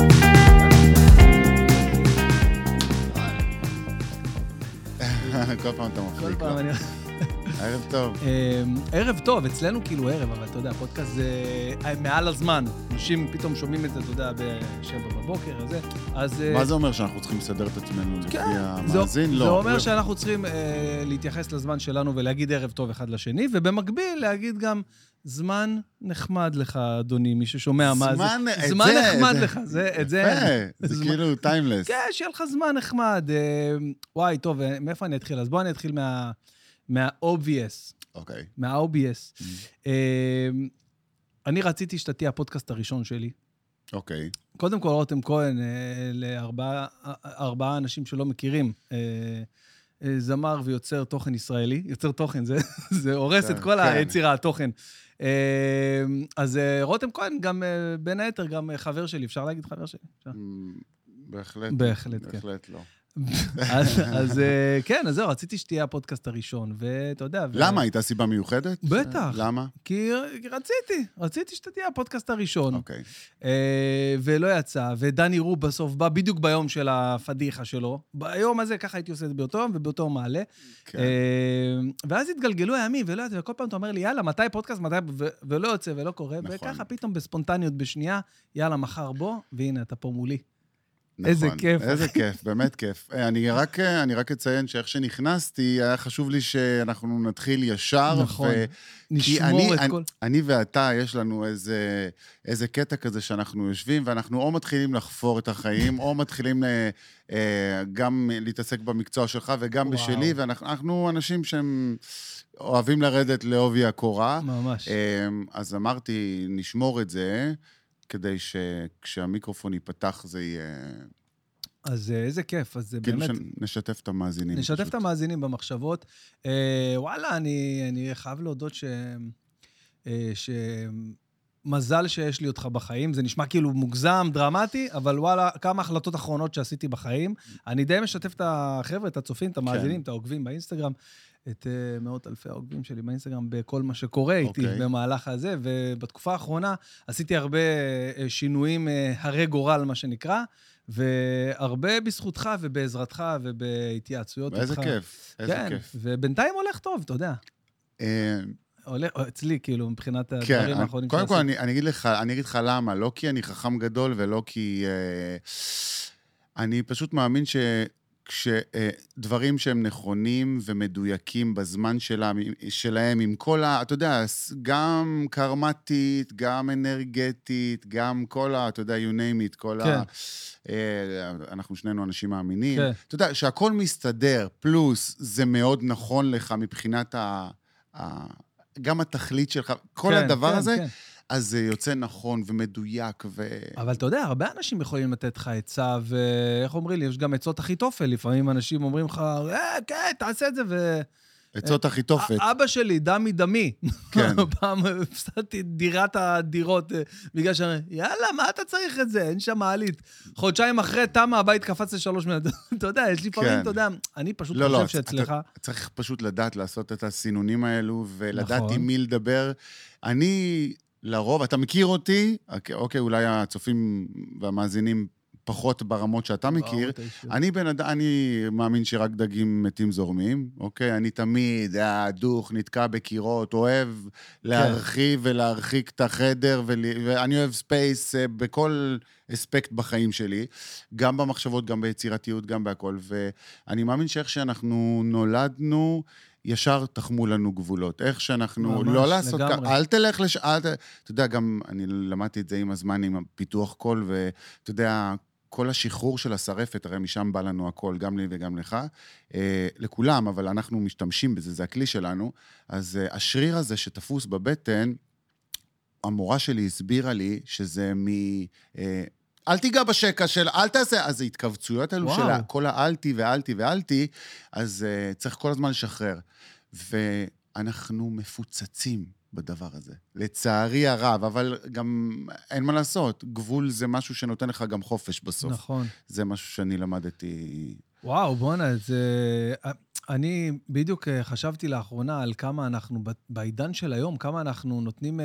כל פעם אתה כל מחזיק לו. פעם אני... ערב טוב. אמ, ערב טוב, אצלנו כאילו ערב, אבל אתה יודע, פודקאסט זה אה, מעל הזמן. אנשים פתאום שומעים את זה, אתה יודע, ב-7 בבוקר, זה. אז... אה, מה זה אומר שאנחנו צריכים לסדר את עצמנו לפי כן, זה- המאזין? לא. זה הוא- אומר שאנחנו צריכים אה, להתייחס לזמן שלנו ולהגיד ערב טוב אחד לשני, ובמקביל להגיד גם זמן נחמד לך, אדוני, מי ששומע מה זה. זמן, את זמן זה, נחמד זה- לך, זה, את זה... יפה, זה זמן- כאילו טיימלס. כן, שיהיה לך זמן נחמד. אה, וואי, טוב, אה, מאיפה אני אתחיל? אז בוא אני אתחיל מה... מה-obvious, אוקיי. מה-obvious. אה, אני רציתי שאתה תהיה הפודקאסט הראשון שלי. אוקיי. קודם כל, רותם כהן, אה, לארבעה ארבעה אנשים שלא מכירים, אה, אה, זמר ויוצר תוכן ישראלי, יוצר תוכן, זה, זה הורס כן, את כל כן. היצירה, התוכן. אה, אז אה, רותם כהן, גם אה, בין היתר, גם אה, חבר שלי, אפשר להגיד חבר שלי? אפשר? מ, בהחלט. בהחלט, כן. בהחלט לא. אז, אז אה, כן, אז זהו, רציתי שתהיה הפודקאסט הראשון, ואתה יודע... ו- למה? הייתה סיבה מיוחדת? בטח. למה? כי כי רציתי, רציתי שאתה תהיה הפודקאסט הראשון. אוקיי. אה, ולא יצא, ודני רוב בסוף בא בדיוק ביום של הפדיחה שלו. ביום הזה, ככה הייתי עושה את זה באותו יום ובאותו יום מעלה. כן. אה, ואז התגלגלו הימים, ולא יצא, וכל פעם אתה אומר לי, יאללה, מתי פודקאסט, מתי... ו- ולא יוצא ולא קורה, נכון. וככה פתאום בספונטניות בשנייה, יאללה, מחר בוא, והנה, אתה פה מולי. נכון. איזה כיף. איזה כיף, באמת כיף. אה, אני רק, אה, אני רק אציין שאיך שנכנסתי, היה חשוב לי שאנחנו נתחיל ישר. נכון. ו- נשמור אני- את אני- כל... אני ואתה, יש לנו איזה, איזה קטע כזה שאנחנו יושבים, ואנחנו או מתחילים לחפור את החיים, או מתחילים אה, אה, גם להתעסק במקצוע שלך וגם וואו. בשלי, ואנחנו אנחנו אנשים שהם אוהבים לרדת לעובי הקורה. ממש. אה, אז אמרתי, נשמור את זה, כדי שכשהמיקרופון ייפתח זה יהיה... אז אה, איזה כיף, אז זה כאילו באמת... שנשתף את המאזינים. נשתף פשוט. את המאזינים במחשבות. אה, וואלה, אני, אני חייב להודות ש... אה, ש... מזל שיש לי אותך בחיים, זה נשמע כאילו מוגזם, דרמטי, אבל וואלה, כמה החלטות אחרונות שעשיתי בחיים. אני די משתף את החבר'ה, את הצופים, את כן. המאזינים, את העוקבים באינסטגרם, את אה, מאות אלפי העוקבים שלי באינסטגרם, בכל מה שקורה איתי אוקיי. במהלך הזה, ובתקופה האחרונה עשיתי הרבה אה, שינויים אה, הרי גורל, מה שנקרא, והרבה בזכותך ובעזרתך ובהתייעצויות איתך. ואיזה כיף, איזה כן, כיף. ובינתיים הולך טוב, אתה יודע. אה, הולך, אצלי, כאילו, מבחינת הדברים כן, האחרונים קודם כל, שעשיתי. אני, אני, אגיד לך, אני אגיד לך למה. לא כי אני חכם גדול ולא כי... אה, אני פשוט מאמין ש... כשדברים שהם נכונים ומדויקים בזמן שלה, שלהם, עם כל ה... אתה יודע, ס- גם קרמטית, גם אנרגטית, גם כל ה... אתה יודע, you name it, כל כן. ה... אה, אנחנו שנינו אנשים מאמינים. כן. אתה יודע, שהכל מסתדר, פלוס זה מאוד נכון לך מבחינת ה... ה גם התכלית שלך, כל כן, הדבר כן, הזה, כן. אז זה יוצא נכון ומדויק ו... אבל אתה יודע, הרבה אנשים יכולים לתת לך עצה, ואיך אומרים לי, יש גם עצות אחיתופל. לפעמים אנשים אומרים לך, אה, כן, תעשה את זה, ו... עצות אה, אחיתופת. א- אבא שלי, דמי דמי. כן. פעם הפסדתי את דירת הדירות, אה, בגלל ש... יאללה, מה אתה צריך את זה? אין שם מעלית. חודשיים אחרי, תמה הבית קפץ לשלוש מאות. אתה יודע, יש לי פעמים, כן. אתה יודע, אני פשוט לא, לא, חושב אתה- שאצלך... צריך פשוט לדעת לעשות את הסינונים האלו ולדעת נכון. עם מי לדבר. אני לרוב, אתה מכיר אותי, אוקיי, אוקיי, אולי הצופים והמאזינים פחות ברמות שאתה מכיר. אני בן אדם, אני מאמין שרק דגים מתים זורמים, אוקיי? אני תמיד אה, הדוך, נתקע בקירות, אוהב להרחיב ולהרחיק את החדר, ול... ואני אוהב ספייס אה, בכל אספקט בחיים שלי, גם במחשבות, גם ביצירתיות, גם בהכל. ואני מאמין שאיך שאנחנו נולדנו, ישר תחמו לנו גבולות. איך שאנחנו... ממש, לא לעשות... לגמרי. כ- אל תלך לש... אל... ת- אתה יודע, גם אני למדתי את זה עם הזמן, עם הפיתוח קול, ואתה יודע... כל השחרור של השרפת, הרי משם בא לנו הכל, גם לי וגם לך, אה, לכולם, אבל אנחנו משתמשים בזה, זה הכלי שלנו. אז אה, השריר הזה שתפוס בבטן, המורה שלי הסבירה לי שזה מ... אה, אל תיגע בשקע של אל תעשה, אז ההתכווצויות האלו וואו. של ה- כל האלתי ואלתי ואלתי, אז אה, צריך כל הזמן לשחרר. ואנחנו מפוצצים בדבר הזה, לצערי הרב, אבל גם אין מה לעשות, גבול זה משהו שנותן לך גם חופש בסוף. נכון. זה משהו שאני למדתי וואו, בואנה, זה... אה, אני בדיוק אה, חשבתי לאחרונה על כמה אנחנו, ב- בעידן של היום, כמה אנחנו נותנים, אה,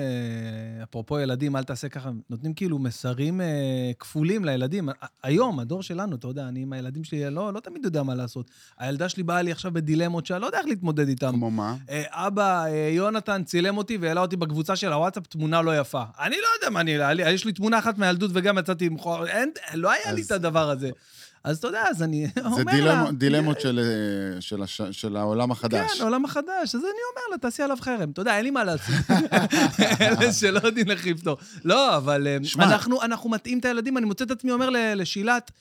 אפרופו ילדים, אל תעשה ככה, נותנים כאילו מסרים אה, כפולים לילדים. ה- היום, הדור שלנו, אתה יודע, אני עם הילדים שלי לא, לא תמיד יודע מה לעשות. הילדה שלי באה לי עכשיו בדילמות שאני לא יודע איך להתמודד איתן. כמו מה? אה, אבא, אה, יונתן צילם אותי והעלה אותי בקבוצה של הוואטסאפ תמונה לא יפה. אני לא יודע מה אני... היה לי- יש לי תמונה אחת מהילדות וגם יצאתי עם חור... אין, לא היה לי אז- את הדבר הזה. אז אתה יודע, אז אני אומר זה לה... דילמות- דילמות של, אה, של הש- של העולם החדש. כן, עולם החדש. אז אני אומר לה, תעשי עליו חרם. אתה יודע, אין לי מה לעשות. אלה שלא יודעים איך לפתור. לא, אבל אה, שמע. אנחנו- אנחנו מטעים את הילדים, אני מוצא את עצמי אומר ל- לשילת...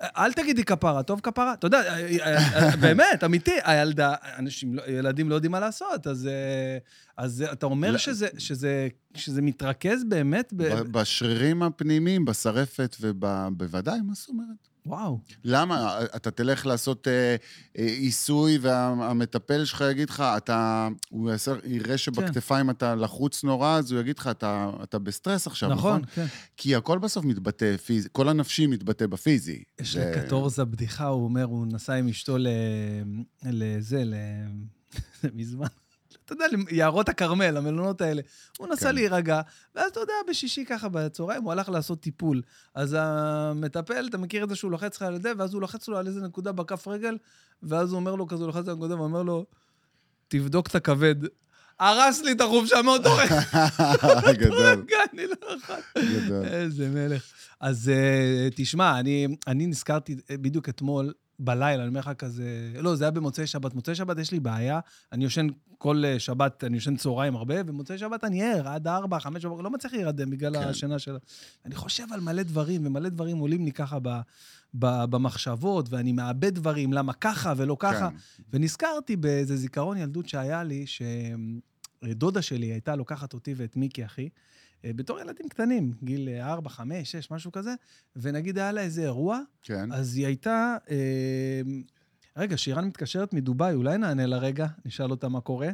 אל תגידי כפרה, טוב כפרה. אתה יודע, אה, אה, אה, באמת, אמיתי, הילדה, אנשים, לא- ילדים לא יודעים מה לעשות, אז, אה, אז אתה אומר לא. שזה, שזה, שזה מתרכז באמת ב... ב- בשרירים הפנימיים, בשרפת ובוודאי, מה זאת אומרת? וואו. למה? אתה תלך לעשות אה, אה, עיסוי והמטפל שלך יגיד לך, אתה... הוא יעשה, יראה כן. שבכתפיים אתה לחוץ נורא, אז הוא יגיד לך, אתה, אתה בסטרס עכשיו, נכון? נכון, כן. כי הכל בסוף מתבטא פיזי, כל הנפשי מתבטא בפיזי. יש זה- לקטורזה בדיחה, הוא אומר, הוא נסע עם אשתו ל... לזה, ל... מזמן. אתה יודע, ליערות הכרמל, המלונות האלה. הוא נסע כן. להירגע, ואז אתה יודע, בשישי ככה בצהריים, הוא הלך לעשות טיפול. אז המטפל, אתה מכיר את זה שהוא לוחץ לך על זה, ואז הוא לוחץ לו על איזה נקודה בכף רגל, ואז הוא אומר לו כזה, הוא לוחץ על הנקודה, ואומר לו, תבדוק את הכבד. הרס לי את החופשה מאותו רגע, גדול, אני לא יכול. גדול. איזה מלך. אז אה, תשמע, אני, אני נזכרתי אה, בדיוק אתמול, בלילה, אני אומר לך כזה... לא, זה היה במוצאי שבת. מוצאי שבת יש לי בעיה, אני יושן כל אה, שבת, אני יושן צהריים הרבה, במוצאי שבת אני ער עד ארבע, חמש, לא מצליח להירדם בגלל כן. השינה של... אני חושב על מלא דברים, ומלא דברים עולים לי ככה ב, ב, במחשבות, ואני מאבד דברים, למה ככה ולא ככה. כן. ונזכרתי באיזה זיכרון ילדות שהיה לי, שדודה שלי הייתה לוקחת אותי ואת מיקי, אחי, אה, בתור ילדים קטנים, גיל אה, 4, 5, 6, משהו כזה, ונגיד היה לה איזה אירוע, כן. אז היא הייתה... אה, רגע, שירן מתקשרת מדובאי, אולי נענה לה רגע, נשאל אותה מה קורה.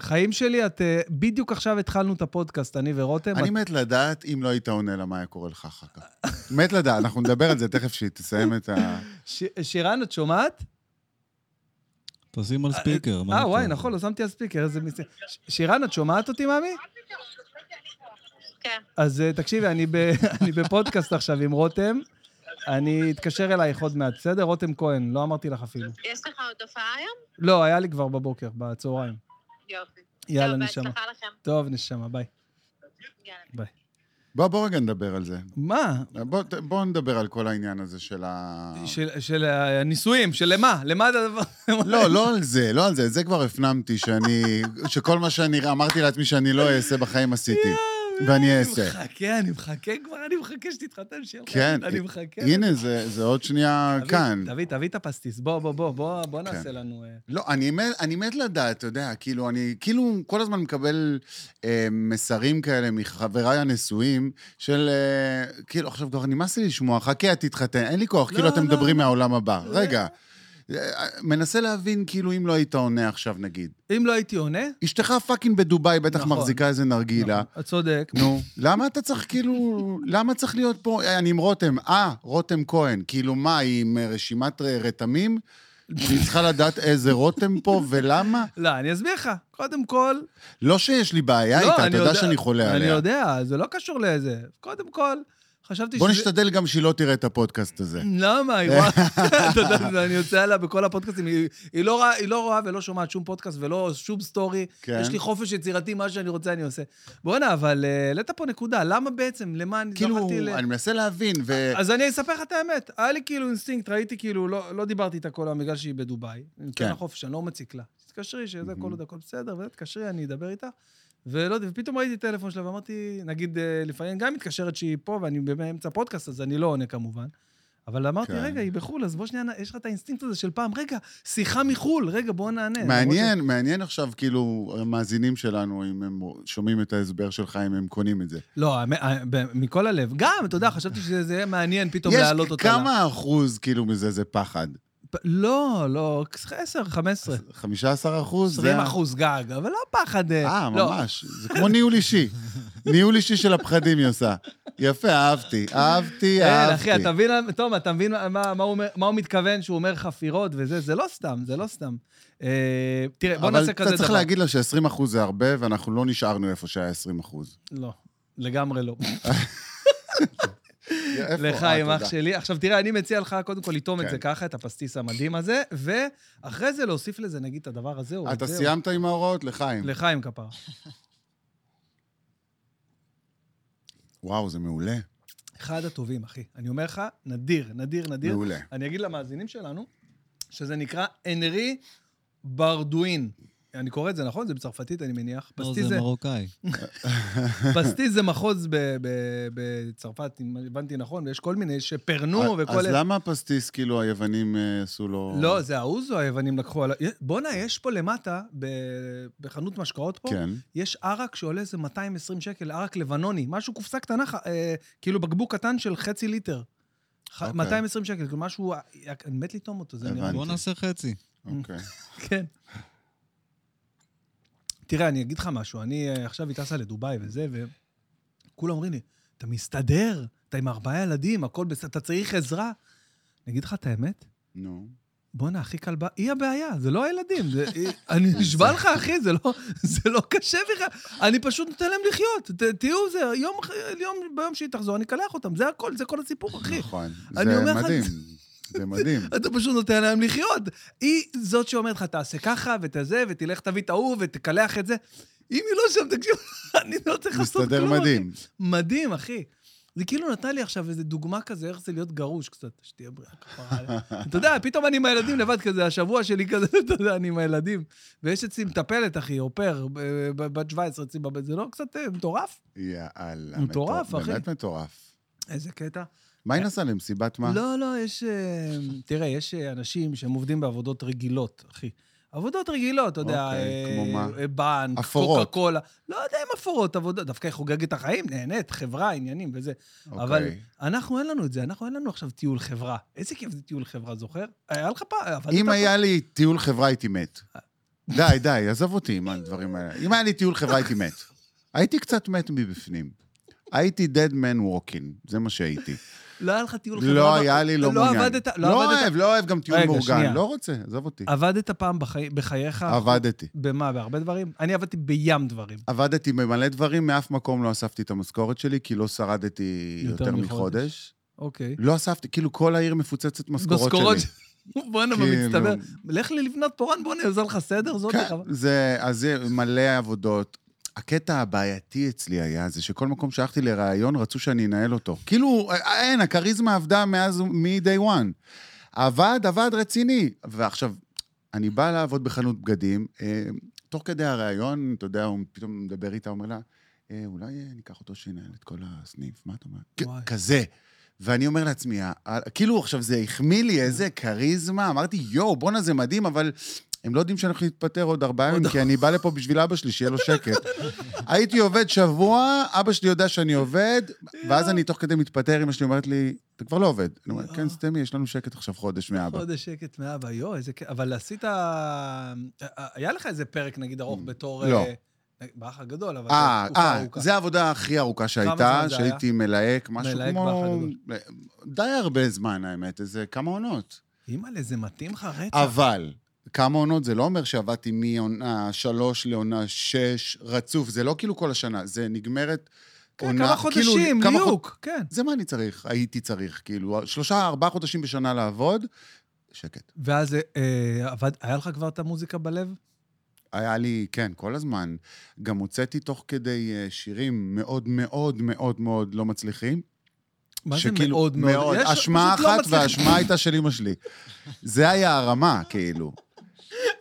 חיים שלי, את... אה, בדיוק עכשיו התחלנו את הפודקאסט, אני ורותם. אני מת לדעת אם לא היית עונה לה מה היה קורה לך אחר כך. מת לדעת, אנחנו נדבר על זה תכף שהיא תסיים את ה... ש... שירן, את שומעת? תשים על ספיקר. מה אה, אתה- וואי, נכון, לא שמתי על ספיקר, איזה מס... ש- שירן, את שומעת אותי, מאמי? כן. אז אה, תקשיבי, אני, ב... אני בפודקאסט עכשיו עם רותם. אני אתקשר אלייך עוד מעט, בסדר? רותם כהן, לא אמרתי לך אפילו. יש לך עוד הופעה היום? לא, היה לי כבר בבוקר, בצהריים. יופי. יאללה, טוב, נשמה. בהצלחה לכם. טוב, נשמה, ביי. יאללה. בוא, בוא רגע נדבר על זה. מה? בוא, ת- בוא נדבר על כל העניין הזה של ה... של, של הנישואים, של למה? למה זה הדבר? לא, לא על זה, לא על זה. זה כבר הפנמתי שאני... שכל מה שאני... אמרתי לעצמי שאני לא אעשה בחיים עשיתי. ואני אעשה. אני מחכה, אני מחכה כבר, אני מחכה שתתחתן, שיהיה לך... כן, אני מחכה. הנה, זה, זה עוד שנייה תביא- כאן. תביא, תביא את הפסטיס, בוא, בוא, בוא, בוא, בוא כן. נעשה לנו... אה, לא, אני מת, אני מת לדעת, אתה יודע, כאילו, אני כאילו כל הזמן מקבל אה, מסרים כאלה מחבריי הנשואים, של אה, כאילו, עכשיו כבר נמאס לי לשמוע, חכה, את תתחתן, אין לי כוח, לא, כאילו, אתם לא, מדברים לא. מהעולם הבא. רגע, אה, מנסה להבין, כאילו, אם לא היית עונה עכשיו, נגיד. אם לא הייתי עונה... אשתך פאקינג בדובאי בטח נכון. מחזיקה איזה נרגילה. את צודק. נו, למה אתה צריך כאילו, למה צריך להיות פה, אה, אני עם רותם, אה, רותם כהן, כאילו מה, היא עם אה, רשימת אה, רתמים? היא צריכה לדעת איזה רותם פה ולמה? לא, אני אסביר לך. קודם כל, לא שיש לי בעיה לא, איתה, אני אתה יודע שאני חולה אני עליה. יודע, זה לא קשור לזה. קודם כל, חשבתי בוא נשתדל גם שהיא לא תראה את הפודקאסט הזה. למה? היא רואה... אתה יודע, אני יוצא עליה בכל הפודקאסטים. היא- היא לא רואה- היא לא רואה ולא שומעת שום פודקאסט ולא שום סטורי. כן. יש לי חופש יצירתי, מה שאני רוצה אני עושה. בואנה, אבל אה, העלית פה נקודה, למה בעצם? למה אני כאילו, זכרתי ל... אה, אני מנסה להבין, ו... אז אני אספר לך את האמת. היה לי כאילו אינסטינקט, ראיתי כאילו, לא, לא דיברתי איתה כל היום בגלל שהיא בדובאי. אני נותן כן. Mhm. לה חופש, אני לא מציק לה. תתקשרי, שזה מהמם. כל עוד הכל בסדר, ותתקשרי, אני אדבר איתה. ולא יודע, ופתאום ראיתי טלפון שלה ואמרתי, נגיד, אה, לפעמים גם מתקשרת שהיא פה ואני באמצע פודקאסט, אז אני לא עונה כמובן. אבל אמרתי, כן. רגע, היא בחו"ל, אז בוא שנייה, נ- יש לך את האינסטינקט הזה של פעם, רגע, שיחה מחו"ל, רגע, בוא נענה. למרות מעניין, מעניין עכשיו, כאילו, המאזינים שלנו, אם הם שומעים את ההסבר שלך, אם הם קונים את זה. ש- לא, האמת, אה, ב- מכל הלב. גם, אתה יודע, חשבתי שזה יהיה מעניין פתאום יש להעלות אותה. לה. כמה אחוז, כאילו, מזה זה פחד? פ- לא, לא, 10, 15. 15 אחוז? 20 אחוז גג, אבל לא פחד... אה, לא, ממש. זה כמו ניהול אישי. ניהול אישי של הפחדים היא עושה. היא יפה, אהבתי, אהבתי, כן, אהבתי. אחי, אתה מבין, תום, אתה מבין מה, מה, הוא, אומר- מה הוא מתכוון שהוא אומר חפירות וזה? זה לא סתם, זה לא סתם. אה, תראה, בוא נעשה כזה אבל אתה צריך דבר. להגיד לה ש-20% זה הרבה, ואנחנו לא נשארנו איפה שהיה 20%. לא, לגמרי לא. איפה? לחיים, אה, אח תודה. שלי. עכשיו, תראה, אני מציע לך קודם כל לטעום את כן. זה ככה, את הפסטיס המדהים הזה, ואחרי זה להוסיף לזה, נגיד, את הדבר הזה או את זה. אתה או- סיימת עם ההוראות? לחיים. לחיים כפר. וואו, זה מעולה. אחד הטובים, אחי. אני אומר לך, נדיר, נדיר, נדיר. מעולה. אני אגיד למאזינים שלנו, שזה נקרא אנרי ברדואין. אני קורא את זה, נכון? זה בצרפתית, אני מניח. לא, פסטיס זה לא. זה- מרוקאי. פסטיס זה מחוז ב- ב- בצרפת, אם הבנתי נכון, ויש כל מיני שפרנו וכל... אה, אז אלה. למה הפסטיס, כאילו, היוונים אה, עשו לו... לא, זה האוזו, היוונים לקחו על... ה- בואנה, יש פה למטה, ב- בחנות משקאות פה, כן. יש ערק שעולה איזה 220 שקל, ערק לבנוני, משהו קופסה קטנה, ח- אה, כאילו בקבוק קטן של חצי ליטר. ח- אוקיי. 220 שקל, כאילו משהו... אני מת לטעום אותו, זה נראה לי. הבנתי. בוא נעשה חצי. אוקיי. כן. תראה, אני אגיד לך משהו, אני אה, עכשיו היא טסה לדובאי וזה, וכולם אומרים לי, אתה מסתדר, אתה עם ארבעה ילדים, הכל בסדר, אתה צריך עזרה. אני אגיד לך את האמת, נו. בואנה, הכי קל, ב- היא הבעיה, זה לא הילדים. זה, אני נשבע לך, אחי, זה לא, זה לא קשה בכלל. אני פשוט נותן להם לחיות. ת, תהיו, זה יום, אח- יום, ביום שהיא תחזור, אני אקלח אותם, זה הכל, זה כל הסיפור, אחי. נכון. אני אומר זה לך- לא מדהים. זה מדהים. אתה פשוט נותן להם לחיות. היא זאת שאומרת לך, תעשה ככה, ותזה, ותלך תביא את ההוא, ותקלח את זה. אם היא לא שם, תקשיב, אני לא צריך לעשות כלום. מסתדר אחי. מדהים. מדהים, אחי. זה כאילו נתן לי עכשיו איזו דוגמה כזה, איך זה להיות גרוש קצת, שתהיה בריאה כפרה עליה. אתה יודע, פתאום אני עם הילדים לבד כזה, השבוע שלי כזה, אתה יודע, אני עם הילדים. ויש אצלי מטפלת, אחי, אופר, ב- ב- בת 17 אצלי בבית, זה לא קצת אה, מטורף? יאללה. מטורף, מטור- אחי. באמת מטורף. איזה קטע. מה היא נסעה למסיבת מה? לא, לא, יש... אה, תראה, יש אה, אנשים שהם עובדים בעבודות רגילות, אחי. עבודות רגילות, אתה יודע, אוקיי, אה, כמו מה? אה, בנק, אפורות. קוקה קולה. לא יודע אם אפורות, עבודות, דווקא היא חוגגת את החיים, נהנית, חברה, עניינים וזה. אוקיי. אבל אנחנו, אין לנו את זה, אנחנו, אין לנו עכשיו טיול חברה. איזה כיף זה טיול חברה, זוכר? היה לך פעם, עבדת אם פעם? היה לי טיול חברה, הייתי מת. די, די, עזוב אותי עם הדברים האלה. אם היה לי טיול חברה, הייתי מת. הייתי קצת מת מבפנים. הייתי dead man walking, זה מה שהייתי. לא היה לך טיול חברה? לא היה לי, לא מעוניין. לא עבדת, לא לא עבדת, אה, אוהב, לא אוהב גם טיול רגע, מאורגן. שנייה. לא רוצה, עזוב אותי. עבדת פעם בחי- בחייך? עבדתי. במה, בהרבה דברים? אני עבדתי בים דברים. עבדתי במלא דברים, מאף מקום לא אספתי את המשכורת שלי, כי לא שרדתי יותר יותר מחודש. מחודש. אוקיי. לא אספתי, כאילו כל העיר מפוצצת משכורות שלי. שלי. בואנה, כאילו. במצטבר. לך לי לבנת פורן, בואנה, עוזר לך סדר, זאת כן, לך. זה, אז זה מלא עבודות. הקטע הבעייתי אצלי היה זה שכל מקום שהלכתי לראיון, רצו שאני אנהל אותו. כאילו, אה, אין, הכריזמה עבדה מאז, מ-day one. עבד, עבד רציני. ועכשיו, אני בא לעבוד בחנות בגדים, אה, תוך כדי הראיון, אתה יודע, הוא פתאום מדבר איתה, אומר לה, אה, אולי אה, ניקח אותו שינהל את כל הסניף, מה אתה אומר? וואי. כ- כזה. ואני אומר לעצמי, "אה, אה, כאילו עכשיו זה החמיא לי איזה כריזמה, אמרתי, יואו, בואנה זה מדהים, אבל הם לא יודעים שאני הולך להתפטר עוד ארבעה ימים, כי אני בא לפה בשביל אבא שלי, שיהיה לו שקט. הייתי עובד שבוע, אבא שלי יודע שאני עובד, ואז אני תוך כדי מתפטר, אמא שלי אומרת לי, אתה כבר לא עובד. אני אומר, כן, סטמי, יש לנו שקט עכשיו חודש מאבא. אה. חודש אה, שקט מאבא, יואו, איזה כיף. אבל עשית... אה, היה לך איזה פרק, נגיד, ארוך בתור... לא. אה, באח הגדול, אבל... אה, תקופה אה, ארוכה. זו העבודה הכי ארוכה זמן שהייתה, זה היה? שהייתי מלהק, משהו מלהק באח כמו... הגדול. די הרבה זמן, האמת, איזה כמה עונות. אימא'לה, זה מתאים לך רצח. אבל, כמה עונות זה לא אומר שעבדתי מעונה שלוש לעונה שש רצוף, זה לא כאילו כל השנה, זה נגמרת כן, עונה... כמה כאילו, חודשים, כמה חוד- ליוק, כן. זה מה אני צריך, הייתי צריך, כאילו, שלושה, ארבעה חודשים בשנה לעבוד, שקט. ואז אה, אה, עבד- היה לך כבר את המוזיקה בלב? היה לי, כן, כל הזמן. גם הוצאתי תוך כדי אה, שירים מאוד מאוד מאוד מאוד לא מצליחים. מה זה שכאילו, מאוד מאוד? יש- אשמה פשוט לא אחת, מצליח- והאשמה הייתה של אמא שלי. זה היה הרמה, כאילו.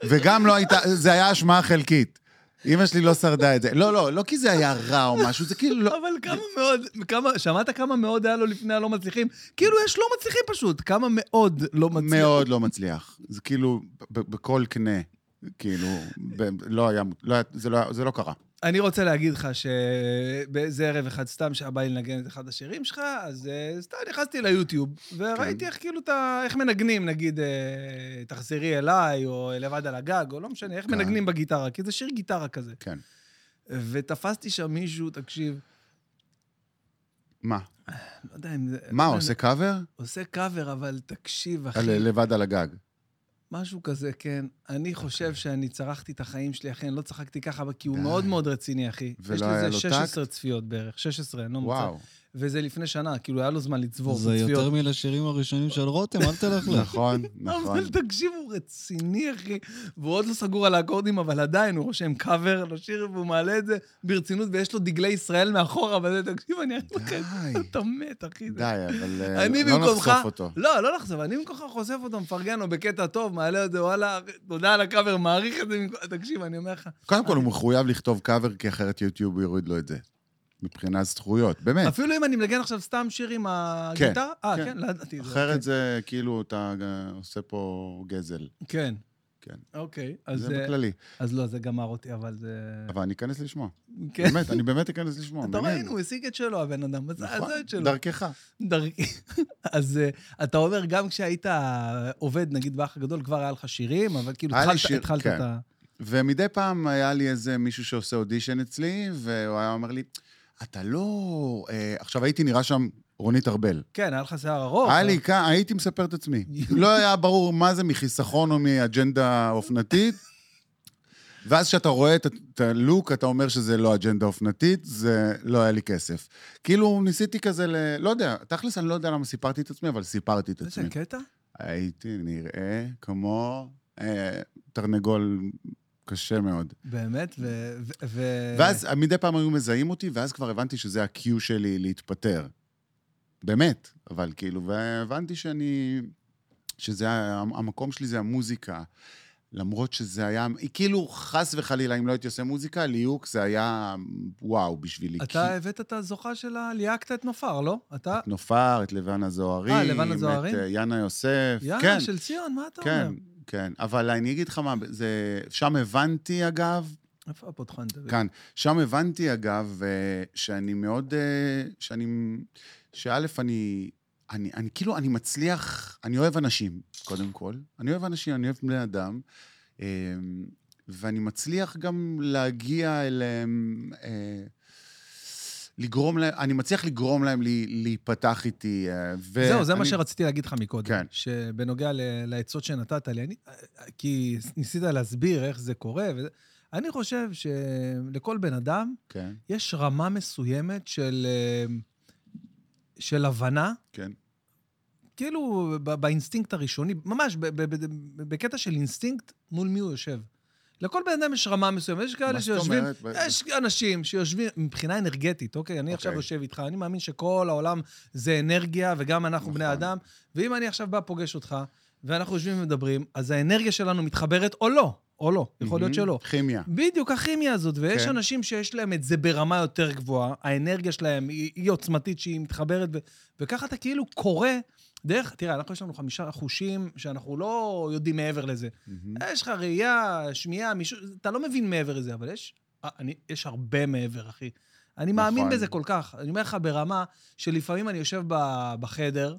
וגם לא הייתה, זה היה אשמה חלקית. אמא שלי לא שרדה את זה. לא, לא, לא כי זה היה רע או משהו, זה כאילו לא... אבל כמה מאוד, כמה, שמעת כמה מאוד היה לו לפני הלא מצליחים? כאילו, יש לא מצליחים פשוט, כמה מאוד לא מצליחים. מאוד לא מצליח. זה כאילו, ב- ב- בכל קנה, כאילו, ב- לא היה, לא היה- זה לא היה- זה לא קרה. אני רוצה להגיד לך שבאיזה ערב אחד סתם שהיה בא לי לנגן את אחד השירים שלך, אז אה, סתם נכנסתי ליוטיוב, כן. וראיתי איך כאילו, אתה, איך מנגנים, נגיד, אה, תחזרי אליי, או לבד על הגג, או לא משנה, איך כן. מנגנים בגיטרה, כי זה שיר גיטרה כזה. כן. ותפסתי שם מישהו, תקשיב, מה? לא יודע אם זה... מה, עושה קאבר? עושה קאבר, אבל תקשיב, אחי. על- לבד על הגג. משהו כזה, כן. אני חושב שאני צרחתי את החיים שלי, אחי, אני לא צחקתי ככה, אבל כי הוא אוקיי. די. מאוד מאוד רציני, אחי. ולא יש היה לזה לו 16 צפיות בערך, 16, אני לא מוצא. וואו. וזה לפני שנה, כאילו, היה לו זמן לצבור זה יותר צפיות. מלשירים הראשונים של רותם, אל תלך ל... נכון, נכון. אבל תקשיב, הוא רציני, אחי. והוא עוד לא סגור על האקורדים, אבל עדיין, הוא רושם קאבר לשיר והוא מעלה את זה ברצינות, ויש לו דגלי ישראל מאחורה, אבל זה, תקשיב, אני אראה לך, די, אתה מת, אחי. זה- די, אבל אה, אני לא במקומך- נחשוף אותו. לא, לא לחשוף, אני במקומך חושף אותו, מפרגן לו בקטע טוב, מעלה את זה, וואלה, תודה על הקאבר, מעריך את זה. במקום- תקשיב, אני אומר לך, קודם כל, הוא מחויב לכתוב קאבר, כי אחרת יוטיוב יוריד לו את זה. מבחינת זכויות, באמת. אפילו אם אני מנגן עכשיו סתם שיר עם הגיטרה? אה, כן. כן, לא ידעתי. את זה, אחרת אוקיי. זה כאילו, אתה אה, עושה פה גזל. כן. כן. אוקיי, אז, זה אה, בכללי. אז לא, זה גמר אותי, אבל זה... אבל אני אכנס לשמוע. כן. באמת, אני באמת אכנס לשמוע. אתה רואה, אה, מעניין. הנה, הוא השיג את שלו, הבן אדם, אז נכון, זה את שלו. דרכך. דרכי. אז אה, אתה אומר, גם כשהיית עובד, נגיד, באח הגדול, כבר היה לך שירים, אבל כאילו היה לי התחלת- שיר, התחלת כן. את ה... ומדי פעם היה לי איזה מישהו שעושה אודישן אצלי, והוא היה אומר לי, אתה לא... אה, עכשיו, הייתי נראה שם רונית ארבל. כן, היה לך שיער ארוך. היה אבל- לי כאן, הייתי מספר את עצמי. לא היה ברור מה זה מחיסכון או מאג'נדה אופנתית. ואז כשאתה רואה את ה- את הלוק, אתה אומר שזה לא אג'נדה אופנתית, זה לא היה לי כסף. כאילו, ניסיתי כזה ל... לא יודע, תכלס, אני לא יודע למה סיפרתי את עצמי, אבל סיפרתי את איזה עצמי. קטע? הייתי נראה כמו אה, תרנגול קשה מאוד. באמת, ו... ו- ו- ואז מדי פעם היו מזהים אותי, ואז כבר הבנתי שזה ה-Q שלי להתפטר. באמת, אבל כאילו, והבנתי שאני... שזה ה- המקום שלי זה המוזיקה. למרות שזה היה, כאילו חס וחלילה, אם לא הייתי עושה מוזיקה, ליהוק זה היה וואו בשבילי. כי- אתה הבאת את הזוכה של ה... ליהקת את נופר, לא? אתה... את נופר, את לבנה זוהרים. אה, לבנה זוהרים? את אה, יאנה יוסף. כן. יאללה, של ציון, מה אתה כן, אומר? כן. אבל אני אגיד לך מה, זה... שם הבנתי, אגב, איפה הפותחן דוד? כאן, שם הבנתי, אגב, אה, שאני מאוד... אה, שאני... שא', אני... אני, אני כאילו, אני מצליח, אני אוהב אנשים, קודם כל. אני אוהב אנשים, אני אוהב בני אדם, אה, ואני מצליח גם להגיע אליהם, אה, לגרום להם, אני מצליח לגרום להם לי- להיפתח איתי. אה, ו- זהו, זה מה אני- שרציתי להגיד לך מקודם. כן. שבנוגע ל- לעצות שנתת לי, אני, כי ניסית להסביר איך זה קורה, וזה, אני חושב שלכל בן אדם כן, יש רמה מסוימת של, אה, של הבנה, כן. כאילו ב- באינסטינקט הראשוני, ממש ב- ב- ב- ב- בקטע של אינסטינקט, מול מי הוא יושב. לכל בן אדם יש רמה מסוימת, יש מה כאלה זאת שיושבים... אומרת? ב- יש אנשים שיושבים מבחינה אנרגטית, אוקיי? אני עכשיו אוקיי. יושב איתך, אני מאמין שכל העולם זה אנרגיה, וגם אנחנו בני נכון. אדם, ואם אני עכשיו בא, פוגש אותך, ואנחנו יושבים ומדברים, אז האנרגיה שלנו מתחברת או לא, או לא, יכול להיות שלא. כימיה. בדיוק, הכימיה הזאת, ויש כן. אנשים שיש להם את זה ברמה יותר גבוהה, האנרגיה שלהם היא, היא עוצמתית שהיא מתחברת, ו... וככה אתה כאילו קורא דרך, תראה, אנחנו יש לנו חמישה חושים שאנחנו לא יודעים מעבר לזה. מהמם. יש לך ראייה, שמיעה, מישהו, אתה לא מבין מעבר לזה, אבל יש, אה, אני, יש הרבה מעבר, אחי. אני נכון. מאמין בזה כל כך. אני אומר לך ברמה שלפעמים אני יושב ב- בחדר,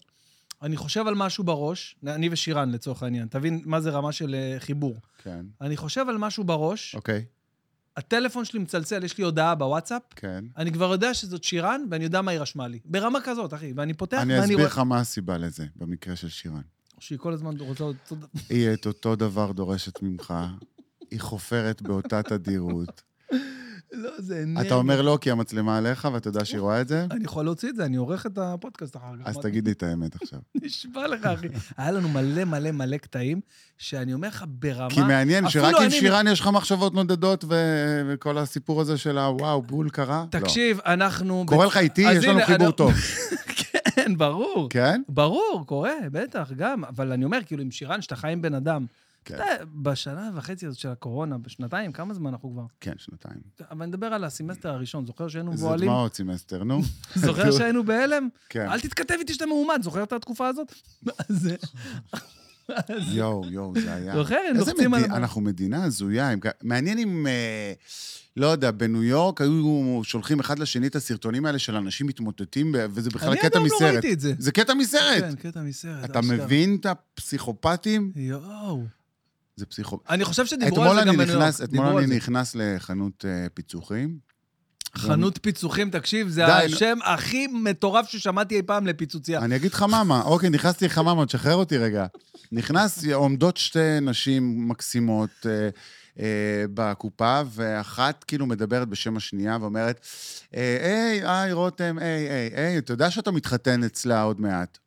אני חושב על משהו בראש, אני ושירן לצורך העניין, תבין מה זה רמה של אה, חיבור. כן. אני חושב על משהו בראש, אוקיי, הטלפון שלי מצלצל, יש לי הודעה בוואטסאפ, כן. אני כבר יודע שזאת שירן, ואני יודע מה היא רשמה לי. ברמה כזאת, אחי, ואני פותח אני ואני אסביר לך מה הסיבה לזה, במקרה של שירן. שהיא כל הזמן רוצה... עוד- היא את אותו דבר דורשת ממך, היא חופרת באותה תדירות. לא, זה אנרגיה. אתה אומר לא כי המצלמה עליך ואתה יודע שהיא רואה את זה? אני יכול להוציא את זה, אני עורך את הפודקאסט אחר כך. אז מה- תגיד לי את האמת עכשיו. נשבע לך, אחי. היה לנו מלא מלא מלא קטעים, שאני אומר לך ברמה... כי מעניין אפילו שרק עם אני- שירן יש לך מחשבות נודדות ו- וכל הסיפור הזה של הוואו, בול קרה? לא. תקשיב, אנחנו... קורא לך איתי, אז יש לנו הנה, חיבור אני- טוב. כן, ברור. כן? ברור, קורה, בטח, גם. אבל אני אומר, כאילו, עם שירן, שאתה חי עם בן אדם. כן. אתה, בשנה וחצי הזאת של הקורונה, בשנתיים, כמה זמן אנחנו כבר? כן, שנתיים. אבל אני מדבר על הסמסטר הראשון, זוכר שהיינו זה מבוהלים? דמעות סמסטר, נו. זוכר שהיינו בהלם? כן. אל תתכתב איתי שאתה מאומן, זוכר את התקופה הזאת? אז... אז- יואו, יואו, זה היה. זוכר, הם כן. איזה לוחצים על... מדינה, אנחנו מדינה הזויה. עם כ- מעניין אם, אה, לא יודע, בניו יורק היו שולחים אחד לשני את הסרטונים האלה של אנשים מתמוטטים, ב- וזה בכלל אני עד קטע היום לא מסרט. ראיתי את זה. זה קטע מסרט. כן, קטע מסרט. אתה אשכרה. מבין את הפסיכופטים? יואו. זה פסיכופ... אני לא- חושב שדיברו על אתמול זה גם אני בניו יורק. נכנס, אתמול דיברו על אני זה. נכנס לחנות אה, פיצוחים, חנות פיצוחים, תקשיב, זה די, נו. השם הכי מטורף ששמעתי אי פעם לפיצוצייה. אני אגיד חממה, אוקיי, נכנסתי לחממה, תשחרר אותי רגע. נכנס, עומדות שתי נשים מקסימות אה, אה, בקופה, ואחת כאילו מדברת בשם השנייה ואומרת, אה, היי, היי, רותם, היי, היי, היי, אתה יודע שאתה מתחתן אצלה עוד מעט.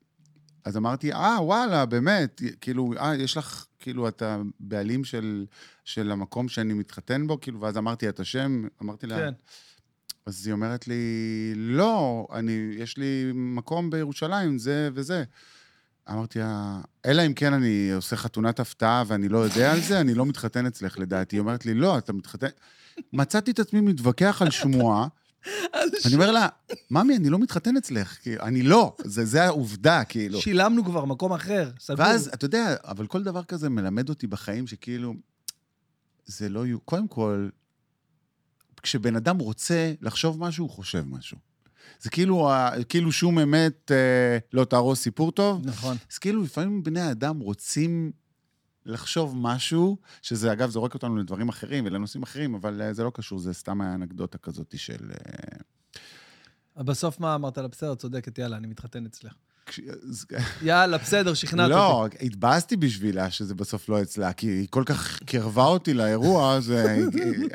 אז אמרתי, אה, וואלה, באמת, כאילו, אה, יש לך, כאילו, אתה בעלים של, של המקום שאני מתחתן בו, כאילו, ואז אמרתי את השם, אמרתי לה, כן. אז היא אומרת לי, לא, אני, יש לי מקום בירושלים, זה וזה. אמרתי לה, אלא אם כן אני עושה חתונת הפתעה ואני לא יודע על זה, אני לא מתחתן אצלך לדעתי. היא אומרת לי, לא, אתה מתחתן... מצאתי את עצמי מתווכח על שמועה, אני אומר לה, ממי, אני לא מתחתן אצלך, כי אני לא, זה, זה העובדה, כאילו. שילמנו כבר מקום אחר, סגור. ואז, אתה יודע, אבל כל דבר כזה מלמד אותי בחיים שכאילו, זה לא יהיו... קודם כל, כשבן אדם רוצה לחשוב משהו, הוא חושב משהו. זה כאילו, ה- כאילו שום אמת אה, לא תהרוס סיפור טוב. נכון. אז כאילו, לפעמים בני האדם רוצים לחשוב משהו, שזה אגב זורק אותנו לדברים אחרים ולנושאים אחרים, אבל אה, זה לא קשור, זה סתם האנקדוטה כזאת של... אה, בסוף מה אמרת לה? בסדר, צודקת, יאללה, אני מתחתן אצלך. כש- אז- יאללה, בסדר, שכנעת אותי. לא, התבאסתי בשבילה שזה בסוף לא אצלה, כי היא כל כך קרבה אותי לאירוע, אז אה,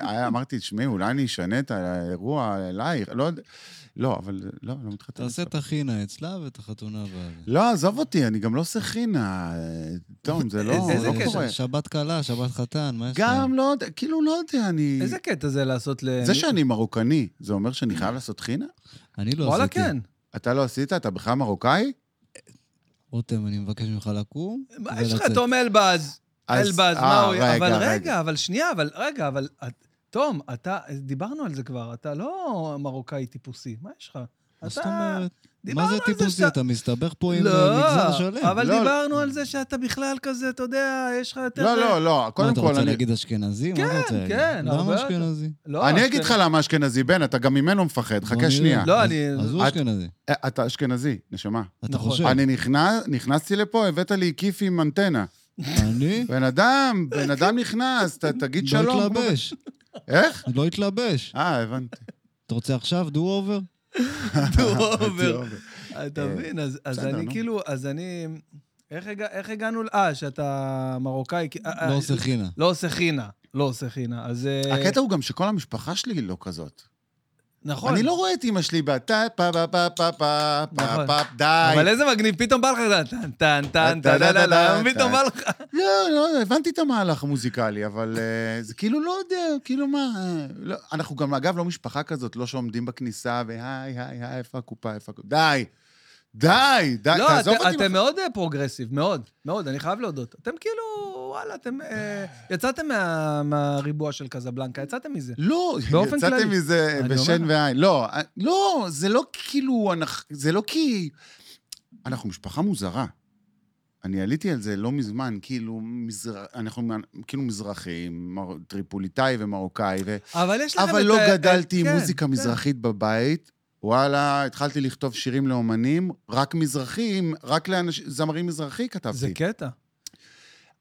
אה, אמרתי, תשמעי, אולי אני אשנה את האירוע אלייך, לא יודע. לא, אבל לא, לא מתחתן. תעשה את החינה אצלה ואת החתונה אה, ב... לא, עזוב אותי, אני גם לא עושה חינה, אה, תום, זה לא איזה- איזה לא קטע? קורה. שבת כלה, שבת חתן, מה יש לך? גם לא יודע, כאילו, לא יודע, אני... איזה קטע זה לעשות ל... זה שאני מרוקני, זה אומר שאני חייב לעשות חינה? אני לא וואלה, עשיתי. כן. אתה לא עשית? אתה בכלל מרוקאי? רותם, אני מבקש ממך לקום מה יש לך, ולצאת. תום אלבז? אז- אלבז, אה, מה הוא... אבל רגע, אבל שנייה, אבל רגע, אבל... את- תום, אתה... דיברנו על זה כבר, אתה לא מרוקאי טיפוסי, מה יש לך? מה זאת אתה- אומרת? דיברנו מה זה על טיפוסי? שאתה- אתה מסתבך פה עם לא, אה, מגזר שלם. אבל לא. דיברנו על זה שאתה בכלל כזה, אתה יודע, יש לך יותר... אה, לא, לא, לא, קודם מה, כל, אתה רוצה אני... להגיד אשכנזי? מה אתה רוצה כן, להגיד? כן, הרבה למה יותר. אשכנזי? לא, אני אשכנ- אגיד לך למה אשכנזי, בן, אתה גם ממנו מפחד, בוא נראה. חכה שנייה. לא, אז- אני- אז הוא את- אשכנזי. אה, אתה אשכנזי, נשמה. אתה נכון. חושב. אני נכנס, נכנסתי לפה, הבאת לי כיף עם אנטנה. אני? בן אדם, בן אדם נכנס, ת, תגיד שלום. לא כמו- התלבש. איך? לא התלבש. אה, הבנתי. אתה רוצה עכשיו דו אובר? דור הייתי עובר. עובר. אתה אה, מבין, אז- אז אוקיי. בסדר, אני נו. כאילו, אז אני... איך הגע- איך הגענו ל... אה, שאתה מרוקאי. כי- אה, אה, לא עושה חינה. לא עושה חינה. לא עושה חינה. אז... אה, הקטע הוא גם שכל המשפחה שלי היא לא כזאת. נכון. אני לא רואה את אימא שלי בטה, פה, פה, פה, פה, פה, פה, נכון. פה, די. אבל איזה מגניב, פתאום בא לך כזה, טן, טן, טן, טן, אה, טה, טה, טן, טה, טן, טה. פתאום בא לך. לא, לא, הבנתי את המהלך המוזיקלי, אבל אה, זה כאילו לא יודע, כאילו מה... אה, לא- אנחנו גם, אגב, לא משפחה כזאת, לא שעומדים בכניסה, והי, היי, היי, איפה הקופה, איפה הקופה? די. די, די, לא, תעזוב אתם- אותי. אתם מאוד אה, פרוגרסיב, מאוד, מאוד, אני חייב להודות. אתם כאילו, וואלה, אתם... אה, יצאתם מה- מהריבוע של קזבלנקה, יצאתם מזה. לא, באופן כללי. יצאתם מזה אני בשן אומר ועין. לא, לא, זה לא כאילו, אנחנו- זה לא כי... אנחנו משפחה מוזרה. אני עליתי על זה לא מזמן, כאילו, מזר... אנחנו מה- כאילו מזרחים, מר... טריפוליטאי ומרוקאי, ו... אבל יש לכם את... אבל לא ה- גדלתי עם כן, מוזיקה כן. מזרחית בבית. וואלה, התחלתי לכתוב שירים לאומנים, רק מזרחים, רק לאנשים, זמרים מזרחי כתבתי. זה קטע.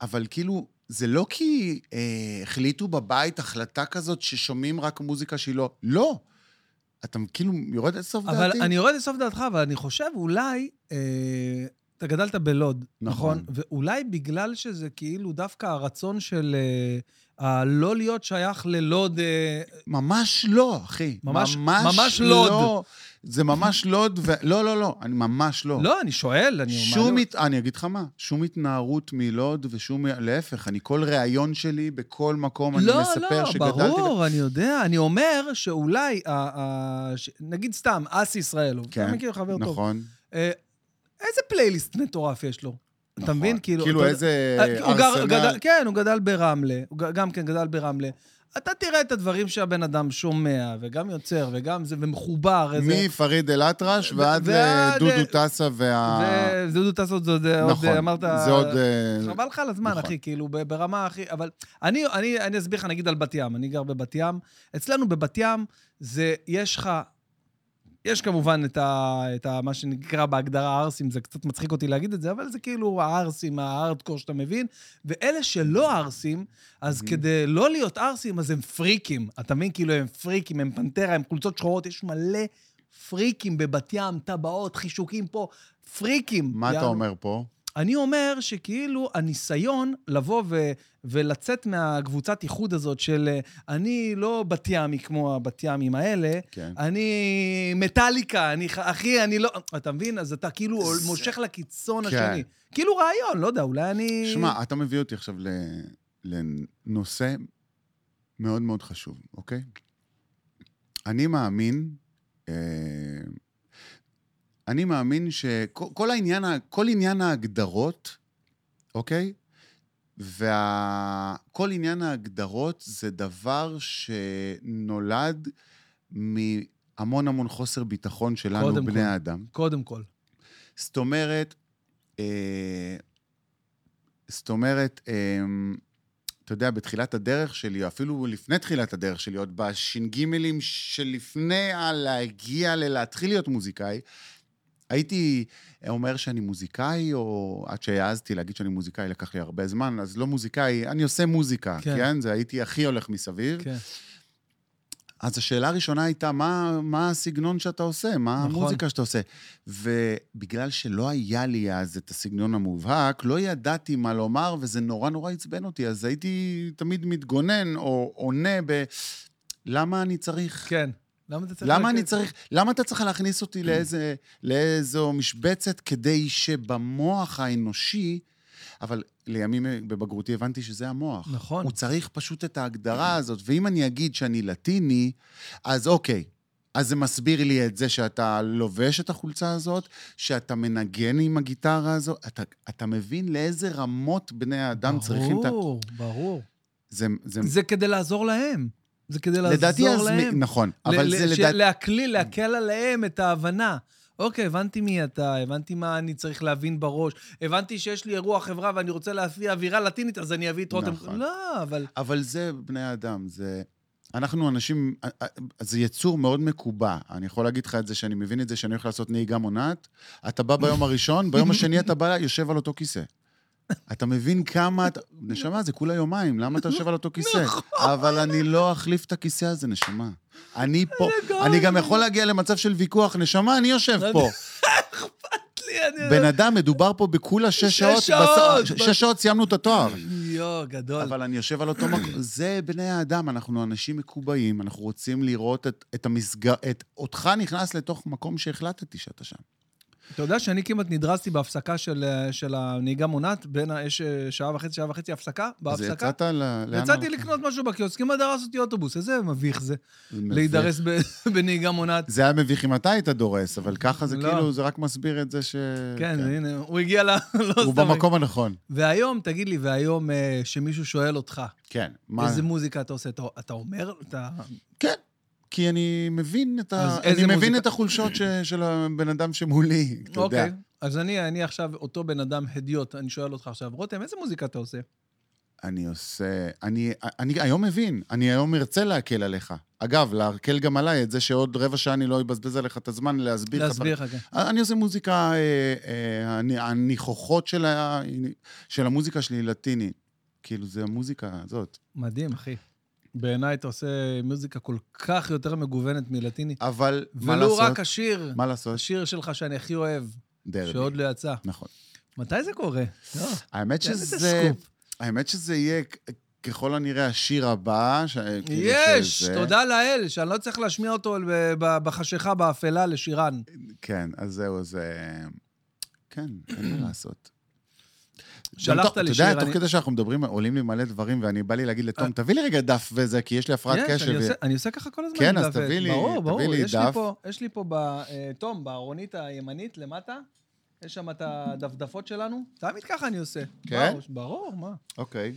אבל כאילו, זה לא כי אה, החליטו בבית החלטה כזאת ששומעים רק מוזיקה שהיא לא... לא. אתה כאילו יורד לסוף אבל דעתי. אני יורד לסוף דעתך, אבל אני חושב אולי, אה, אתה גדלת בלוד, נכון? נכון. ואולי בגלל שזה כאילו דווקא הרצון של אה, הלא להיות שייך ללוד, אה, ממש לא, אחי. ממש- ממש לוד. לא. זה ממש לוד, ו... לא, לא, לא, אני ממש לא. לא, אני שואל, אני אומר... שום, הת... אני אגיד לך מה, שום התנערות מלוד ושום, להפך, אני כל ראיון שלי, בכל מקום, אני לא, מספר לא, שגדלתי... ברור, אני יודע. אני אומר שאולי, ה- ה- ש- נגיד סתם, אס ישראלוב, כן, אתה מכיר חבר טוב. נכון. אה, איזה פלייליסט מטורף יש לו? אתה נכון. מבין? כאילו... כאילו אתה- איזה אה, הוא גר- ארסנל. גדל- כן, הוא גדל ברמלה, הוא ג- גם כן גדל ברמלה. אתה תראה את הדברים שהבן אדם שומע, וגם יוצר, וגם זה, ומחובר, איזה... מפריד אל-אטרש ועד ועד, לדודו אה, טסה וה... וזודו טסות זה עוד, אה, עוד, נכון, אמרת... זה עוד... אה, חבל לך על הזמן, נכון. אחי, כאילו, ב- ברמה הכי... אבל אני, אני, אני אסביר לך, נגיד, על בת ים. אני גר בבת ים. אצלנו בבת ים, זה, יש לך יש כמובן את, ה, את ה, מה שנקרא בהגדרה הערסים, זה קצת מצחיק אותי להגיד את זה, אבל זה כאילו הערסים, ההארדקור שאתה מבין, ואלה שלא ערסים, אז Mhm. כדי לא להיות ערסים, אז הם פריקים. אתה מבין? כאילו הם פריקים, הם פנטרה, הם חולצות שחורות, יש מלא פריקים בבת ים, טבעות, חישוקים פה, פריקים. מה אתה יענו. אומר פה? אני אומר שכאילו הניסיון לבוא ו- ולצאת מהקבוצת איחוד הזאת של אה, אני לא בת ימי כמו הבת ימים האלה, כן. אני מטאליקה, אני ח- אחי, אני לא... אתה מבין? אז אתה כאילו זה- מושך לקיצון כן. השני. כאילו רעיון, לא יודע, אולי אני... שמע, אתה מביא אותי עכשיו ל- לנושא מאוד מאוד חשוב, אוקיי? אני מאמין, אה, אני מאמין שכל כל העניין, ה- כל עניין ההגדרות, אוקיי? וכל עניין ההגדרות זה דבר שנולד מהמון המון חוסר ביטחון שלנו, קודם כל. בני האדם. קודם כל. זאת אומרת, אה, זאת אומרת, אה, אתה יודע, בתחילת הדרך שלי, או אפילו לפני תחילת הדרך שלי, עוד בש"גילים שלפני הלהגיע ללהתחיל להיות מוזיקאי, הייתי אומר שאני מוזיקאי, או עד שהעזתי להגיד שאני מוזיקאי, לקח לי הרבה זמן, אז לא מוזיקאי, אני עושה מוזיקה, כן. כן? כן? זה הייתי הכי הולך מסביב. כן. אז השאלה הראשונה הייתה, מה, מה הסגנון שאתה עושה? מה נכון. נכון. המוזיקה שאתה עושה? ובגלל שלא היה לי אז את הסגנון המובהק, לא ידעתי מה לומר, וזה נורא נורא עצבן אותי, אז הייתי תמיד מתגונן או עונה ב... למה אני צריך... כן. למה אתה צריך... כן. למה ללכת? אני צריך, למה אתה צריך להכניס אותי לאיזה, לאיזו משבצת כדי שבמוח האנושי, אבל לימים בבגרותי הבנתי שזה המוח. נכון. הוא צריך פשוט את ההגדרה הזאת, ואם אני אגיד שאני לטיני, אז אוקיי. אז זה מסביר לי את זה שאתה לובש את החולצה הזאת, שאתה מנגן עם הגיטרה הזאת. אתה, אתה מבין לאיזה רמות בני האדם צריכים את ה... ברור, ברור. זה, זה, זה כדי לעזור להם. זה כדי לעזור להם. לדעתי אז... מ- נכון, אבל ל- זה כן. ש- לדעתי... להקליל, להקל עליהם את ההבנה. אוקיי, הבנתי מי אתה, הבנתי מה אני צריך להבין בראש, הבנתי שיש לי אירוע חברה ואני רוצה להביא אווירה לטינית, אז אני אביא את רותם. נכון. לא, אבל... אבל זה בני אדם, זה... אנחנו אנשים, אה, זה יצור מאוד מקובע. אני יכול להגיד לך את זה, שאני מבין את זה שאני הולך לעשות נהיגה מונעת. אתה בא ביום הראשון, ביום השני אתה בא, יושב על אותו כיסא. אתה מבין כמה אתה... נשמה, זה כולה יומיים, למה אתה יושב על אותו כיסא? אבל אני לא אחליף את הכיסא הזה, נשמה. אני פה. לגמרי. אני גם יכול להגיע למצב של ויכוח, נשמה, אני יושב פה. לי, אני... בן אדם, מדובר פה בכולה שש שש שעות. בס- שעות. שש שעות סיימנו את התואר. יואו, גדול. אבל אני יושב על אותו מקום. זה בני האדם, אנחנו אנשים מקובעים, אנחנו רוצים לראות את, את המסגר... את אותך נכנס לתוך מקום שהחלטתי שאתה שם. אתה יודע שאני כמעט נדרסתי בהפסקה של, אה, של הנהיגה מונעת, בין ה... יש אה, שעה וחצי, שעה וחצי הפסקה, אז בהפסקה. יצאת ל... לאן יצאתי הלכת? לקנות משהו בקיוסק, כמעט דרס אותי אוטובוס, איזה מביך זה, זה מביך. להידרס ב- בנהיגה מונעת. זה היה מביך אם אתה היית דורס, אבל ככה זה לא. כאילו, זה רק מסביר את זה ש... כן, הנה, הוא הגיע ל... לא הוא סתם. במקום הנכון. והיום, תגיד לי, והיום אה, שמישהו שואל אותך, כן. מה? מה... איזה מוזיקה אתה עושה? אתה, אתה אומר? אתה... כן. כי אני מבין את אז ה... איזה אני מבין מוזיקה? את החולשות ש- של הבן אדם שמולי, אתה יודע. אוקיי. אז אני, אני עכשיו אותו בן אדם הדיוט, אני שואל אותך עכשיו, רותם, איזה מוזיקה אתה עושה? אני עושה... אני, אני היום מבין, אני היום ארצה להקל עליך. אגב, להקל גם עליי את זה שעוד רבע שעה אני לא אבזבז עליך את הזמן להסביר לך. להסביר לך, כן. אני עושה מוזיקה, אה, אה, הנ- הניחוחות של, ה, של המוזיקה שלי היא לטינית. כאילו, זה המוזיקה הזאת. מדהים, אחי. בעיניי אתה עושה מוזיקה כל כך יותר מגוונת מלטיני. אבל מה ולו לעשות? רק השיר, מה לעשות? השיר שלך שאני הכי אוהב, דרבי. שעוד לא יצא. נכון. מתי זה קורה? לא, האמת תן איזה שזה... סקופ. האמת שזה יהיה כ- ככל הנראה השיר הבא. ש... כאילו יש, שזה- תודה לאל, שאני לא צריך להשמיע אותו ב- ב- בחשיכה, באפלה, לשירן. כן, אז זהו, זה... כן, אין מה לעשות. שלחת גם תוך- לי אתה שיר, יודע, אני- תוך כדי שאנחנו מדברים, עולים לי מלא דברים, ואני בא לי להגיד אה. לתום, תביא לי רגע דף וזה, כי יש לי הפרעת יש, קשב. אני עושה, אני עושה ככה כל הזמן. כן, עם אז דף תביא ועט. לי- ברור, תביא ברור. לי יש לי דף. פה, יש לי פה, ב, אה, תום, בארונית הימנית למטה, יש שם את הדפדפות שלנו. תמיד ככה אני עושה. כן? ברור, ברור, מה? אוקיי.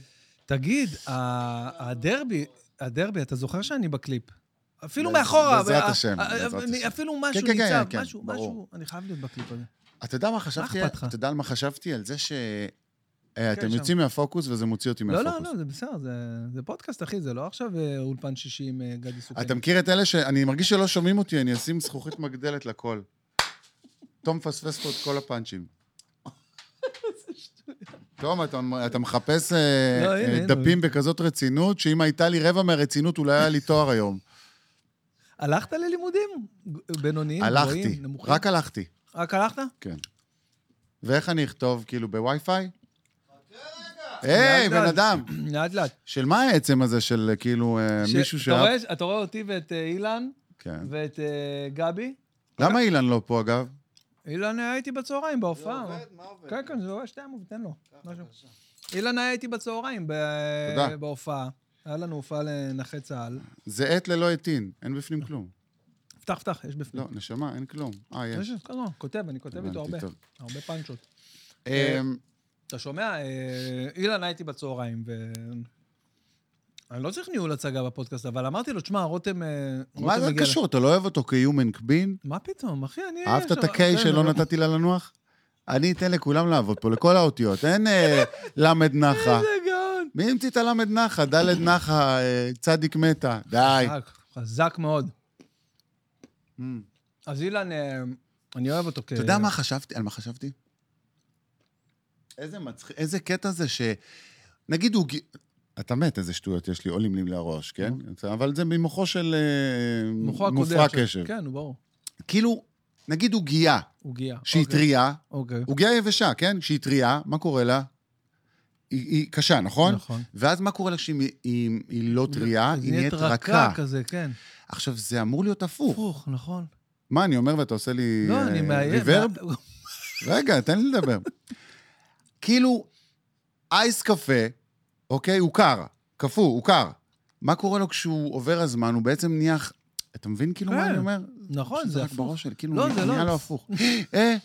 תגיד, ה- הדרבי, הדרבי, אתה זוכר שאני בקליפ? אפילו בעז- מאחורה. בעזרת אה, השם, אה, בעזרת אה, השם. אפילו משהו כן, כן, ניצב, כן, משהו, ברור. משהו. אני חייב להיות בקליפ הזה. אתה יודע מה חשבתי? אכפת לך? אוקיי, אתה יודע על מה חשבתי? על זה ש... אה, אתם שם. יוצאים מהפוקוס וזה מוציא אותי לא, מהפוקוס. לא, לא, זה בסדר, זה- זה פודקאסט, אחי, זה לא עכשיו אה, אולפן שישי עם אה, גדי סוכני. אתה מכיר את אלה ש... אני מרגיש שלא שומעים אותי, אני אשים זכוכית מגדלת לכל. תום מפספס פה את כל הפאנצ'ים. תום, אתה, אתה מחפש אה, לא, הנה, אה, הנה, דפים בכזאת רצינות, שאם הייתה לי רבע מהרצינות, אולי היה לי תואר היום. הלכת ללימודים? ג- בינוניים, הלכתי, גבוהים, נמוכים? רק הלכתי. רק הלכת? כן. ואיך אני אכתוב, כאילו, בווי-פיי? היי, לאט, לאט. בן אדם. לאט לאט. של מה העצם הזה של כאילו אה, ש- מישהו אתה שהיה... רואה- אתה רואה אותי ואת אה, אילן כן. ואת אה, גבי? למה אילן לא פה, אגב? אילן היה איתי בצהריים לא, בהופעה. אה, כן, כן, זה עובד, שתי עמוד, תן לו. משהו. אילן היה איתי בצהריים ב- תודה. בהופעה. היה לנו הופעה לנכי צה"ל. זה עט ללא עטין, אין בפנים כלום. פתח, פתח, יש בפנים. לא, נשמה, אין כלום. אה, יש. יש, כל הזמן, כותב, אני כותב איתו הרבה. אה, הבנתי, טוב. הרבה פאנצ'ות. אמ, אתה שומע? אה, אילן הייתי בצהריים, ו... אני לא צריך ניהול הצגה בפודקאסט, אבל אמרתי לו, תשמע, רותם... אה, מה רותם זה מגיע ל-" קשור? אתה לא אוהב אותו כ-human being? מה פתאום, אחי, אני... אהבת יש- את הקיי כן, שלא אבל- נתתי לה לנוח? אני אתן לכולם לעבוד פה, לכל האותיות. אין אה, למד נחה. איזה גאון. מי המציא את הלמד נחה? דלת נחה, אה, צדיק מתה. די. חזק, חזק מאוד. אמ. אז אילן, אה, אני אוהב אותו כ... אתה יודע מה חשבתי? על מה חשבתי? איזה מצחיק, איזה קטע זה ש... נגיד הוא... ג- אתה מת, איזה שטויות יש לי, עולים לי לראש, כן? אבל זה ממוחו של אה, מוחו הקודח מופרע של- קשב. כן, הוא ברור. כאילו... נגיד עוגייה, עוגיה. שהיא אוקיי, טרייה, אוקיי. עוגיה יבשה, כן? שהיא טרייה, מה קורה לה? היא, היא קשה, נכון? נכון. ואז מה קורה לה כשהיא היא, היא לא טרייה? זה היא נהיית נהיית רכה. כזה, כן. עכשיו, זה אמור להיות הפוך. הפוך, נכון. מה אני אומר ואתה עושה לי לא, אני אה, מאיים. ריברב? רגע, תן לי לדבר. כאילו, אייס קפה, אוקיי, הוא קר, קפוא, הוא קר. מה קורה לו כשהוא עובר הזמן, הוא בעצם נהיה... אח- אתה מבין כאילו מה כן. אני אומר? נכון, פשוט זה רק הפוך. בראש שלי, כאילו, לא, זה נהיה לא. נהיה לו הפוך. אה.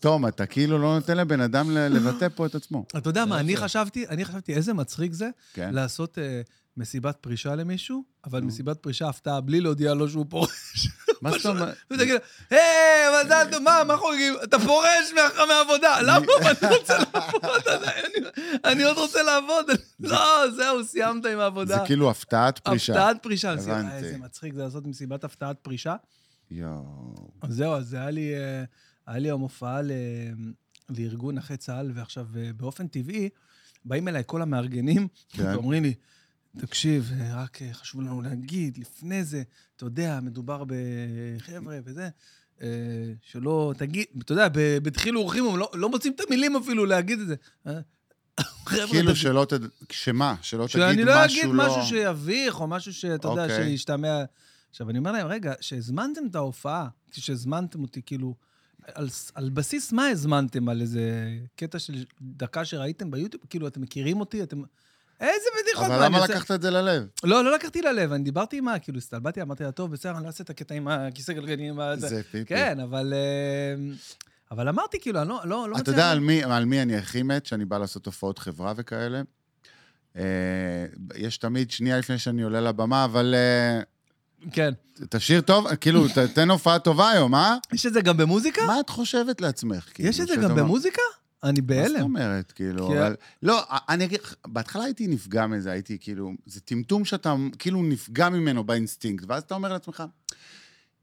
תום, אתה כאילו לא נותן לבן אדם ל- לבטא פה את עצמו. אתה יודע מה, אני יפה. חשבתי, אני חשבתי איזה מצחיק זה כן. לעשות אה, מסיבת פרישה למישהו, אבל נו. מסיבת פרישה הפתעה בלי להודיע לו שהוא פורש. מה זאת אומרת? ותגיד לו, היי, מזל טוב, מה, מה חוגגים? אתה פורש מה- מהעבודה. למה? אני רוצה לעבוד, אני- אני עוד רוצה לעבוד. לא, זהו, סיימת עם זה העבודה. כאילו הפתעת פרישה. הפתעת פרישה. סיום. הבנתי. איזה מצחיק זה לעשות מסיבת הפתעת פרישה. יואו. אז זהו, אז זה היה לי, אה, היה לי היום הופעה ל- לארגון נכי צה"ל, ועכשיו אה, באופן טבעי, באים אליי כל המארגנים, כן. ואומרים לי, תקשיב, אה, רק אה, חשוב לנו להגיד, לפני זה, אתה יודע, מדובר בחבר'ה וזה, אה, שלא, תגיד, אתה יודע, ב- בדחילו ורחימו, הם לא, לא מוצאים את המילים אפילו להגיד את זה. אה, חבר'ה, כאילו תגיד- שלא תד... שמה? שלא תגיד משהו לא... שאני לא אגיד משהו שיביך, או משהו שאתה יודע, אוקיי. שישתמע... עכשיו, אני אומר להם, רגע, שהזמנתם את ההופעה, שהזמנתם אותי, כאילו, על, ס- על בסיס מה הזמנתם? על איזה קטע של דקה שראיתם ביוטיוב? כאילו, אתם מכירים אותי? אתם... איזה בדיחות, אבל מה, אני למה עושה- לקחת את זה ללב? לא, לא לקחתי ללב, אני דיברתי עם ה... כאילו, הסתלבטתי, אמרתי לה, טוב, בסדר, אני לא אעשה את הקטע עם הכיסא גלגלים. ה- זה." זה פיפי. כן, אבל... אה, אבל אמרתי, כאילו, אני לא, לא, לא אתה יודע על מי, על מי אני הכי מת, שאני בא לעשות הופעות חברה וכאלה? אה, יש תמיד שנייה לפני שאני עולה לבמה, אבל אה, כן. תשאיר טוב, כאילו, ת- תן הופעה טובה היום, אה? יש את זה גם במוזיקה? מה את חושבת לעצמך? כאילו, כן. יש את זה שאת גם אומרת- במוזיקה? אני מה זאת בהלם. אומרת, כאילו, כי- אבל... לא, אני אגיד לך, בהתחלה הייתי נפגע מזה, הייתי כאילו, זה טמטום שאתה כאילו נפגע ממנו באינסטינקט, ואז אתה אומר לעצמך,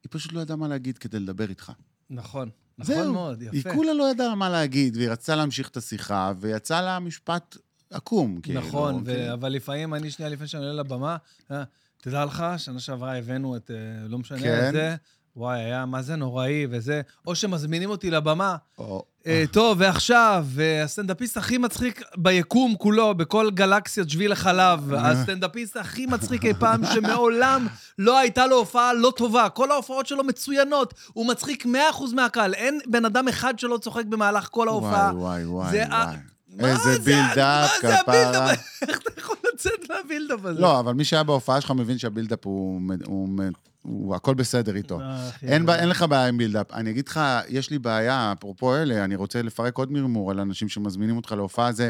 היא פשוט לא ידעה מה להגיד כדי לדבר איתך. נכון. נכון זהו, מאוד, יפה. היא כולה לא ידעה מה להגיד, והיא רצתה להמשיך את השיחה, ויצא לה משפט עקום, כאילו. נכון, כאילו. ו- אבל לפעמים אני שנייה לפני שאני עולה לבמה, אה, תדע לך, שנה שעברה הבאנו את, אה, לא משנה, כן. את זה, וואי, היה מה זה נוראי וזה, או שמזמינים אותי לבמה, או- אה, טוב, ועכשיו, אה, הסטנדאפיסט הכי מצחיק ביקום כולו, בכל גלקסיית שביל החלב, אה. הסטנדאפיסט הכי מצחיק אי פעם, שמעולם לא הייתה לו הופעה לא טובה. כל ההופעות שלו מצוינות, הוא מצחיק 100% מהקהל. אין בן אדם אחד שלא צוחק במהלך כל ההופעה. וואי, וואי, וואי, לא זה ה- וואי. מה איזה זה- בילדאפ, מה זה הבילדאפ? כפרה. איך אתה יכול לצאת מהבילדאפ הזה? לא, אבל מי שהיה בהופעה שלך מבין שהבילדאפ הוא... מד- הוא מד- הוא... הכל בסדר איתו. אה, אחי, אין, זה- בע- אין לך בעיה עם בילדאפ. אני אגיד לך, יש לי בעיה, אפרופו אלה, אני רוצה לפרק עוד מרמור על אנשים שמזמינים אותך להופעה, זה...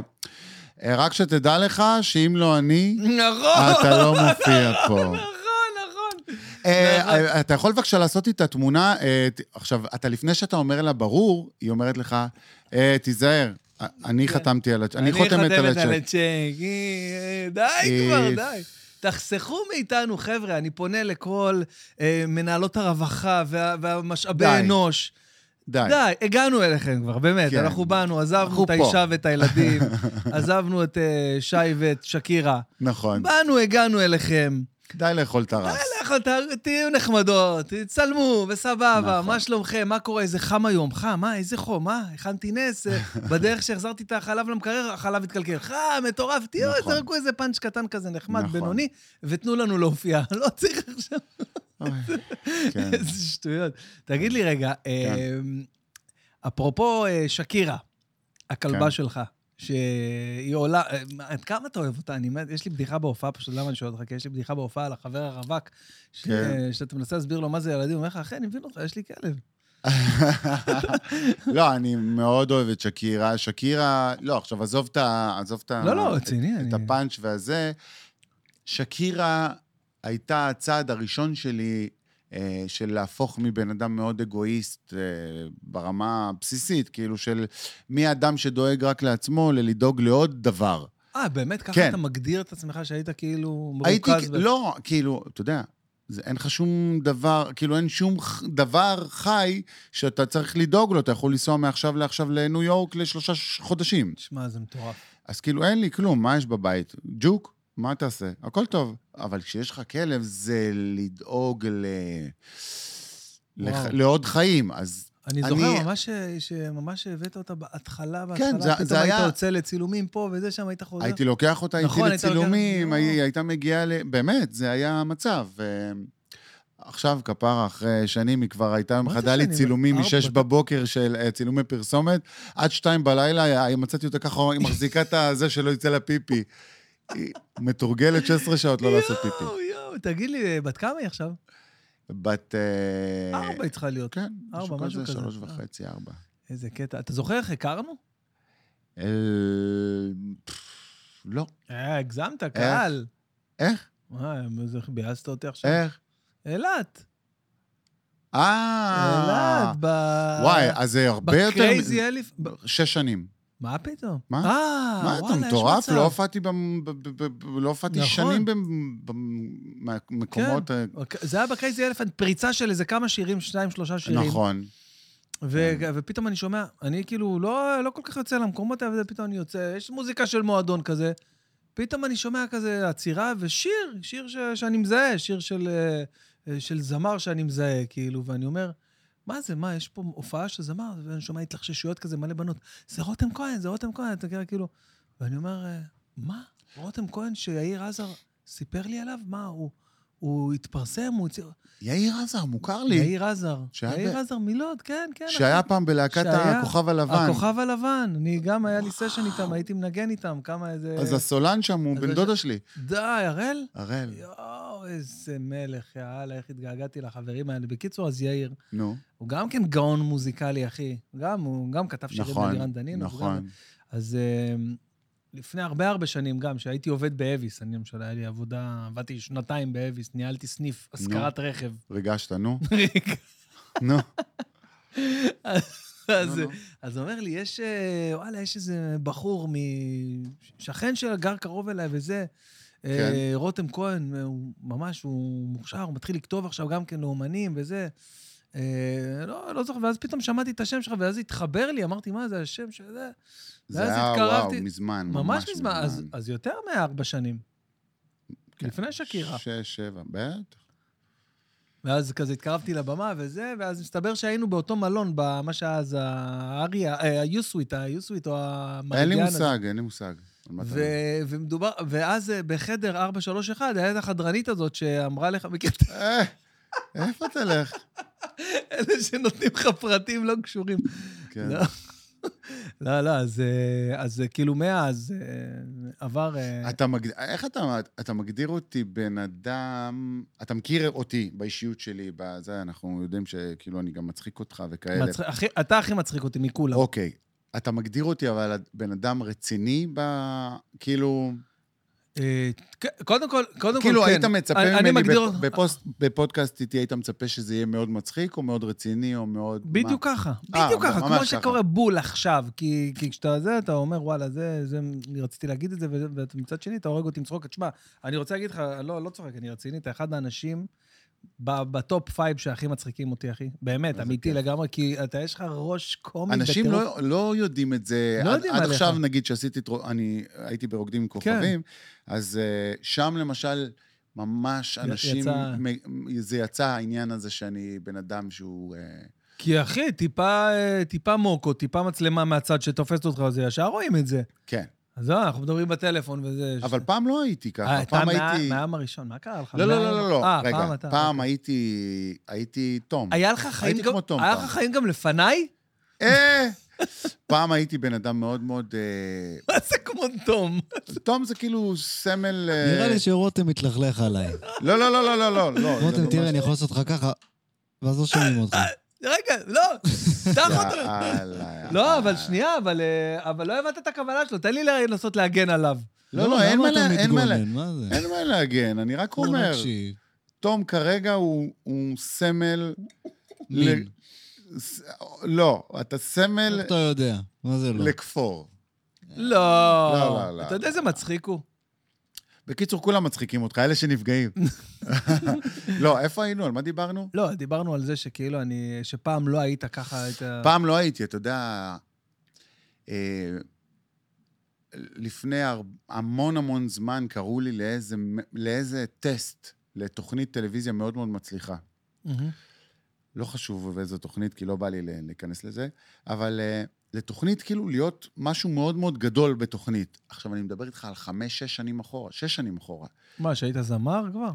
אה, רק שתדע לך שאם לא אני, נכון, אתה לא מופיע פה. נכון, נכון. אה, אה, אתה יכול בבקשה לעשות איתה תמונה, אה, ת- עכשיו, אתה לפני שאתה אומר לה ברור, היא אומרת לך, אה, תיזהר, אני כן. חתמתי על הצ'ק, אני חותמת על חותמת על הצ'ק. הצ'ק. אה, די אה, כבר, די. תחסכו מאיתנו, חבר'ה, אני פונה לכל אה, מנהלות הרווחה וה- והמשאבי די. אנוש. די. די, הגענו אליכם כבר, באמת. כן. אנחנו באנו, אנחנו עזבנו את פה. האישה ואת הילדים, עזבנו את אה, שי ואת שקירה. נכון. באנו, הגענו אליכם. די לאכול טרס. לכו, כן, ת- תהיו נחמדות, תצלמו, וסבבה, נכון. מה שלומכם, מה קורה, איזה חם היום, חם, מה, איזה חום, מה, הכנתי נס, אה, בדרך שהחזרתי את החלב למקרר, החלב התקלקל, חם, מטורף, תהיו, נכון. תזרקו איזה פאנץ' קטן כזה נחמד, נכון. בינוני, ותנו לנו להופיע, לא צריך עכשיו אוי, כן. איזה שטויות. תגיד לי רגע, אה, אפרופו אה, שקירה, כן. הכלבה שלך, שהיא עולה, אה, עד כמה אתה אוהב אותה? אני מת, יש לי בדיחה בהופעה, פשוט למה אני שואל אותך? כי יש לי בדיחה בהופעה על החבר הרווק, ש- כן. אה, שאתה מנסה להסביר לו מה זה ילדים, הוא אומר לך, אחי, אני מבין אותך, יש לי כלב. לא, אני מאוד אוהב את שקירה. שקירה, לא, עכשיו, עזוב את ה... עזוב את ה... לא, לא, את- רציני, אה, את אני... הפאנץ' והזה. שקירה הייתה הצעד הראשון שלי אה, של להפוך מבן אדם מאוד אגואיסט אה, ברמה הבסיסית, כאילו של מי אדם שדואג רק לעצמו ללדאוג לעוד דבר. אה, באמת? ככה כן. אתה מגדיר את עצמך שהיית כאילו הייתי, מרוכז? ב- לא, כאילו, אתה יודע, זה, אין לך שום דבר, כאילו אין שום ח- דבר חי שאתה צריך לדאוג לו, אתה יכול לנסוע מעכשיו לעכשיו לניו יורק לשלושה ש- חודשים. שמע, זה מטורף. אז כאילו אין לי כלום, מה יש בבית? ג'וק? מה תעשה? הכל טוב. אבל כשיש לך כלב, זה לדאוג ל... לח... וואו. לעוד חיים, אז... אני אני- זוכר ממש ש- שממש הבאת אותה בהתחלה, בהתחלה, כן, זה- פתאום זה היית היה- יוצא לצילומים פה וזה, שם היית חוזר. הייתי לוקח אותה איתי נכון, היית לוקח- לצילומים, לא. היא הייתה מגיעה ל... באמת, זה היה המצב. ו- עכשיו, כפרה, אחרי שנים, היא כבר הייתה, יום מה אחד זה היה לי שנים? צילומים ארבע. משש בבוקר של אה, צילומי פרסומת, עד שתיים בלילה, היה- מצאתי אותה ככה, היא מחזיקה את הזה שלא יצא לה פיפי. היא מתורגלת 16 שעות לא לעשות פיפי. יואו, יואו, תגיד לי, בת כמה היא עכשיו? בת... אה, ארבע היא צריכה להיות. כן, משהו ארבע, משהו כזה, כזה. שלוש אה. וחצי, ארבע. איזה קטע. אתה זוכר איך הכרנו? אה, פפ, לא. אה, הגזמת, קהל. איך? וואי, מה זה, ביאסת אותי עכשיו. איך? אילת. אה! אילת, ב... וואי, אז זה הרבה יותר... בקרייזי אלף... ב- שש שנים. מה פתאום? מה? אה, מה, אתה וואלה, יש מטורף? מצב. לא הופעתי במ- ב- ב- ב- לא הופעתי נכון. שנים במקומות... אה, אוקיי, זה היה בקרייזי אלף, פריצה של איזה כמה שירים, שניים, שלושה שירים. נכון. ו- ופתאום אני שומע, אני כאילו לא, לא כל כך יוצא למקומות האלה, ופתאום אני יוצא, יש מוזיקה של מועדון כזה. פתאום אני שומע כזה עצירה ושיר, שיר ש- שאני מזהה, שיר של, אה, אה, של זמר שאני מזהה, כאילו, ואני אומר, מה זה, מה, יש פה הופעה של זמר, ואני שומע התלחששויות כזה, מלא בנות, זה רותם כהן, זה רותם כהן, אתה יודע, כאילו... ואני אומר, אה, מה, רותם כהן שיאיר עזר סיפר לי עליו? מה, הוא, הוא התפרסם, הוא... הצ- יאיר עזר, מוכר לי. יאיר עזר. שהיה ב- יאיר עזר מלוד, כן, כן. שהיה פעם בלהקת שהיה- הכוכב הלבן. הכוכב הלבן, אני גם, היה לי סשן איתם, הייתי מנגן איתם, כמה איזה... אז כן. הסולן שם הוא אה, אז בן הש- דודה שלי. די, הראל? הראל. יואו, איזה מלך, יאללה, איך התגעגעתי לחברים האלה. בקיצור, אז יאיר, נו, הוא גם כן גאון מוזיקלי, אחי. גם, הוא גם כתב שירים נכון. בלירן דנינו. הוא גם- נכון. אז אה, לפני הרבה הרבה שנים גם, שהייתי עובד באביס, אני למשל, היה לי עבודה, עבדתי שנתיים באביס, ניהלתי סניף השכרת רכב. ריגשת, נו. נו. אז נו, נו. אז הוא אומר לי, יש, אה, וואלה, יש איזה בחור משכן שלה, גר קרוב אליי וזה, כן. אה, רותם כהן, אה, הוא ממש, הוא מוכשר, הוא מתחיל לכתוב עכשיו גם כן לאומנים וזה. אה, לא, לא זוכר, ואז פתאום שמעתי את השם שלך, ואז התחבר לי, אמרתי, מה, זה השם של זה? זה ואז היה, וואו, התקרבתי- מזמן, ממש מזמן, אז, אז יותר מארבע שנים. כן. לפני שקירה. שש, שבע, בטח. ואז כזה התקרבתי לבמה וזה, ואז מסתבר שהיינו באותו מלון, במה שהיה אז האריה, אה, היוסוויט, היוסוויט או המרדיאן. אין לי הזה. מושג, אין לי מושג. על מה אתה מדבר. ו- ומדובר, ואז אה, בחדר 431 היה את החדרנית הזאת שאמרה לך, מכיר את אה, איפה תלך? אלה שנותנים לך פרטים לא קשורים. כן. לא. לא, לא, אז, אה, אז אה, כאילו מאז אה, עבר... אה, אתה מגדיר, איך אתה, אתה מגדיר אותי בן אדם, אתה מכיר אותי באישיות שלי, בזה, אנחנו יודעים שכאילו אני גם מצחיק אותך וכאלה. מצחיק- לא. הכי- אתה הכי מצחיק אותי מכולם. אוקיי, אתה מגדיר אותי אבל בן אדם רציני ב... כאילו, אה, כן, קודם כל, קודם כל, כאילו, כן. היית מצפה אני- אני ממני מגדיר- בפ- בפוסט- בפודקאסט איתי, היית מצפה שזה יהיה מאוד מצחיק או מאוד רציני או מאוד... מה? בדיוק ככה, אה, בדיוק ככה, ממש כמו שקורה בול עכשיו, כי כי כשאתה זה, אתה אומר, וואלה, זה, זה, אני רציתי להגיד את זה, וזה- ואתה מצד שני, אתה הורג אותי עם צחוק. תשמע, אני רוצה להגיד לך, לא, לא צוחק, אני רציני, אתה אחד האנשים ב- בטופ פייב שהכי מצחיקים אותי, אחי. באמת, איזה אמיתי כיף. לגמרי, כי אתה, יש לך ראש קומי. אנשים בטירוף. לא, לא יודעים את זה. לא עד, יודעים עד עליך. עכשיו, נגיד, שעשיתי את... רו- אני הייתי ברוקדים עם כוכבים, כן. אז uh, שם למשל, ממש י- אנשים... יצא- מ- זה יצא העניין הזה שאני בן אדם שהוא... אה, כי אחי, טיפה, אה, טיפה מוקו, טיפה מצלמה מהצד שתופסת אותך, זה ישר רואים את זה. כן. אז לא, אנחנו מדברים בטלפון וזה... אבל פעם לא הייתי אה, ככה, אתה פעם מה- הייתי... מהעם הראשון, מה קרה לך? לא, לא, לא, מהעם- לא, לא. אה, רגע, פעם אתה... פעם הייתי... הייתי תום. היה לך חיים הייתי גם... כמו תום היה פעם. לך חיים גם לפניי? אה! פעם הייתי בן אדם מאוד מאוד... אה, מה זה כמו תום? תום זה כאילו סמל... אה, נראה לי שרותם מתלכלך עליי. לא, לא, לא, לא, לא, לא, לא. זה רותם, ממש- תראה, אני יכול לעשות לך ככה, ואז לא שומעים אותך. אה, רגע, לא, פתח אותו. יאללה, לא, אבל יאללה. שנייה, אבל, אה, אבל לא הבנת את הכוונה שלו, תן לי לנסות להגן עליו. לא, לא, אין למה מה אתה לה- אין מה לה- מתגונן? מה זה? אין מה להגן, אני רק בוא אומר, נקשיב. תום כרגע הוא הוא סמל... ל- מין. ס- לא, אתה סמל איך אתה יודע? מה זה לא? לכפור. לא. לא, לא, אתה יודע לא. איזה מצחיק הוא? בקיצור, כולם מצחיקים אותך, אלה שנפגעים. לא, איפה היינו? על מה דיברנו? לא, דיברנו על זה שכאילו אני... שפעם לא היית ככה, היית... פעם לא הייתי, אתה יודע, אה, לפני הר- המון המון זמן קראו לי לאיזה, לאיזה טסט, לתוכנית טלוויזיה מאוד מאוד מצליחה. מהמם. לא חשוב באיזו תוכנית, כי לא בא לי ל- להיכנס לזה, אבל אה, לתוכנית, כאילו להיות משהו מאוד מאוד גדול בתוכנית. עכשיו, אני מדבר איתך על חמש, שש שנים אחורה, שש שנים אחורה, מה, שהיית זמר כבר?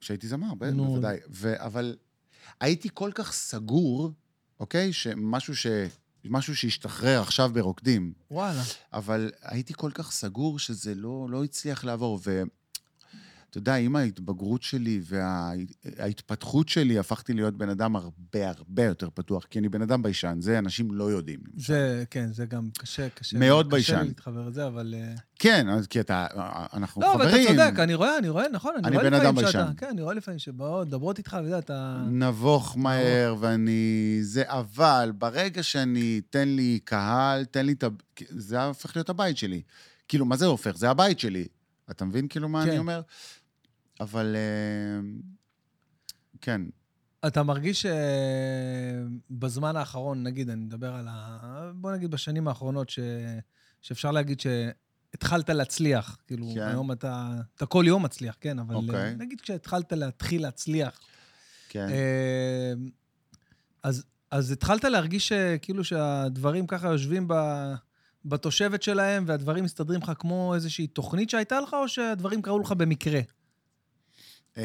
שהייתי זמר, ב- נו. בוודאי. ו- אבל הייתי כל כך סגור, אוקיי? שמשהו ש... משהו שהשתחרר עכשיו ברוקדים, וואלה. אבל הייתי כל כך סגור שזה לא, לא הצליח לעבור. ואתה יודע, עם ההתבגרות שלי וההתפתחות שלי, הפכתי להיות בן אדם הרבה הרבה יותר פתוח, כי אני בן אדם ביישן, זה אנשים לא יודעים. זה, כן, זה גם קשה, קשה. מאוד קשה ביישן. לי להתחבר לזה, אבל... אה, כן, אז כי אתה, אנחנו לא, אבל חברים. אתה צודק, אני רואה, אני רואה, נכון, אני אני רואה בן לפעמים אדם שאתה... ביישן. כן, אני רואה לפעמים שבאות, מדברות איתך, וזה, אתה... נבוך מהר, ואני... זה, אבל ברגע שאני... תן לי קהל, תן לי את ה... זה הופך להיות הבית שלי. כאילו, מה זה הופך? זה הבית שלי. אתה מבין כאילו מה כן. אני אומר? אבל... אה, כן. אתה מרגיש שבזמן האחרון, נגיד, אני מדבר על ה... בוא נגיד בשנים האחרונות, ש... שאפשר להגיד שהתחלת להצליח. כאילו, כן. כן. היום אתה... אתה כל יום מצליח, כן, אבל אוקיי. okay. נגיד כשהתחלת להתחיל להצליח. כן. אה, אז, אז התחלת להרגיש שכאילו שהדברים ככה יושבים ב... בתושבת שלהם, והדברים מסתדרים לך כמו איזושהי תוכנית שהייתה לך, או שהדברים קרו לך במקרה? אמ,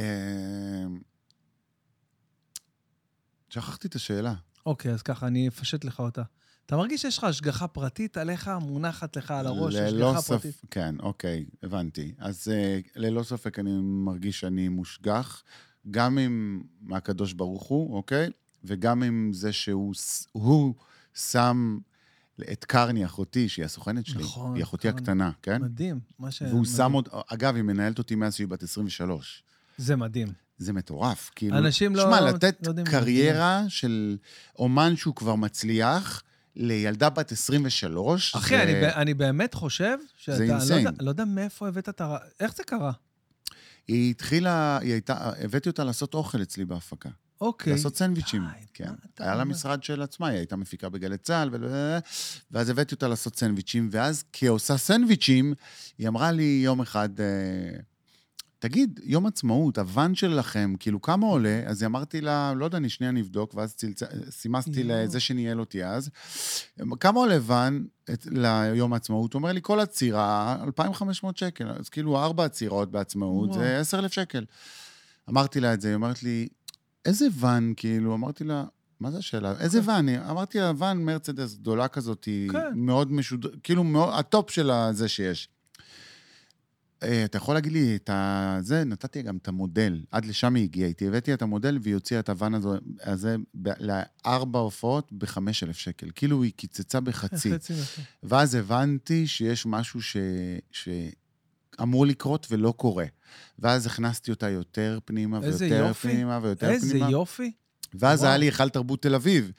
שכחתי את השאלה. אוקיי, אז ככה, אני אפשט לך אותה. אתה מרגיש שיש לך השגחה פרטית עליך, מונחת לך על הראש, ללא השגחה ספ- פרטית. כן, אוקיי, הבנתי. אז אה, ללא ספק אני מרגיש שאני מושגח, גם אם מהקדוש ברוך הוא, אוקיי? וגם עם זה שהוא ס- הוא שם את קרני, אחותי, שהיא הסוכנת שלי. נכון, היא אחותי קרני. הקטנה, כן? מדהים, מה ש... והוא שם מדהים. עוד... אגב, היא מנהלת אותי מאז שהיא בת 23. זה מדהים. זה מטורף, כאילו... אנשים לא- שמע, לא לתת יודעים- קריירה של אומן שהוא כבר מצליח לילדה בת 23, אחי, זה- אני ב- אני באמת חושב שאתה... אני לא insane. יודע- לא יודע מאיפה הבאת את ה... איך זה קרה? היא התחילה, היא הייתה, הבאתי אותה לעשות אוכל אצלי בהפקה. אוקיי. לעשות סנדוויצ'ים. די, כן. מה אתה היה לה אומר? משרד של עצמה, היא הייתה מפיקה בגלי צה"ל, ו- ואז הבאתי אותה לעשות סנדוויצ'ים, ואז כעושה סנדוויצ'ים, היא אמרה לי יום אחד, אה, תגיד, יום עצמאות, הוואן שלכם, כאילו, כמה עולה? אז אמרתי לה, לא יודע, אני שנייה נבדוק, ואז צלצ... סימסתי יואו. לזה שניהל אותי אז. כמה עולה ואן את- ליום העצמאות? הוא אומר לי, כל עצירה, 2,500 שקל. אז כאילו, ארבע עצירות בעצמאות וואו. זה 10,000 שקל. אמרתי לה את זה, היא אומרת לי, איזה ואן, כאילו? אמרתי לה, מה זה השאלה? איזה ואן? אמרתי לה, ואן מרצדס גדולה כזאת, היא כן. מאוד משודר, כאילו, מאוד, הטופ של זה שיש. אה, אתה יכול להגיד לי את ה... זה, נתתי גם את המודל. עד לשם היא הגיעה איתי. הבאתי את המודל והיא הוציאה את הוואן הזו- הזה ב- לארבע הופעות ב-5,000 שקל. כאילו היא קיצצה בחצי. חצי. מהחיים. ואז הבנתי שיש משהו ש... ש... אמור לקרות ולא קורה. ואז הכנסתי אותה יותר פנימה איזה ויותר יופי. פנימה ויותר איזה פנימה. יופי. ואז וואו. היה לי היכל תרבות תל אביב.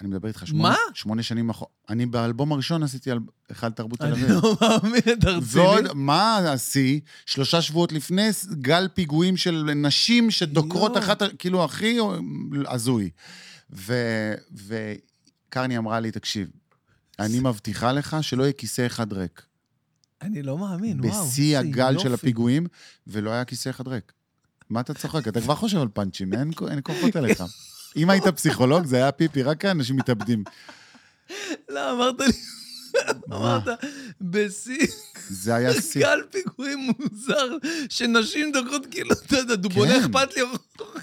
אני מדבר איתך שמונה, מה? שמונה שנים אחורה. אני באלבום הראשון עשיתי על- היכל תרבות תל אני אביב. לא מאמין, אתה ועוד, רציני. מה השיא? שלושה שבועות לפני, גל פיגועים של נשים שדוקרות יואו. אחת, כאילו, הכי הזוי. ו- וקרני אמרה לי, תקשיב, אני מבטיחה לך שלא יהיה כיסא אחד ריק. אני לא מאמין, וואו. בשיא איזה הגל של יופי. הפיגועים, ולא היה כיסא אחד ריק. מה אתה צוחק? אתה כבר חושב על פאנצ'ים, אין כו- אין כוחות אליך. אם היית פסיכולוג, זה היה פיפי, רק האנשים מתאבדים. לא, אמרת לי, מה? אמרת, בשיא זה היה שיא. גל פיגועים מוזר, שנשים דוקרות כאילו, אתה יודע, דובונה כן. אכפת לי.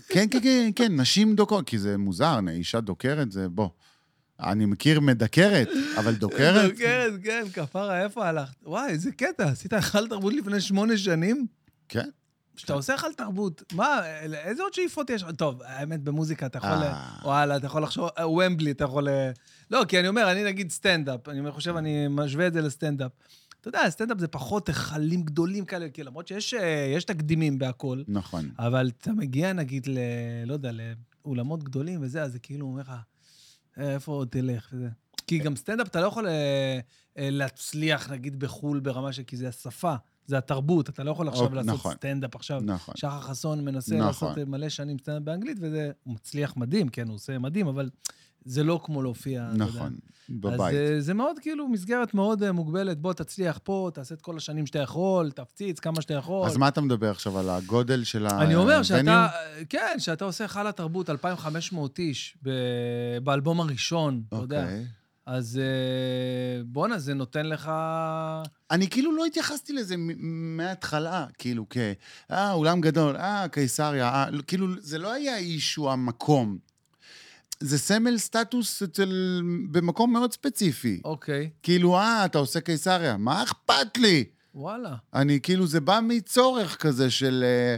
כן, כן, כן, כן, נשים דוקרות, כי זה מוזר, נה, אישה דוקרת זה, בוא. אני מכיר מדקרת, אבל דוקרת? דוקרת, כן, כפרה, איפה הלכת? וואי, איזה קטע, עשית היכל תרבות לפני שמונה שנים? כן. כשאתה עושה היכל תרבות, מה, איזה עוד שאיפות יש? טוב, האמת, במוזיקה אתה יכול... ל- אה. וואלה, אתה יכול לחשוב... אה, ומבלי, אתה יכול... ל- לא, כי אני אומר, אני נגיד סטנדאפ, אני חושב, אני משווה את זה לסטנדאפ. אתה יודע, סטנדאפ זה פחות היכלים גדולים כאלה, כי למרות שיש אה, יש תקדימים בהכול, נכון. אבל אתה מגיע נגיד ל... לא יודע, לאולמות גדולים וזה, אז זה כאילו אומר לך, "אה, איפה עוד תלך וזה. כי גם סטנדאפ אתה לא יכול אה, אה, להצליח, נגיד, בחו"ל ברמה של... כי זה השפה, זה התרבות, אתה לא יכול עכשיו אוקיי, לעשות נכון. סטנדאפ עכשיו. נכון. שחר חסון מנסה נכון. לעשות אה, מלא שנים סטנדאפ באנגלית, וזה הוא מצליח מדהים, כן, הוא עושה מדהים, אבל זה לא כמו להופיע, אתה יודע. נכון, אז בבית. אה, זה מאוד כאילו מסגרת מאוד אה, מוגבלת. בוא, תצליח פה, תעשה את כל השנים שאתה יכול, תפציץ כמה שאתה יכול. אז מה אתה מדבר עכשיו, על הגודל של ה... לא- אני אומר שאתה, אה, venue? כן, שאתה עושה היכל התרבות 2,500 איש ב- באלבום הראשון, אתה יודע. אוקיי. אז אה, בואנה, זה נותן לך... אני כאילו לא התייחסתי לזה מ- מההתחלה, כאילו, כ... אה, אולם גדול, אה, קיסריה, אה, לא- כאילו, זה לא היה אישו המקום. זה סמל סטטוס אצל... במקום מאוד ספציפי. אוקיי, כאילו, אה, אתה עושה קיסריה, מה אכפת לי? וואלה. אני כאילו, זה בא מצורך כזה של... אה,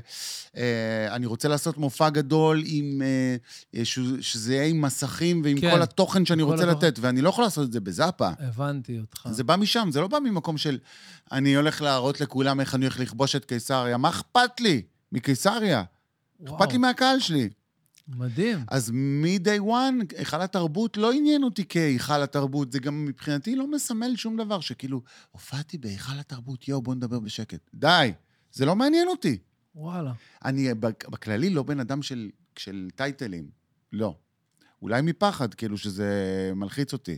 אה, אני רוצה לעשות מופע גדול עם... אה, אה, ש, שזה יהיה עם מסכים ועם כן. כל התוכן שאני כל רוצה התוכן. לתת, ואני לא יכול לעשות את זה בזאפה. הבנתי אותך. זה בא משם, זה לא בא ממקום של אני הולך להראות לכולם איך אני הולך לכבוש את קיסריה. מה אכפת לי מקיסריה? וואו, אכפת לי מהקהל שלי. מדהים. אז מ-day one, היכל התרבות לא עניין אותי כהיכל התרבות, זה גם מבחינתי לא מסמל שום דבר, שכאילו, הופעתי בהיכל התרבות, יואו, בוא נדבר בשקט. די, זה לא מעניין אותי. וואלה. אני בק- בכללי לא בן אדם של, של טייטלים, לא. אולי מפחד, כאילו, שזה מלחיץ אותי.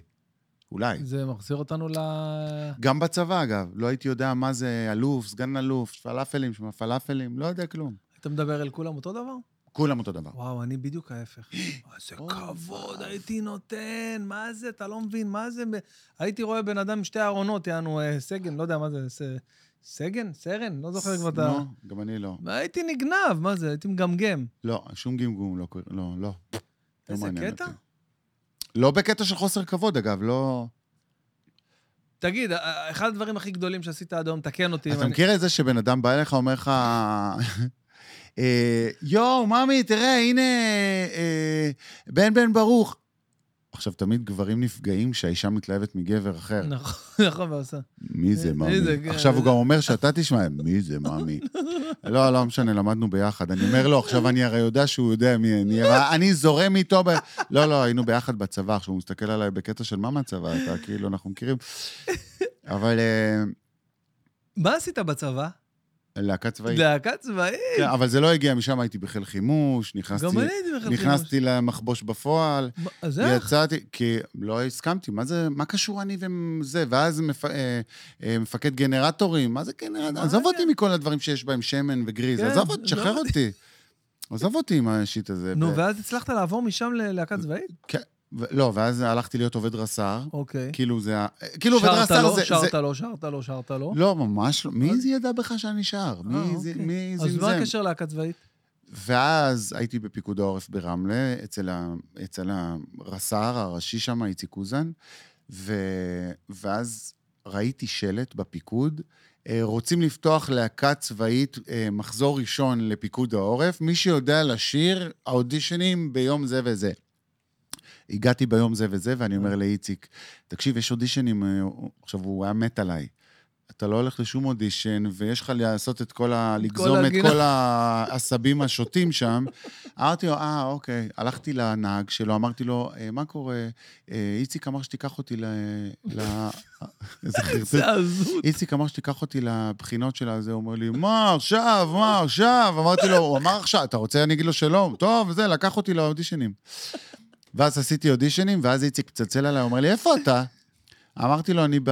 אולי. זה מחזיר אותנו ל... גם בצבא, אגב, לא הייתי יודע מה זה אלוף, סגן אלוף, פלאפלים, שמע פלאפלים, לא יודע כלום. אתה מדבר אל כולם אותו דבר? כולם אותו דבר. וואו, אני בדיוק ההפך. איזה אה. אוי, כבוד וואו. הייתי נותן, מה זה, אתה לא מבין, מה זה... ב- הייתי רואה בן אדם עם שתי ארונות, יענו אה, סגן, לא יודע מה זה, ס- סגן? סרן? לא זוכר כבר את ה... לא, גם אני לא. הייתי נגנב, מה זה, הייתי מגמגם. לא, שום גמגום לא קורה, לא, לא. לא איזה מעניין קטע? אותי. לא בקטע של חוסר כבוד, אגב, לא... תגיד, ה- ה- אחד הדברים הכי גדולים שעשית עד היום, תקן אותי. אם אתה אני- מכיר את זה שבן אדם בא אליך, אומר לך... אה, יואו, ממי, תראה, הנה אה, בן בן ברוך. עכשיו, תמיד גברים נפגעים כשהאישה מתלהבת מגבר אחר. נכון, נכון, ועושה. מי זה מי מאמי? זה, כן, עכשיו הוא זה- גם אומר שאתה תשמע, מי זה מאמי? לא, לא משנה, למדנו ביחד. אני אומר לו, עכשיו אני הרי יודע שהוא יודע מי אני, אבל אני זורם איתו ב... לא, לא, היינו ביחד בצבא, עכשיו הוא מסתכל עליי בקטע של מה מהצבא, אתה כאילו, אנחנו מכירים. אבל אה, מה עשית בצבא? להקה צבאית. להקה צבאית. כן, אבל זה לא הגיע משם, הייתי בחיל חימוש, נכנסתי... גם אני הייתי מחלקים. נכנסתי למחבוש בפועל, אז איך? יצאתי, כי לא הסכמתי, מה זה, מה קשור אני וזה? ואז מפ, אה, אה, מפקד גנרטורים, מה זה גנרטור? מה עזוב זה? אותי מכל הדברים שיש בהם שמן וגריז, כן, עזוב אותי, עזוב שחרר אותי. אותי. עזוב אותי עם השיט הזה. נו, ו- ואז הצלחת לעבור משם ללהקה צבאית? ו- לא, ואז הלכתי להיות עובד רס"ר, אוקיי. כאילו זה ה... כאילו עובד שרת רס"ר לו, זה... שרת זה- לו, שרת לו, שרת לו. לא, ממש לא. מי אז- זה ידע בכלל שאני שר? אה, מי זה- אוקיי. מי אז מה זמזם? הקשר להקה צבאית? ואז הייתי בפיקוד העורף ברמלה, אצל, ה, אצל הרס"ר הראשי שם, איציק אוזן, ו, ואז ראיתי שלט בפיקוד, אה, רוצים לפתוח להקה צבאית, אה, מחזור ראשון לפיקוד העורף, מי שיודע לשיר, האודישנים ביום זה וזה. הגעתי ביום זה וזה, ואני אומר לאיציק, תקשיב, יש אודישנים, אה, עכשיו, הוא היה מת עליי. אתה לא הולך לשום אודישן, ויש לך לעשות את כל ה... כל לגזום את הגינה. כל העשבים השוטים שם. אמרתי לו, אה, אוקיי. הלכתי לנהג שלו, אמרתי לו, "אה, מה קורה? אה, איציק אמר שתיקח אותי ל... ל... אה, איזה חרטוט. זה הזוי. איציק אמר שתיקח אותי לבחינות של הזה, הוא אומר לי, מה עכשיו, מה עכשיו? אמרתי לו, הוא אמר עכשיו, אתה רוצה, אני אגיד לו שלום. טוב, זה, לקח אותי לאודישנים. ואז עשיתי אודישנים, ואז איציק מצלצל אליי, אומר לי, איפה אתה? אמרתי לו, אני ב...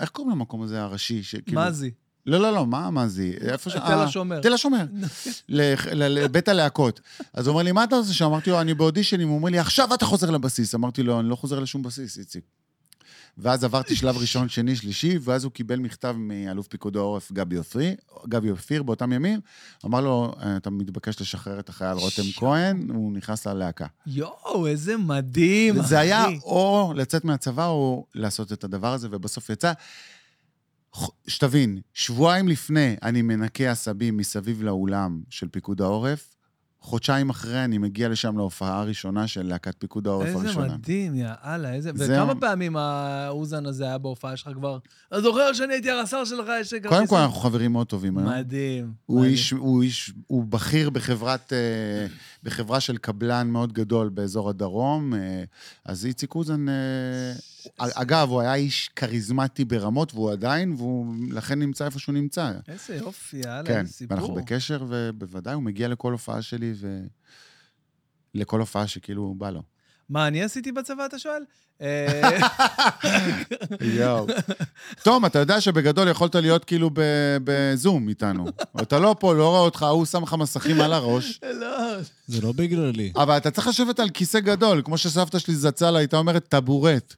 איך קוראים למקום הזה, הראשי? שכאילו- מה זה? לא, לא, לא, מה, מה זה? איפה ש... אה, תל השומר. תל השומר. לח- ל- לבית הלהקות. אז הוא אומר לי, מה אתה עושה שם? אמרתי לו, אני באודישנים. הוא אומר לי, עכשיו אתה חוזר לבסיס. אמרתי לו, אני לא חוזר לשום בסיס, איציק. ואז עברתי שלב ראשון, שני, שלישי, ואז הוא קיבל מכתב מאלוף פיקוד העורף גבי אופיר, גבי אופיר באותם ימים. אמר לו, אתה מתבקש לשחרר את החייל רותם כהן, הוא נכנס ללהקה. יואו, איזה מדהים, אחי. זה היה או לצאת מהצבא או לעשות את הדבר הזה, ובסוף יצא. ח- שתבין, שבועיים לפני אני מנקה עשבים מסביב לאולם של פיקוד העורף, חודשיים אחרי אני מגיע לשם להופעה הראשונה של להקת פיקוד העורף איזה הראשונה. מדהים, יא אללה, איזה... זה- וכמה פעמים האוזן הזה היה בהופעה שלך כבר? אתה זוכר שאני הייתי הרס"ר שלך, יש לי קודם כרטיס?" כל, אנחנו חברים מאוד טובים היום. מדהים. הוא מדהים. איש, הוא איש, הוא בכיר בחברת, אה, בחברה של קבלן מאוד גדול באזור הדרום. אה, אז איציק אוזן, אה, אגב, הוא היה איש כריזמטי ברמות, והוא עדיין, והוא לכן נמצא איפה שהוא נמצא. איזה יופי, יאללה, כן, איזה סיפור. ואנחנו בקשר, ובוודאי הוא מגיע לכל הופעה שלי, ו... לכל הופעה שכאילו בא לו. מה אני עשיתי בצבא, אתה שואל? אה, יואו. תום, אתה יודע שבגדול יכולת להיות כאילו ב- בזום איתנו. אתה לא פה, לא רואה אותך, ההוא שם לך מסכים על הראש, לא. זה לא בגללי. אבל אתה צריך לשבת על כיסא גדול, כמו שסבתא שלי זצ"ל הייתה אומרת, טבורט.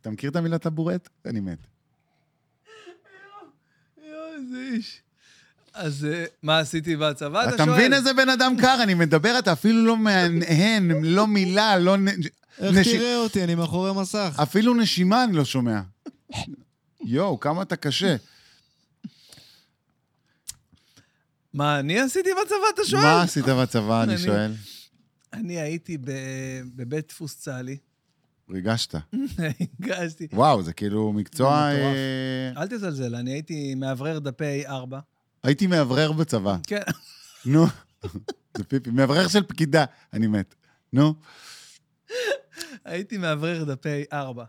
אתה מכיר את המילה טבורט? אני מת. יואו, איזה איש. אז אה, מה עשיתי בצבא, אתה אתה שואל? מבין איזה בן אדם קר? אני מדבר, אתה אפילו לא מהנהן, לא מילה, לא... נ- איך נשי- אה, תראה אותי? אני מאחורי מסך. אפילו נשימה אני לא שומע. יואו, כמה אתה קשה. מה אני עשיתי בצבא, אתה שואל? מה עשית בצבא, אני אני- שואל? אני הייתי ב- בבית דפוס צה"לי. ריגשת. הגשתי. וואו, זה כאילו מקצוע... זה מטורף. אה, אל תזלזל, אני הייתי מאוורר דפי 4. הייתי מאוורר בצבא. כן. נו, זה פיפי. מאוורר של פקידה, אני מת. נו. הייתי מאוורר דפי 4.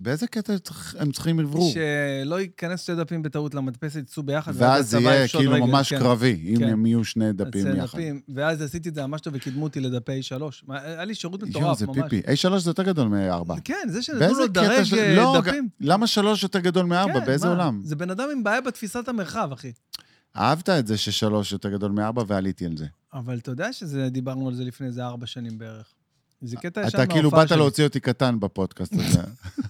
באיזה קטע צריך- הם צריכים אוורור? שלא ייכנס שתי דפים בטעות למדפסת, יצאו ביחד. ואז זה הצבא יהיה יפשוט כאילו רגל, ממש כן. קרבי, אם כן. הם יהיו שני דפים יצא יחד. דפים, ואז עשיתי את זה ממש טוב וקידמו אותי לדפי שלוש. מה, היה לי שירות מטורף, יואו, ממש. זה פיפי. A3 זה יותר גדול מ-A4. כן, זה שנתנו באיזה לו קטע דרג של... אה, לא, דפים. ג- למה 3 יותר גדול מ-4? כן, באיזה מה? עולם? זה בן אדם עם בעיה בתפיסת המרחב, אחי. אהבת את זה ששלוש יותר גדול מארבע, ועליתי על זה. אבל אתה יודע שזה, דיברנו על זה לפני איזה ארבע שנים בערך. זה קטע ישן אתה כאילו מההופעה באת שלי. להוציא אותי קטן בפודקאסט הזה.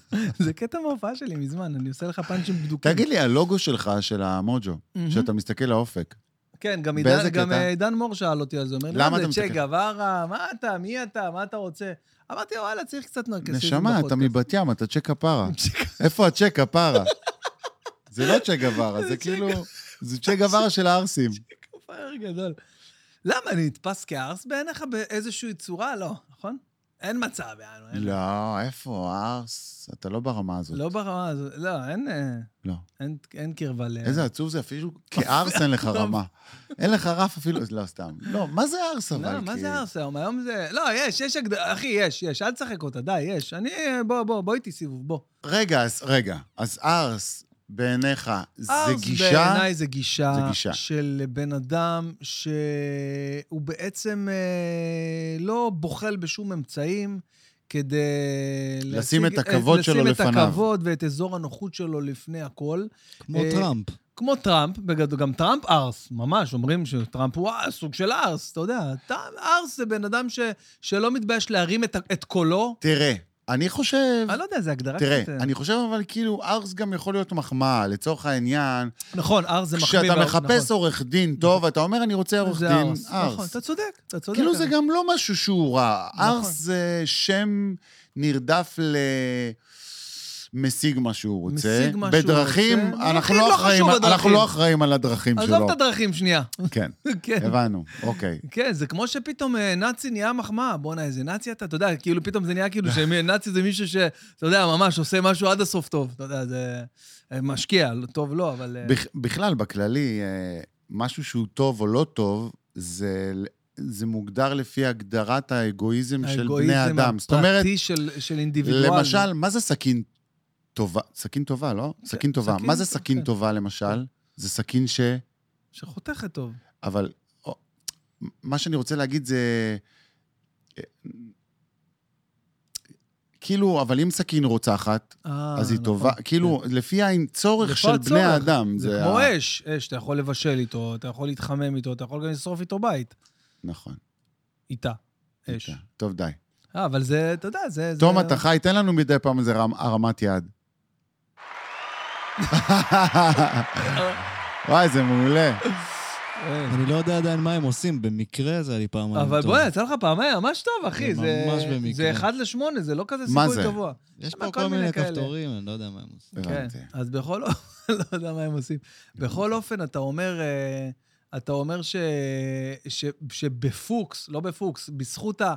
זה קטע מההופעה שלי מזמן, אני עושה לך פאנצ'ים בדוקים. תגיד לי, הלוגו שלך, של המוג'ו, מהמם. שאתה מסתכל לאופק, כן, גם באיזה עידן- גם קטע? אה, עידן מור שאל אותי על זה, אומר לי, למה מה זה, אתה צ'ה מסתכל?" גווארה, מה אתה, מי אתה, מה אתה רוצה? אמרתי לו, וואלה, צריך קצת נרקסיזם נשמה, אתה בפודקאסט." מבת ים, אתה צ'ק כפרה. איפה הצ'ק כפרה? זה לא צ'ק גווארה, זה זה צ'ק- כאילו... זה צ'ק גווארה של הערסים. פראייר גדול. למה, אני נתפס כארס בעיניך באיזושהי צורה? לא, נכון? אין מצב, יענו. אין- לא, איפה, ערס? אתה לא ברמה הזאת. לא ברמה הזאת, לא, אין... אה, לא. אין, אין קרבה ל... איזה עצוב זה, אפילו כערס אין לא. לך רמה. אין לך רף אפילו, לא, סתם. לא, מה זה ערס אבל? לא, מה כאילו? זה ארס היום? היום זה... לא, יש, יש הגדרה... אחי, יש, יש. אל תשחק אותה, די, יש. אני... אה, בוא, בוא, בוא איתי סיבוב, בוא. רגע, אז רגע. אז ערס, בעיניך, זה ארס גישה... בעיניי זה גישה... זה גישה. של בן אדם שהוא בעצם אה, לא בוחל בשום אמצעים כדי... לשים את להשיג- הכבוד שלו לשים את לפניו. הכבוד ואת אזור הנוחות שלו לפני הכל. כמו אה, טראמפ. כמו טראמפ, בגדול, גם טראמפ ארס, ממש, אומרים שטראמפ הוא אה, סוג של ארס, אתה יודע. טראמפ- ארס זה בן אדם ש, שלא מתבייש להרים את, ה- את קולו. תראה, אני חושב... אני לא יודע, זה הגדרה תראה, קצת, אה, אני חושב אבל כאילו, ארס גם יכול להיות מחמאה, לצורך העניין. נכון, ארס זה מחמיא. כשאתה מאוד, מחפש נכון. עורך דין טוב, אתה אומר, אני רוצה עורך זה דין ארס. נכון, ארס. אתה צודק, אתה צודק. כאילו זה אני- גם לא משהו שהוא רע. נכון. ארס זה שם נרדף ל... משיג מה שהוא רוצה. משיג מה שהוא בדרכים, רוצה. אנחנו דרכים לא לא אחראים- חשוב, אנחנו לא הדרכים. אחראים על הדרכים שלו. עזוב את הדרכים שנייה. כן, כן. הבנו, אוקיי. כן, זה כמו שפתאום אה, נאצי נהיה מחמאה. בואנה, איזה נאצי אתה, אתה יודע, כאילו פתאום זה נהיה כאילו שנאצי זה מישהו ש, אתה יודע, ממש עושה משהו עד הסוף טוב. אתה יודע, זה אה, משקיע, לא- טוב לא, אבל... אה, בכ- בכלל, בכללי, אה, משהו שהוא טוב או לא טוב, זה... זה מוגדר לפי הגדרת האגואיזם, של בני האדם. זאת אומרת, הפרטי של, של אינדיבידואל. למשל, מה זה סכין טובה? סכין טובה, לא? סכין טובה. כן, סכין מה זה טוב, סכין כן. טובה, למשל? זה סכין ש... שחותכת טוב. אבל או, מה שאני רוצה להגיד זה... אה, כאילו, אבל אם סכין רוצחת, אה, אז היא נכון. טובה. כאילו, לפי הצורך לפי של בני הצורך. האדם. זה כמו ה- אש, אש, אתה יכול לבשל איתו, אתה יכול להתחמם איתו, אתה יכול גם לשרוף איתו בית. נכון. איתה, אש. איתה. טוב, די. אה, אבל זה, אתה יודע, זה... זה- תום, אתה חי, תן לנו מדי פעם איזה רם- הרמת יד. וואי, זה מעולה. אה, אני לא יודע עדיין מה הם עושים, במקרה זה היה לי פעמיים. אבל טוב. בוא, יצא לך פעמיים, ממש טוב, אחי. זה זה ממש במקרה. זה 1 ל-8, זה לא כזה מה סיכוי זה? גבוה. יש למה פה כל כל מיני מיני כאלה? כפתורים, אני לא יודע מה הם עושים. כן, הבנתי. אז בכל אופן, לא יודע מה הם עושים. בכל אופן, אתה אומר, אה, אתה אומר ש- ש- שבפוקס, לא בפוקס, בזכות ה-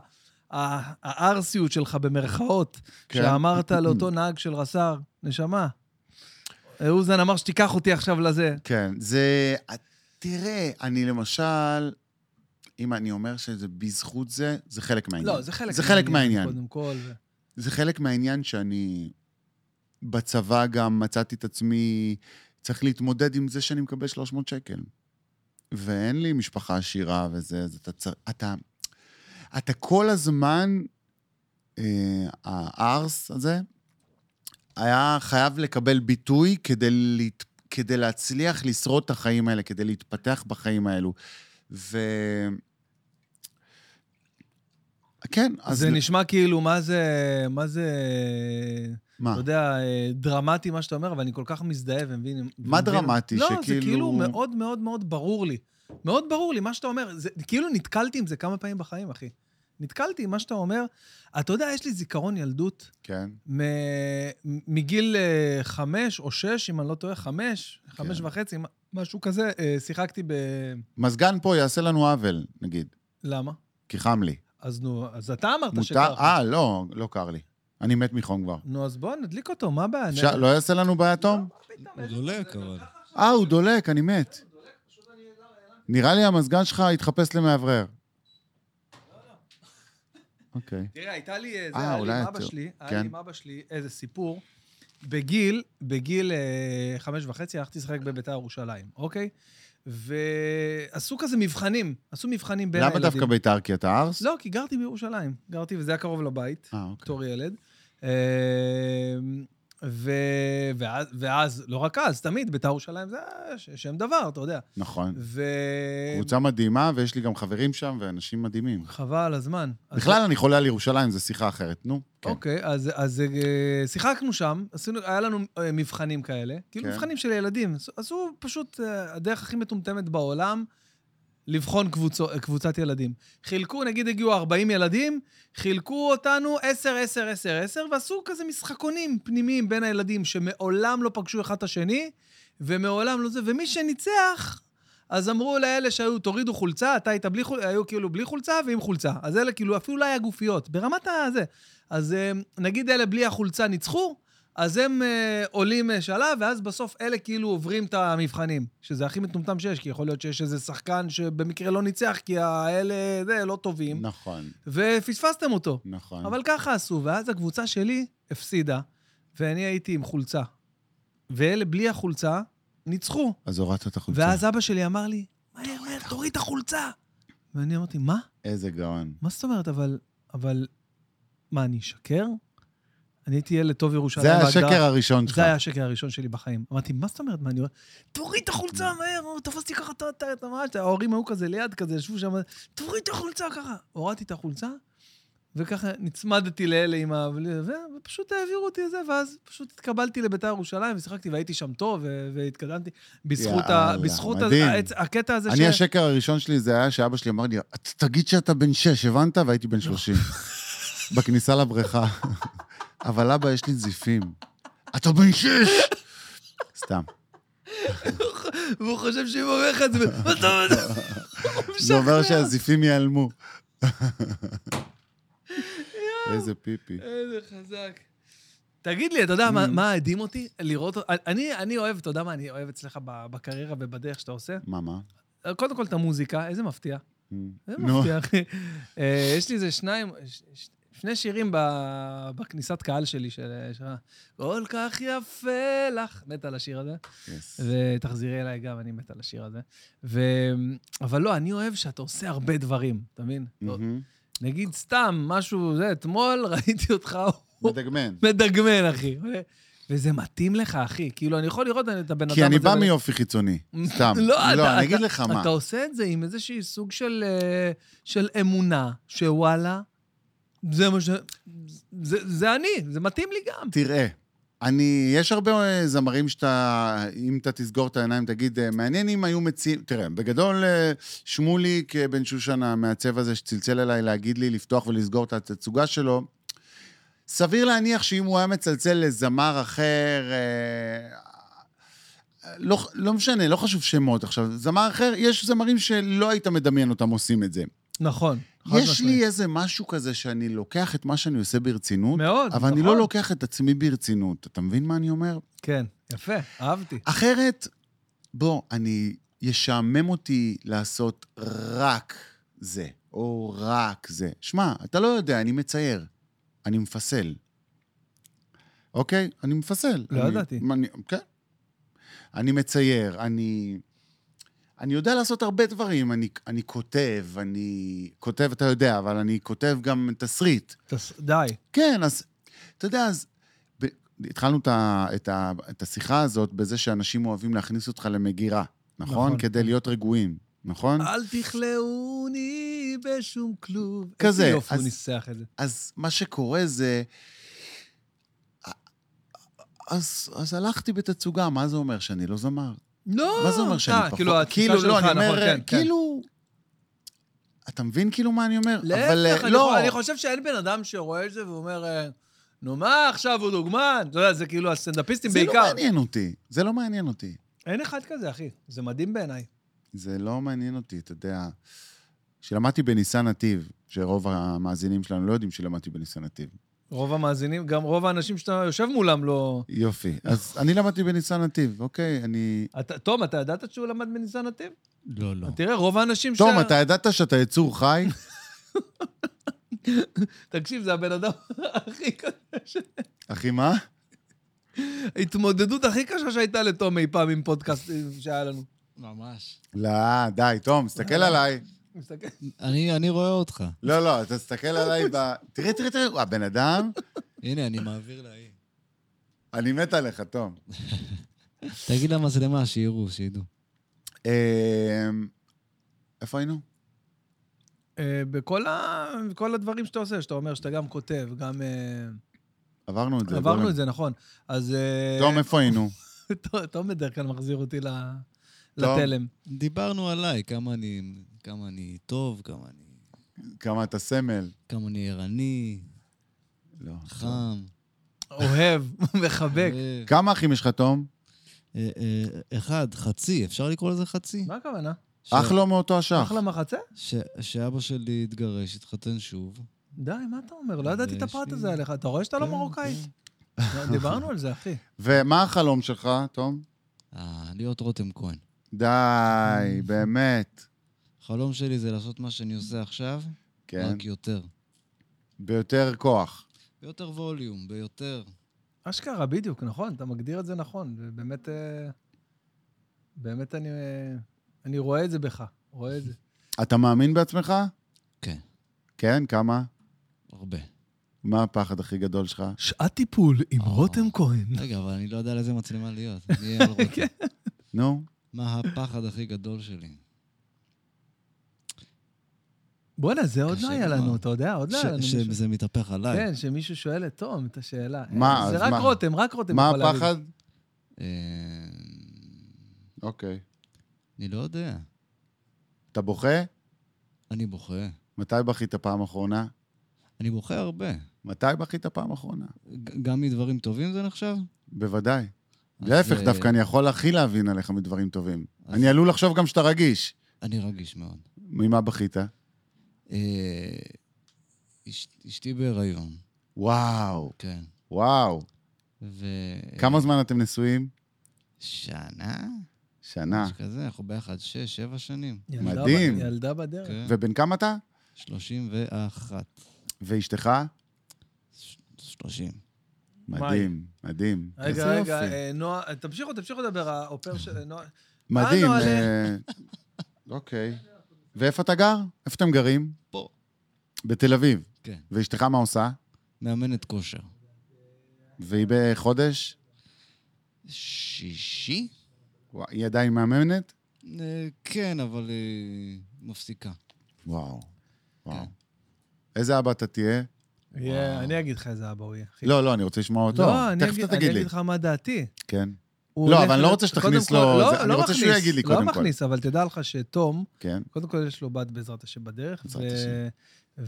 ה- הערסיות שלך, במרכאות, כן. שאמרת לאותו נהג של רס"ר, נשמה, אה, אוזן אמר שתיקח אותי עכשיו לזה. כן, זה... תראה, אני למשל, אם אני אומר שזה בזכות זה, זה חלק מהעניין. לא, זה חלק זה חלק מהעניין. קודם כל. ו- זה חלק מהעניין שאני... בצבא גם מצאתי את עצמי צריך להתמודד עם זה שאני מקבל 300 שקל. ואין לי משפחה עשירה וזה, אז אתה צריך... אתה, אתה כל הזמן, אה, הארס הזה, היה חייב לקבל ביטוי כדי, להת, כדי להצליח לשרוד את החיים האלה, כדי להתפתח בחיים האלו. ו... כן, אז... זה נשמע כאילו, מה זה, מה זה, מה? אתה יודע, אה, דרמטי מה שאתה אומר, אבל אני כל כך מזדהה ומבין. מה ומבין- דרמטי? לא, זה שכאילו- כאילו מאוד מאוד מאוד ברור לי. מאוד ברור לי מה שאתה אומר. זה, כאילו נתקלתי עם זה כמה פעמים בחיים, אחי. נתקלתי עם מה שאתה אומר. אתה יודע, יש לי זיכרון ילדות כן. מ- מגיל אה, חמש או שש, אם אני לא טועה, חמש, חמש כן. וחצי, משהו כזה, אה, שיחקתי ב... מזגן פה יעשה לנו עוול, נגיד, למה? כי חם לי. אז נו, אז אתה אמרת מותר? אה, לא, לא קר לי. אני מת מחום כבר. נו, אז בוא נדליק אותו, מה הבעיה? אפשר- לא יעשה לנו בעיה, תום? הוא דולק, אבל. אה, הוא דולק, אני מת. נראה לי המזגן שלך התחפש למאוורר. אוקיי. תראה, הייתה לי, אה, זה אה, היה לי אולי עם אתה- אבא שלי, היה כן. לי עם אבא שלי איזה סיפור. בגיל, בגיל אה, חמש וחצי הלכתי לשחק בביתר ירושלים, אוקיי? ועשו כזה מבחנים, עשו מבחנים בין למה הילדים. דווקא בית"ר? כי אתה ארס? לא, כי גרתי בירושלים. גרתי, וזה היה קרוב לבית, אה, אוקיי. בתור ילד. אה, ו... ואז, ואז, לא רק אז, תמיד, ביתר ירושלים זה היה ש- שם דבר, אתה יודע. נכון. ו... אה, קבוצה מדהימה, ויש לי גם חברים שם ואנשים מדהימים. חבל על הזמן. אז- בכלל, אני חולה על ירושלים, זו שיחה אחרת. נו, כן. אוקיי, אז, אז אה, שיחקנו שם, עשינו, היה לנו אה, מבחנים כאלה, כאילו כן. מבחנים של ילדים. עשו- עשו פשוט אה, הדרך הכי מטומטמת בעולם לבחון קבוצו, אה, קבוצת ילדים. חילקו, נגיד הגיעו 40 ילדים, חילקו אותנו 10, 10, 10, 10, ועשו כזה משחקונים פנימיים בין הילדים שמעולם לא פגשו אחד את השני, ומעולם לא זה, ומי שניצח... אז אמרו לאלה שהיו, תורידו חולצה, אתה היית בלי חולצה, היו כאילו בלי חולצה ועם חולצה. אז אלה כאילו, אפילו לא היה גופיות, ברמת הזה. אז אה, נגיד אלה בלי החולצה ניצחו, אז הם אה, עולים אה, שלב, ואז בסוף אלה כאילו עוברים את המבחנים, שזה הכי מטומטם שיש, כי יכול להיות שיש איזה שחקן שבמקרה לא ניצח, כי האלה, זה, לא טובים, נכון, ופספסתם אותו. נכון. אבל ככה עשו, ואז הקבוצה שלי הפסידה, ואני הייתי עם חולצה. ואלה בלי החולצה ניצחו. אז הורדת את החולצה. ואז אבא שלי אמר לי, מהר, מהר, תוריד את החולצה. ואני אמרתי, מה? איזה גאון. מה זאת אומרת, אבל... אבל... מה, אני אשקר? אני הייתי ילד טוב ירושלים. זה היה בהגדרה. השקר הראשון שלך. זה היה השקר הראשון שלי בחיים. אמרתי, מה זאת אומרת? מה אני אומר? תוריד את החולצה מהר, הוא, תפסתי ככה את ה- את ה- את המעל, ההורים היו כזה ליד, כזה ישבו שם, תוריד את החולצה ככה. הורדתי את החולצה, וככה נצמדתי לאלה עם ה... ו- ופשוט העבירו אותי לזה, ואז פשוט התקבלתי לבית"ר ירושלים, ושיחקתי והייתי שם טוב, ו- והתקדמתי. בזכות, ה... יאללה, בזכות ה... מדהים. העצ- הקטע הזה אני, השקר הראשון שלי זה היה שאבא שלי אמר לי, "את- תגיד שאתה בן שש, הבנת? והייתי בן שלושים. בכניסה לבריכה. אבל אבא, יש לי זיפים. אתה בן שש! סתם. והוא חושב שאם הוא אומר לך את זה, מה אתה אומר? הוא זה אומר משכנע. שהזיפים ייעלמו. איזה פיפי. איזה חזק. תגיד לי, אתה יודע Mm. מה- מה הדהים אותי? לראות... אות- אני אני אוהב, אתה יודע מה אני אוהב אצלך ב- בקריירה ובדרך שאתה עושה? מה, מה? קודם כל את המוזיקה, איזה מפתיע. איזה נו, מפתיע, אחי. אה, יש לי איזה שניים, ש- ש- שני שירים ב- בכניסת קהל שלי, של... של- כל כך יפה לך. מת על השיר הזה. yes. ותחזירי אליי גם, אני מת על השיר הזה. ו... אבל לא, אני אוהב שאתה עושה הרבה דברים, אתה מבין? מהמם. נגיד סתם משהו, זה, אתמול ראיתי אותך מדגמן. מדגמן, אחי. וזה מתאים לך, אחי. כאילו, אני יכול לראות את הבן אדם כי אני הזה בא ו- מיופי חיצוני, סתם. לא, אתה- אני אגיד אתה- לך מה. אתה עושה את זה עם איזשהי סוג של, אה, של אמונה, שוואלה, זה מה ש... זה, זה אני, זה מתאים לי גם. תראה, אני, יש הרבה אה, זמרים שאתה, אם אתה תסגור את העיניים, תגיד, אה, מעניין אם היו מציעים, תראה, בגדול, אה, שמוליק אה, בן שושן, המעצב הזה שצלצל אליי להגיד לי לפתוח ולסגור את התצוגה שלו, סביר להניח שאם הוא היה מצלצל לזמר אחר, אה, לא, לא משנה, לא חשוב שמות עכשיו, זמר אחר, יש זמרים שלא היית מדמיין אותם עושים את זה. נכון. חד יש משמעית. לי איזה משהו כזה שאני לוקח את מה שאני עושה ברצינות, מאוד, אבל אני נכון. לא לוקח את עצמי ברצינות. אתה מבין מה אני אומר? כן, יפה, אהבתי. אחרת, בוא, אני... ישעמם אותי לעשות רק זה, או רק זה. שמע, אתה לא יודע, אני מצייר. אני מפסל. אוקיי? אני מפסל. לא אני, ידעתי. אני, כן. אני מצייר, אני... אני יודע לעשות הרבה דברים. אני, אני כותב, אני... כותב, אתה יודע, אבל אני כותב גם תסריט. תס- די. כן, אז, אתה יודע, אז... ב... התחלנו את, ה... את, ה... את השיחה הזאת בזה שאנשים אוהבים להכניס אותך למגירה, נכון? נכון. אה. נכון. כדי להיות רגועים, נכון? אל תכלאוני בשום כלוב. כזה, איזה יופי הוא אז- ניסח את זה. אז מה שקורה זה... אז, אז הלכתי בתצוגה, מה זה אומר? שאני לא זמר? לא, מה זה אומר שאני אה, פחות? כאילו, התפיסה שלך, לא, אני נכון, אומר, כן, כן. כאילו... אתה מבין כאילו מה אני אומר? אבל, אה, להפך, אני, לא. חו- אני חושב שאין בן אדם שרואה את זה ואומר, אה, נו מה, עכשיו הוא דוגמן? אתה יודע, זה כאילו הסטנדאפיסטים זה לא בעיקר. מעניין אותי, זה לא מעניין אותי. אין אחד כזה, אחי. זה מדהים בעיניי. זה לא מעניין אותי, אתה יודע. כשלמדתי בניסן נתיב, שרוב המאזינים שלנו לא יודעים שלמדתי בניסן נתיב. רוב המאזינים, גם רוב האנשים שאתה יושב מולם לא... יופי. אז אני למדתי בניסן נתיב, אוקיי, אני... אתה, תום, אתה ידעת שהוא למד בניסן נתיב? לא, לא. תראה, רוב האנשים תום, אתה ידעת שאתה יצור חי? תקשיב, זה הבן אדם הכי קשה. ש- אחי, מה? ההתמודדות הכי קשה שהייתה לתום אי פעם עם פודקאסט אה, שהיה לנו. ממש. לא, די, תום, תסתכל עליי. מסתכל. אני אני רואה אותך. לא, לא, אתה תסתכל עליי ב... תראה, תראה, תראה, הבן אדם, הנה, אני מעביר לה היא. אני מת עליך, תום. תגיד למצלמה, שיראו, שידעו. אמ, איפה היינו? אה, בכל ה- בכל הדברים שאתה עושה, שאתה אומר שאתה גם כותב, גם... אה, עברנו את זה. עברנו גורם. את זה, נכון. אז... אה, תום, איפה היינו? ת- תום בדרך כלל מחזיר אותי ל- תום. לתלם. דיברנו עליי, כמה אני, כמה אני טוב, כמה אני, כמה אתה סמל. כמה אני ערני, לא. חם. אוהב, מחבק. אה, כמה אחים יש לך, תום? אה, אה, אחד, חצי, אפשר לקרוא לזה חצי? מה הכוונה? ש- אח לא מאותו אשך. אחלה מחצה? ש- שאבא שלי התגרש, התחתן שוב. די, מה אתה אומר? לא ידעתי את הפרט יש לי- הזה עליך. אתה רואה שאתה לא כן, מרוקאי? לא, כן. דיברנו על זה, אחי. ומה החלום שלך, תום? אה, להיות רותם כהן. די, באמת. החלום שלי זה לעשות מה שאני עושה עכשיו, כן. רק יותר. ביותר כוח. ביותר ווליום, ביותר. אשכרה, בדיוק, נכון, אתה מגדיר את זה נכון. זה באמת, אה, באמת אני, אה, אני רואה את זה בך, רואה את זה. אתה מאמין בעצמך? כן, כן, כמה? הרבה. מה הפחד הכי גדול שלך? שעת טיפול עם אה. רותם כהן. רגע, אבל אני לא יודע על איזה מצלמה להיות. אני אהיה על רותם. כן. נו, מה הפחד הכי גדול שלי? בואנה, זה עוד קשה לא היה לומר. לנו, אתה יודע, עוד לא ש- היה לנו מישהו. שזה מתהפך עליי. כן, שמישהו שואל את תום את השאלה. מה, זה אז רק מה? רותם, רק רותם מה יכול להגיד. הפחד? אה, אוקיי. אני לא יודע. אתה בוכה? אני בוכה. מתי בכית פעם אחרונה? אני בוכה הרבה. מתי בכית פעם אחרונה? ג- גם מדברים טובים זה נחשב? בוודאי. להפך, אה, דווקא אני יכול הכי להבין עליך מדברים טובים. אז- אני עלול לחשוב גם שאתה רגיש. אני רגיש מאוד. ממה בכית? אה, אש- אשתי בהיריון, וואו, כן. וואו. ו... כן. כמה זמן אתם נשואים? שנה? שנה. משהו כזה, אנחנו ביחד שש, שבע שנים. ילדה ב- מדהים. ילדה בדרך. כן. ובן כמה אתה? 31. ואשתך? 30. מדהים, מדהים. רגע, איזה רגע, יופי. אה, נועה, תמשיכו, תמשיכו לדבר, האופר של אה, נועה. מדהים. אנו אה, אוקיי. ואיפה אתה גר? איפה אתם גרים? פה. בתל אביב. כן. ואשתך מה עושה? מאמנת כושר. והיא בחודש? שישי? וואי, היא עדיין מאמנת? אה, כן, אבל היא מפסיקה. וואו. וואו. כן. איזה אבא אתה תהיה? יהיה, אני אגיד לך איזה אבא הוא יהיה. אחי. לא, לא, אני רוצה לשמוע אותו. לא, אני תכף אגיד- אתה תגיד אני לי. אגיד לך מה דעתי. כן, הוא לא, הולך אבל אני לא ל- רוצה שתכניס קודם לו- כל- זה- לא, אני לא רוצה שהוא מכניס, יגיד לי קודם לא כל. מכניס, אבל תדע לך שתום, כן. קודם כל יש לו בת בעזרת השם בדרך, בעזרת ו- השם. כן.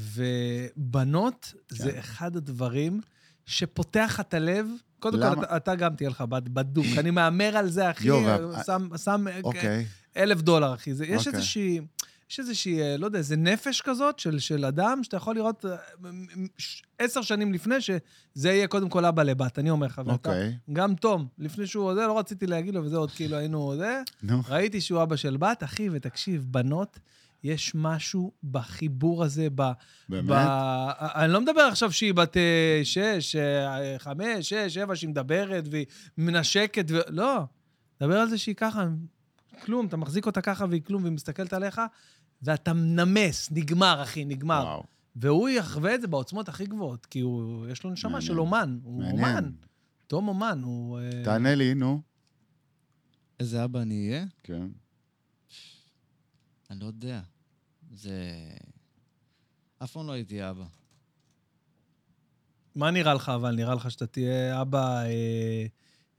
ובנות זה אחד הדברים שפותח את הלב. קודם כל, למה? אתה- אתה גם תהיה לך בת, בדוק. אני מהמר על זה, אחי. יו, וה- שם- שם אוקיי. אלף דולר, אחי. זה, יש אוקיי. איזושהי, יש איזושהי, אה, לא יודע, איזה נפש כזאת של, של אדם, שאתה יכול לראות אה, מ- מ- ש- עשר שנים לפני שזה יהיה קודם כל אבא לבת, אני אומר לך, ואתה... אוקיי. גם תום, לפני שהוא זה, לא רציתי להגיד לו, וזה עוד כאילו היינו זה. נו. ראיתי שהוא אבא של בת, אחי, ותקשיב, בנות, יש משהו בחיבור הזה, ב... באמת? ב... אני לא מדבר עכשיו שהיא בת אה, שש, אה, חמש, שש, שבע, שהיא מדברת והיא מנשקת, ו... לא. דבר על זה שהיא ככה, כלום, אתה מחזיק אותה ככה והיא כלום, והיא מסתכלת עליך, ואתה מנמס, נגמר, אחי, נגמר. וואו. והוא יחווה את זה בעוצמות הכי גבוהות, כי הוא, יש לו נשמה מעניין. של אומן, הוא אומן. מעניין. תום אומן, הוא... אה, תענה לי, נו. איזה אבא אני אהיה? כן. אני לא יודע. זה... אף פעם לא הייתי אבא. מה נראה לך, אבל? נראה לך שאתה תהיה אבא... אה,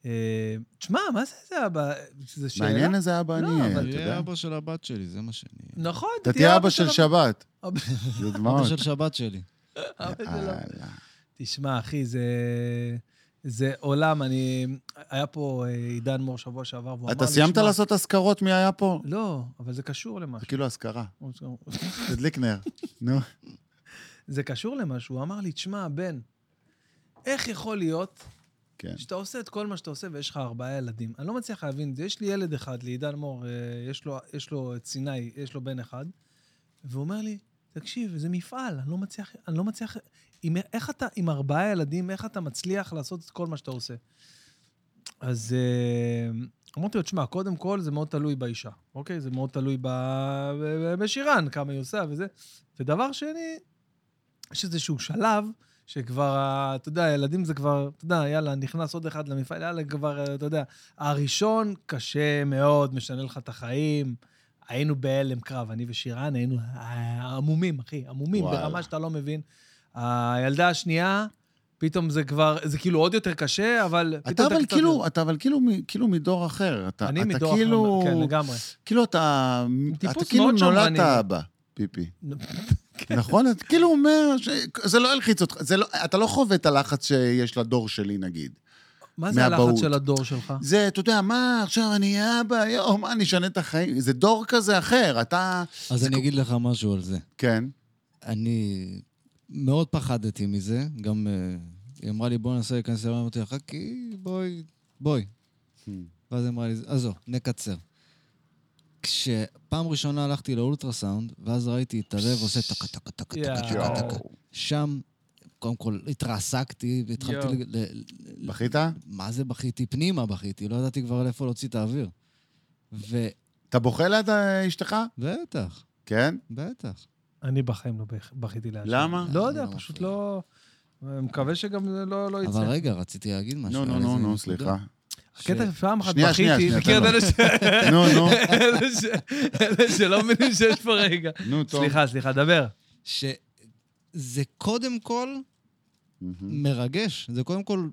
אה, תשמע, מה זה זה אבא? זו שאלה? מעניין איזה אבא לא, אני אהיה, אבל- אתה אני יודע? אהיה אבא של הבת שלי, זה מה שאני אהיה. נכון, אתה תהיה אבא של הבת. שבת. אבא- זה אבא דמעות. של שבת שלי. אבא של הבת. יאללה. תשמע, אחי, זה... זה עולם, אני... היה פה אה, עידן מור שבוע שעבר, והוא אמר לי, אתה סיימת "שמע, לעשות אזכרות מי היה פה? לא, אבל זה קשור זה למשהו. כאילו אזכרה. תדליק נר. נו. זה קשור למשהו. הוא אמר לי, תשמע, בן, איך יכול להיות כן. שאתה עושה את כל מה שאתה עושה ויש לך ארבעה ילדים. אני לא מצליח להבין את זה. יש לי ילד אחד, לעידן מור, אה, יש לו, יש לו את סיני, יש לו בן אחד, והוא אומר לי, תקשיב, זה מפעל, אני לא מצליח, אני לא מצליח, עם, איך אתה, עם ארבעה ילדים, איך אתה מצליח לעשות את כל מה שאתה עושה? אז אה, אמרתי לו, תשמע, קודם כל זה מאוד תלוי באישה, אוקיי? זה מאוד תלוי ב... ב- בשירן, כמה היא עושה וזה. ודבר שני, יש איזשהו שלב שכבר, ה- אתה יודע, הילדים זה כבר, אתה יודע, יאללה, נכנס עוד אחד למפעל, יאללה, כבר, אה, אתה יודע, הראשון קשה מאוד, משנה לך את החיים. היינו בהלם קרב, אני ושירן היינו עמומים, אחי, עמומים, וואלה. ברמה שאתה לא מבין. הילדה השנייה, פתאום זה כבר, זה כאילו עוד יותר קשה, אבל... אתה פתאום אבל קצת- כאילו, אתה אבל כאילו מ- כאילו מדור אחר. אתה אני אתה מדור אחר, כאילו- כן, לגמרי. כאילו אתה... טיפוס אתה כאילו מאוד נולדת שמרני. אבא, פיפי. נכון? אתה כאילו אומר ש... זה לא ילחיץ אותך. זה לא... אתה לא חווה את הלחץ שיש לדור שלי, נגיד. מה זה מהבהות. הלחץ של הדור שלך? זה, אתה יודע, מה, עכשיו אני אהיה אבא, יואו, מה, אני אשנה את החיים? זה דור כזה אחר, אתה... אז אני אגיד לך משהו על זה. כן. אני מאוד פחדתי מזה, גם אה, היא אמרה לי, בואי ננסה להיכנס אליו, אמרתי לך, חכי, בואי, בואי. אה, ואז היא אמרה לי, עזוב, נקצר. כשפעם ראשונה הלכתי לאולטרסאונד, ואז ראיתי את הלב עושה טקה טקה טקה טקה טקה טקה. יואו. שם, קודם כל, התרסקתי, והתחלתי יואו. ל... ל- ל- בכית? מה זה בכיתי? פנימה בכיתי, לא ידעתי כבר לאיפה להוציא את האוויר. ו... אתה בוכה ליד אה, אשתך? בטח, כן. בטח. אני בחיים לא בכ- בכיתי לאט. למה? לא אני יודע, לא פשוט מפריע. לא... מקווה שגם זה לא לא יצא. אבל רגע, רציתי להגיד משהו. נו, נו, על נו, איזה נו, נקודה. לא, סליחה. הקטע שפעם אחת שנייה, שנייה, שנייה, בכיתי, מכיר את תן אלה ש- נו, נו, אלה ש- אלה שלא מבינים שיש פה רגע. נו, טוב. סליחה, סליחה, דבר. שזה קודם כל מהמם. מרגש, זה קודם כל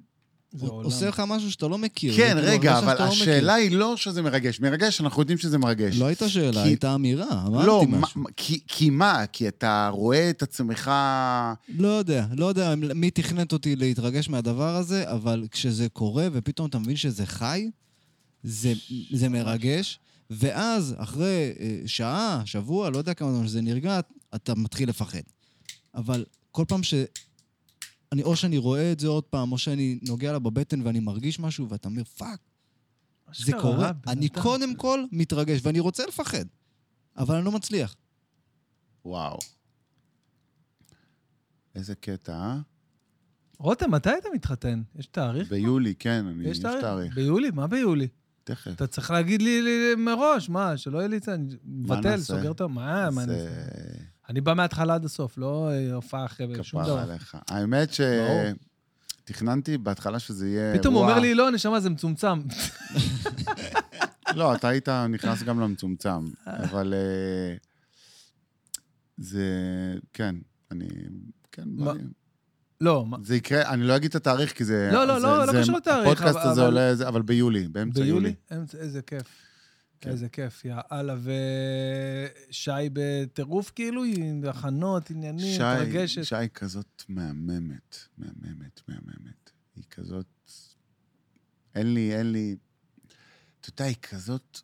זה הוא עולם. עושה לך משהו שאתה לא מכיר. כן, כאילו, וכאילו, רגע, הרגשת אבל שאתה לא מכיר. השאלה היא לא שזה מרגש. מרגש, אנחנו יודעים שזה מרגש. לא הייתה שאלה, כי- הייתה אמירה, לא, אמרתי מה- משהו. מה- כי- כי מה? כי אתה רואה את עצמך... לא יודע, לא יודע מי תכנת אותי להתרגש מהדבר הזה, אבל כשזה קורה ופתאום אתה מבין שזה חי, זה, זה מרגש. ואז, אחרי אה, שעה, שבוע, לא יודע כמה זמן שזה נרגע, אתה מתחיל לפחד. אבל כל פעם ש... אני, או שאני רואה את זה עוד פעם, או שאני נוגע לה בבטן ואני מרגיש משהו, ואתה אומר, פאק, זה אשכרה, קורה. בן אני אדם. קודם כל מתרגש, ואני רוצה לפחד, אבל אני לא מצליח. וואו. איזה קטע, אה? רותם, מתי אתה מתחתן? יש תאריך? ביולי, כן, אני... יש תאריך. ביולי? מה ביולי? תכף. אתה צריך להגיד לי, לי לי מראש, מה, שלא יהיה לי את זה, אני מבטל, נעשה? סוגר את ה... מה, מה נעשה? זה אני בא מההתחלה עד הסוף, לא אה, הופעה אחרת, שום כפרה דבר. עליך. האמת ש... ברור. תכננתי בהתחלה שזה יהיה אירוע... פתאום הוא אומר לי, לא, נשמה, זה מצומצם. לא, אתה היית נכנס גם למצומצם, אבל אה, זה... כן, אני... כן, בא מה- לי. לא, מה- זה יקרה, אני לא אגיד את התאריך, כי זה... לא, לא, זה- לא, לא זה- קשור לתאריך, הפודקאסט אבל- הזה אבל- עולה, זה- אבל ביולי, באמצע יולי. ביולי? אמצע- איזה כיף. כן. איזה כיף, יא אללה. ושי בטירוף, כאילו, עם הכנות, עניינים, שי, מתרגשת. שי כזאת מהממת, מהממת, מהממת. היא כזאת... אין לי, אין לי... אתה יודע, היא כזאת...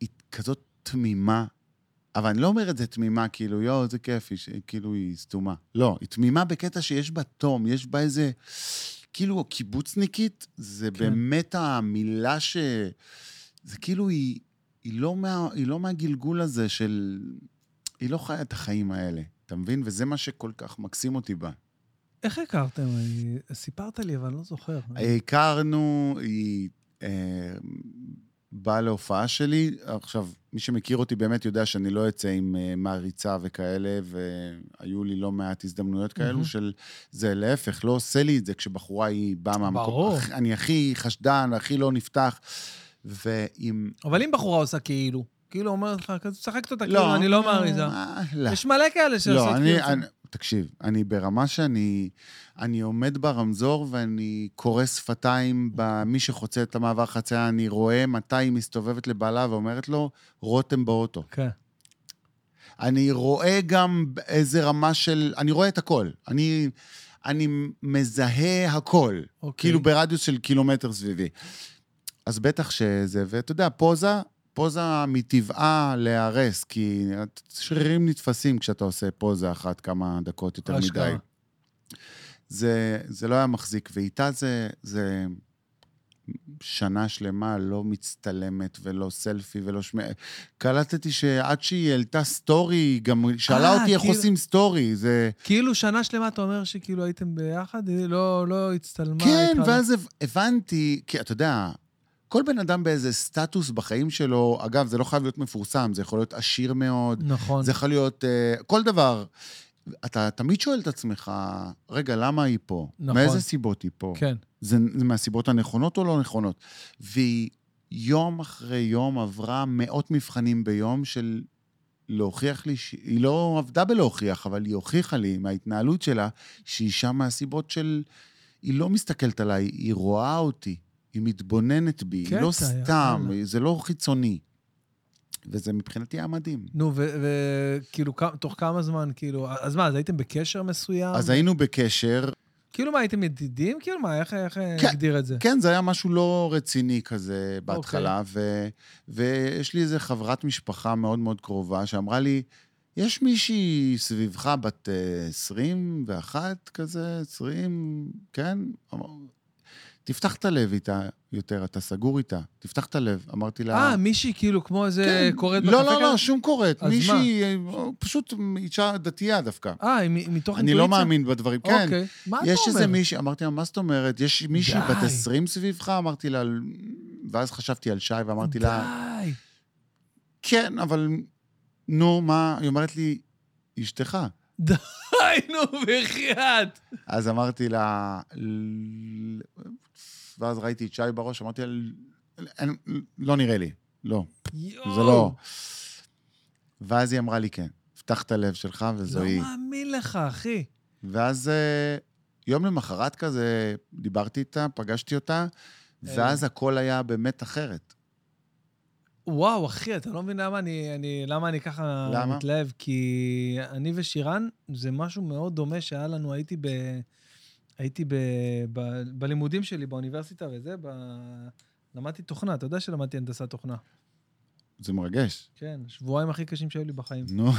היא כזאת תמימה, אבל אני לא אומר את זה תמימה, כאילו, יואו, איזה כיף, היא, ש- כאילו, היא סתומה. לא, היא תמימה בקטע שיש בה תום, יש בה איזה... כאילו, קיבוצניקית, זה כן. כן. באמת המילה ש... זה כאילו, היא, היא, לא מה, היא לא מהגלגול הזה של... היא לא חיה את החיים האלה, אתה מבין? וזה מה שכל כך מקסים אותי בה. איך הכרתם? אני- סיפרת לי, אבל אני לא זוכר. אה, הכרנו, היא אה, באה להופעה שלי. עכשיו, מי שמכיר אותי באמת יודע שאני לא אצא עם אה, מעריצה וכאלה, והיו לי לא מעט הזדמנויות מהמם. כאלו של... זה להפך, לא עושה לי את זה כשבחורה היא באה מהמקום. ברור. אך- אני הכי חשדן, הכי לא נפתח. ועם... אבל אם בחורה עושה כאילו, כאילו אומרת לך, כזה, שחקת אותה כאילו, אני לא מעריזה. אה, לא. יש מלא כאלה לא, שעושות אני, כאילו... אני... תקשיב, אני ברמה שאני... אני עומד ברמזור ואני קורא שפתיים במי שחוצה את המעבר חצייה, אני רואה מתי היא מסתובבת לבעלה ואומרת לו, רותם באוטו. כן. אני רואה גם איזה רמה של... אני רואה את הכל. אני, אני מזהה הכל. אוקיי. כאילו ברדיוס של קילומטר סביבי. אז בטח שזה, ואתה יודע, פוזה, פוזה מטבעה להיהרס, כי שרירים נתפסים כשאתה עושה פוזה אחת כמה דקות יותר אשכרה. מדי. זה, זה לא היה מחזיק, ואיתה זה, זה שנה שלמה לא מצטלמת ולא סלפי ולא שמ... קלטתי שעד שהיא העלתה סטורי, היא גם שאלה אה, אותי איך כאילו- עושים סטורי, זה... כאילו שנה שלמה אתה אומר שכאילו הייתם ביחד, היא לא לא הצטלמה. כן, איתך, לא- ואז הב- הבנתי, כי אתה יודע, כל בן אדם באיזה סטטוס בחיים שלו, אגב, זה לא חייב להיות מפורסם, זה יכול להיות עשיר מאוד, נכון. זה יכול להיות אה, כל דבר. אתה תמיד שואל את עצמך, רגע, למה היא פה? נכון. מאיזה סיבות היא פה? כן. זה, זה מהסיבות הנכונות או לא נכונות? והיא יום אחרי יום עברה מאות מבחנים ביום של להוכיח לי, ש... היא לא עבדה בלהוכיח, אבל היא הוכיחה לי מההתנהלות שלה שהיא אישה מהסיבות של... היא לא מסתכלת עליי, היא רואה אותי, היא מתבוננת בי, קטע, היא לא סתם, יאללה. זה לא חיצוני. וזה מבחינתי היה מדהים. נו, וכאילו, תוך כמה זמן, כאילו, אז מה, אז הייתם בקשר מסוים? אז היינו בקשר, כאילו, מה, הייתם ידידים? כאילו, מה, איך איך, אה, כן. נגדיר את זה? כן, זה היה משהו לא רציני כזה בהתחלה, ו, אוקיי. ויש לי איזו חברת משפחה מאוד מאוד קרובה שאמרה לי, יש מישהי סביבך בת אה, 21 כזה, 20, כן? אמר- תפתח את הלב איתה יותר, אתה סגור איתה, תפתח את הלב. אמרתי לה... אה, מישהי כאילו כמו איזה כן. קוראת לא, בקפה לא, כזה? לא, שום קוראת. אז מישהי, אה, פשוט אישה דתייה דווקא. אה, היא מ- מתוך אני לא מאמין בדברים. כן, אוקיי. מה אתה אומר? יש איזה מישהי, אמרתי לה, מה זאת אומרת? יש מישהי די. בת 20 סביבך? אמרתי לה, ואז חשבתי על שי ואמרתי לה, די. כן, אבל נו, מה? היא אומרת לי, אשתך. די, נו, בחייאת. אז אמרתי לה, "ל-" ואז ראיתי את שי בראש, אמרתי לה, "אין- לא נראה לי, לא, יואו. זה לא. ואז היא אמרה לי, כן, פתח את הלב שלך וזו לא היא. מאמין לך, אחי. ואז אה, יום למחרת כזה, דיברתי איתה, פגשתי אותה, אה. ואז הכל היה באמת אחרת. וואו, אחי, אתה לא מבין למה אני, אני, למה אני ככה למה? מתלהב. כי אני ושירן, זה משהו מאוד דומה שהיה לנו, הייתי ב... הייתי ב, ב, בלימודים שלי באוניברסיטה וזה, ב, למדתי תוכנה, אתה יודע שלמדתי הנדסת תוכנה. זה מרגש. כן, שבועיים הכי קשים שהיו לי בחיים. נו,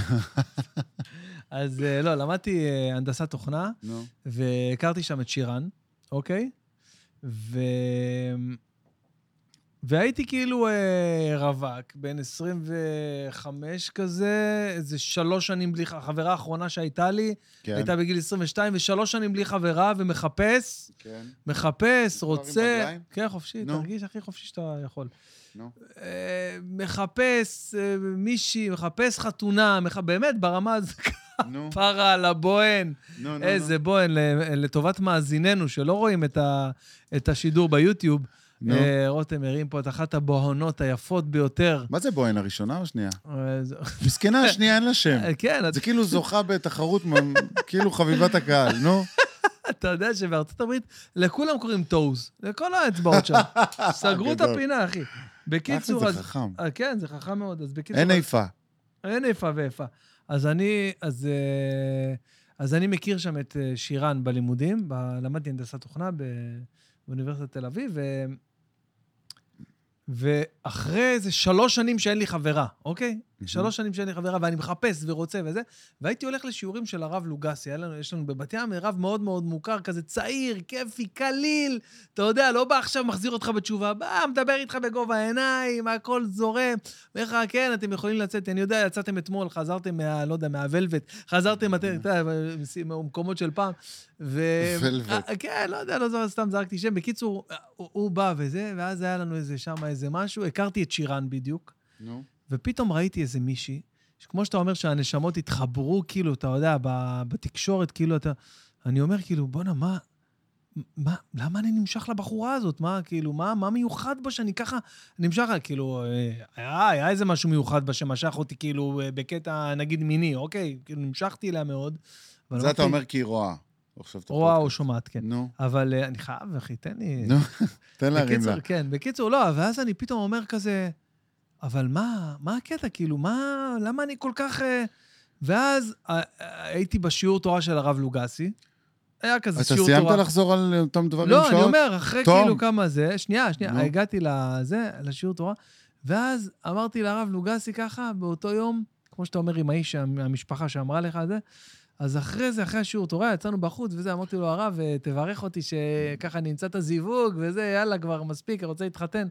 אז אה, לא, למדתי אה, הנדסת תוכנה, נו. והכרתי שם את שירן, אוקיי? ו... והייתי כאילו אה, רווק, בן 25 כזה, איזה שלוש שנים בלי... ח- החברה האחרונה שהייתה לי, כן. כן, הייתה בגיל 22, ושלוש שנים בלי חברה, ומחפש, כן. מחפש, להרים רוצה... רגליים? כן, חופשי, נו. תרגיש הכי חופשי שאתה יכול. נו. אה, מחפש אה, מישהי, מחפש חתונה, מח- באמת, ברמה הזאת, נו, פרה על הבוהן. נו, נו. אה, איזה בוהן, ל- לטובת מאזיננו שלא רואים את, ה, את השידור ביוטיוב. נו. אה, רותם הרים פה את אחת הבוהנות היפות ביותר. מה זה בוהן, הראשונה או השנייה? אה, זו- מסכנה, השנייה אין לה שם. אה, כן, זה כאילו זוכה בתחרות, מ- כאילו חביבת הקהל, נו. אתה יודע שבארצות הברית לכולם קוראים טוז, לכל האצבעות שם. סגרו את אה, גדול. הפינה, אחי. בקיצור, אחלה, אז... זה חכם. אה, כן, זה חכם מאוד, אז בקיצור... אין אז- איפה. אין איפה ואיפה. אז אני, אז, אה, אז אני מכיר שם את אה, שירן בלימודים, ב, למדתי הנדסת תוכנה ב- באוניברסיטת תל אביב, ו, ואחרי איזה שלוש שנים שאין לי חברה, אוקיי? מהמם. שלוש שנים שאין לי חברה, ואני מחפש ורוצה וזה, והייתי הולך לשיעורים של הרב לוגסי, היה לנו, יש לנו בבת ים רב מאוד מאוד מוכר, כזה צעיר, כיפי, קליל, אתה יודע, לא בא עכשיו, מחזיר אותך בתשובה, בא, מדבר איתך בגובה העיניים, הכל זורם. אומר לך, כן, אתם יכולים לצאת, אני יודע, יצאתם אתמול, חזרתם מה, לא יודע, מהוולבט, חזרתם, אתם, אתה יודע, מהמקומות של פעם. ו... וולבט. אה, כן, לא יודע, לא זוכר, סתם זרקתי שם. בקיצור, אה, הוא, הוא בא וזה, ואז היה לנו איזה שם איזה משהו, הכרתי את שירן בדיוק, נו. ופתאום ראיתי איזה מישהי, שכמו שאתה אומר שהנשמות התחברו, כאילו, אתה יודע, ב- בתקשורת, כאילו, אתה... אני אומר, כאילו, בואנה, מה... מה, למה אני נמשך לבחורה הזאת? מה, כאילו, מה, מה מיוחד בה שאני ככה נמשך? לה? כאילו, אה, היה, היה איזה משהו מיוחד בה שמשך אותי, כאילו, אה, בקטע, נגיד, מיני, אוקיי? כאילו, נמשכתי אליה מאוד. אבל זה אתה אוקיי." אמרתי, אומר כי היא רואה. עכשיו אתה רואה או שומעת, כן. נו, אבל אה, אני חייב, אחי, תן לי... נו, תן להרים לה. בקיצור, כן, בקיצור, לא, ואז אני פתאום אומר כזה, אבל מה, מה הקטע? כאילו, מה, למה אני כל כך... אה?" ואז אה, אה, הייתי בשיעור תורה של הרב לוגסי, היה כזה אתה שיעור תורה. סיימת לחזור על אותם דברים לא, שעות? אני אומר, אחרי תום. כאילו כמה זה, שנייה, שנייה, נו. הגעתי לזה, לשיעור תורה, ואז אמרתי לרב לוגסי ככה, באותו יום, כמו שאתה אומר עם האיש, המשפחה שאמרה לך את זה, אז אחרי זה, אחרי השיעור תורה, יצאנו בחוץ וזה, אמרתי לו, הרב, אה, תברך אותי שככה אני אמצא את הזיווג וזה, יאללה, כבר מספיק, אני רוצה להתחתן.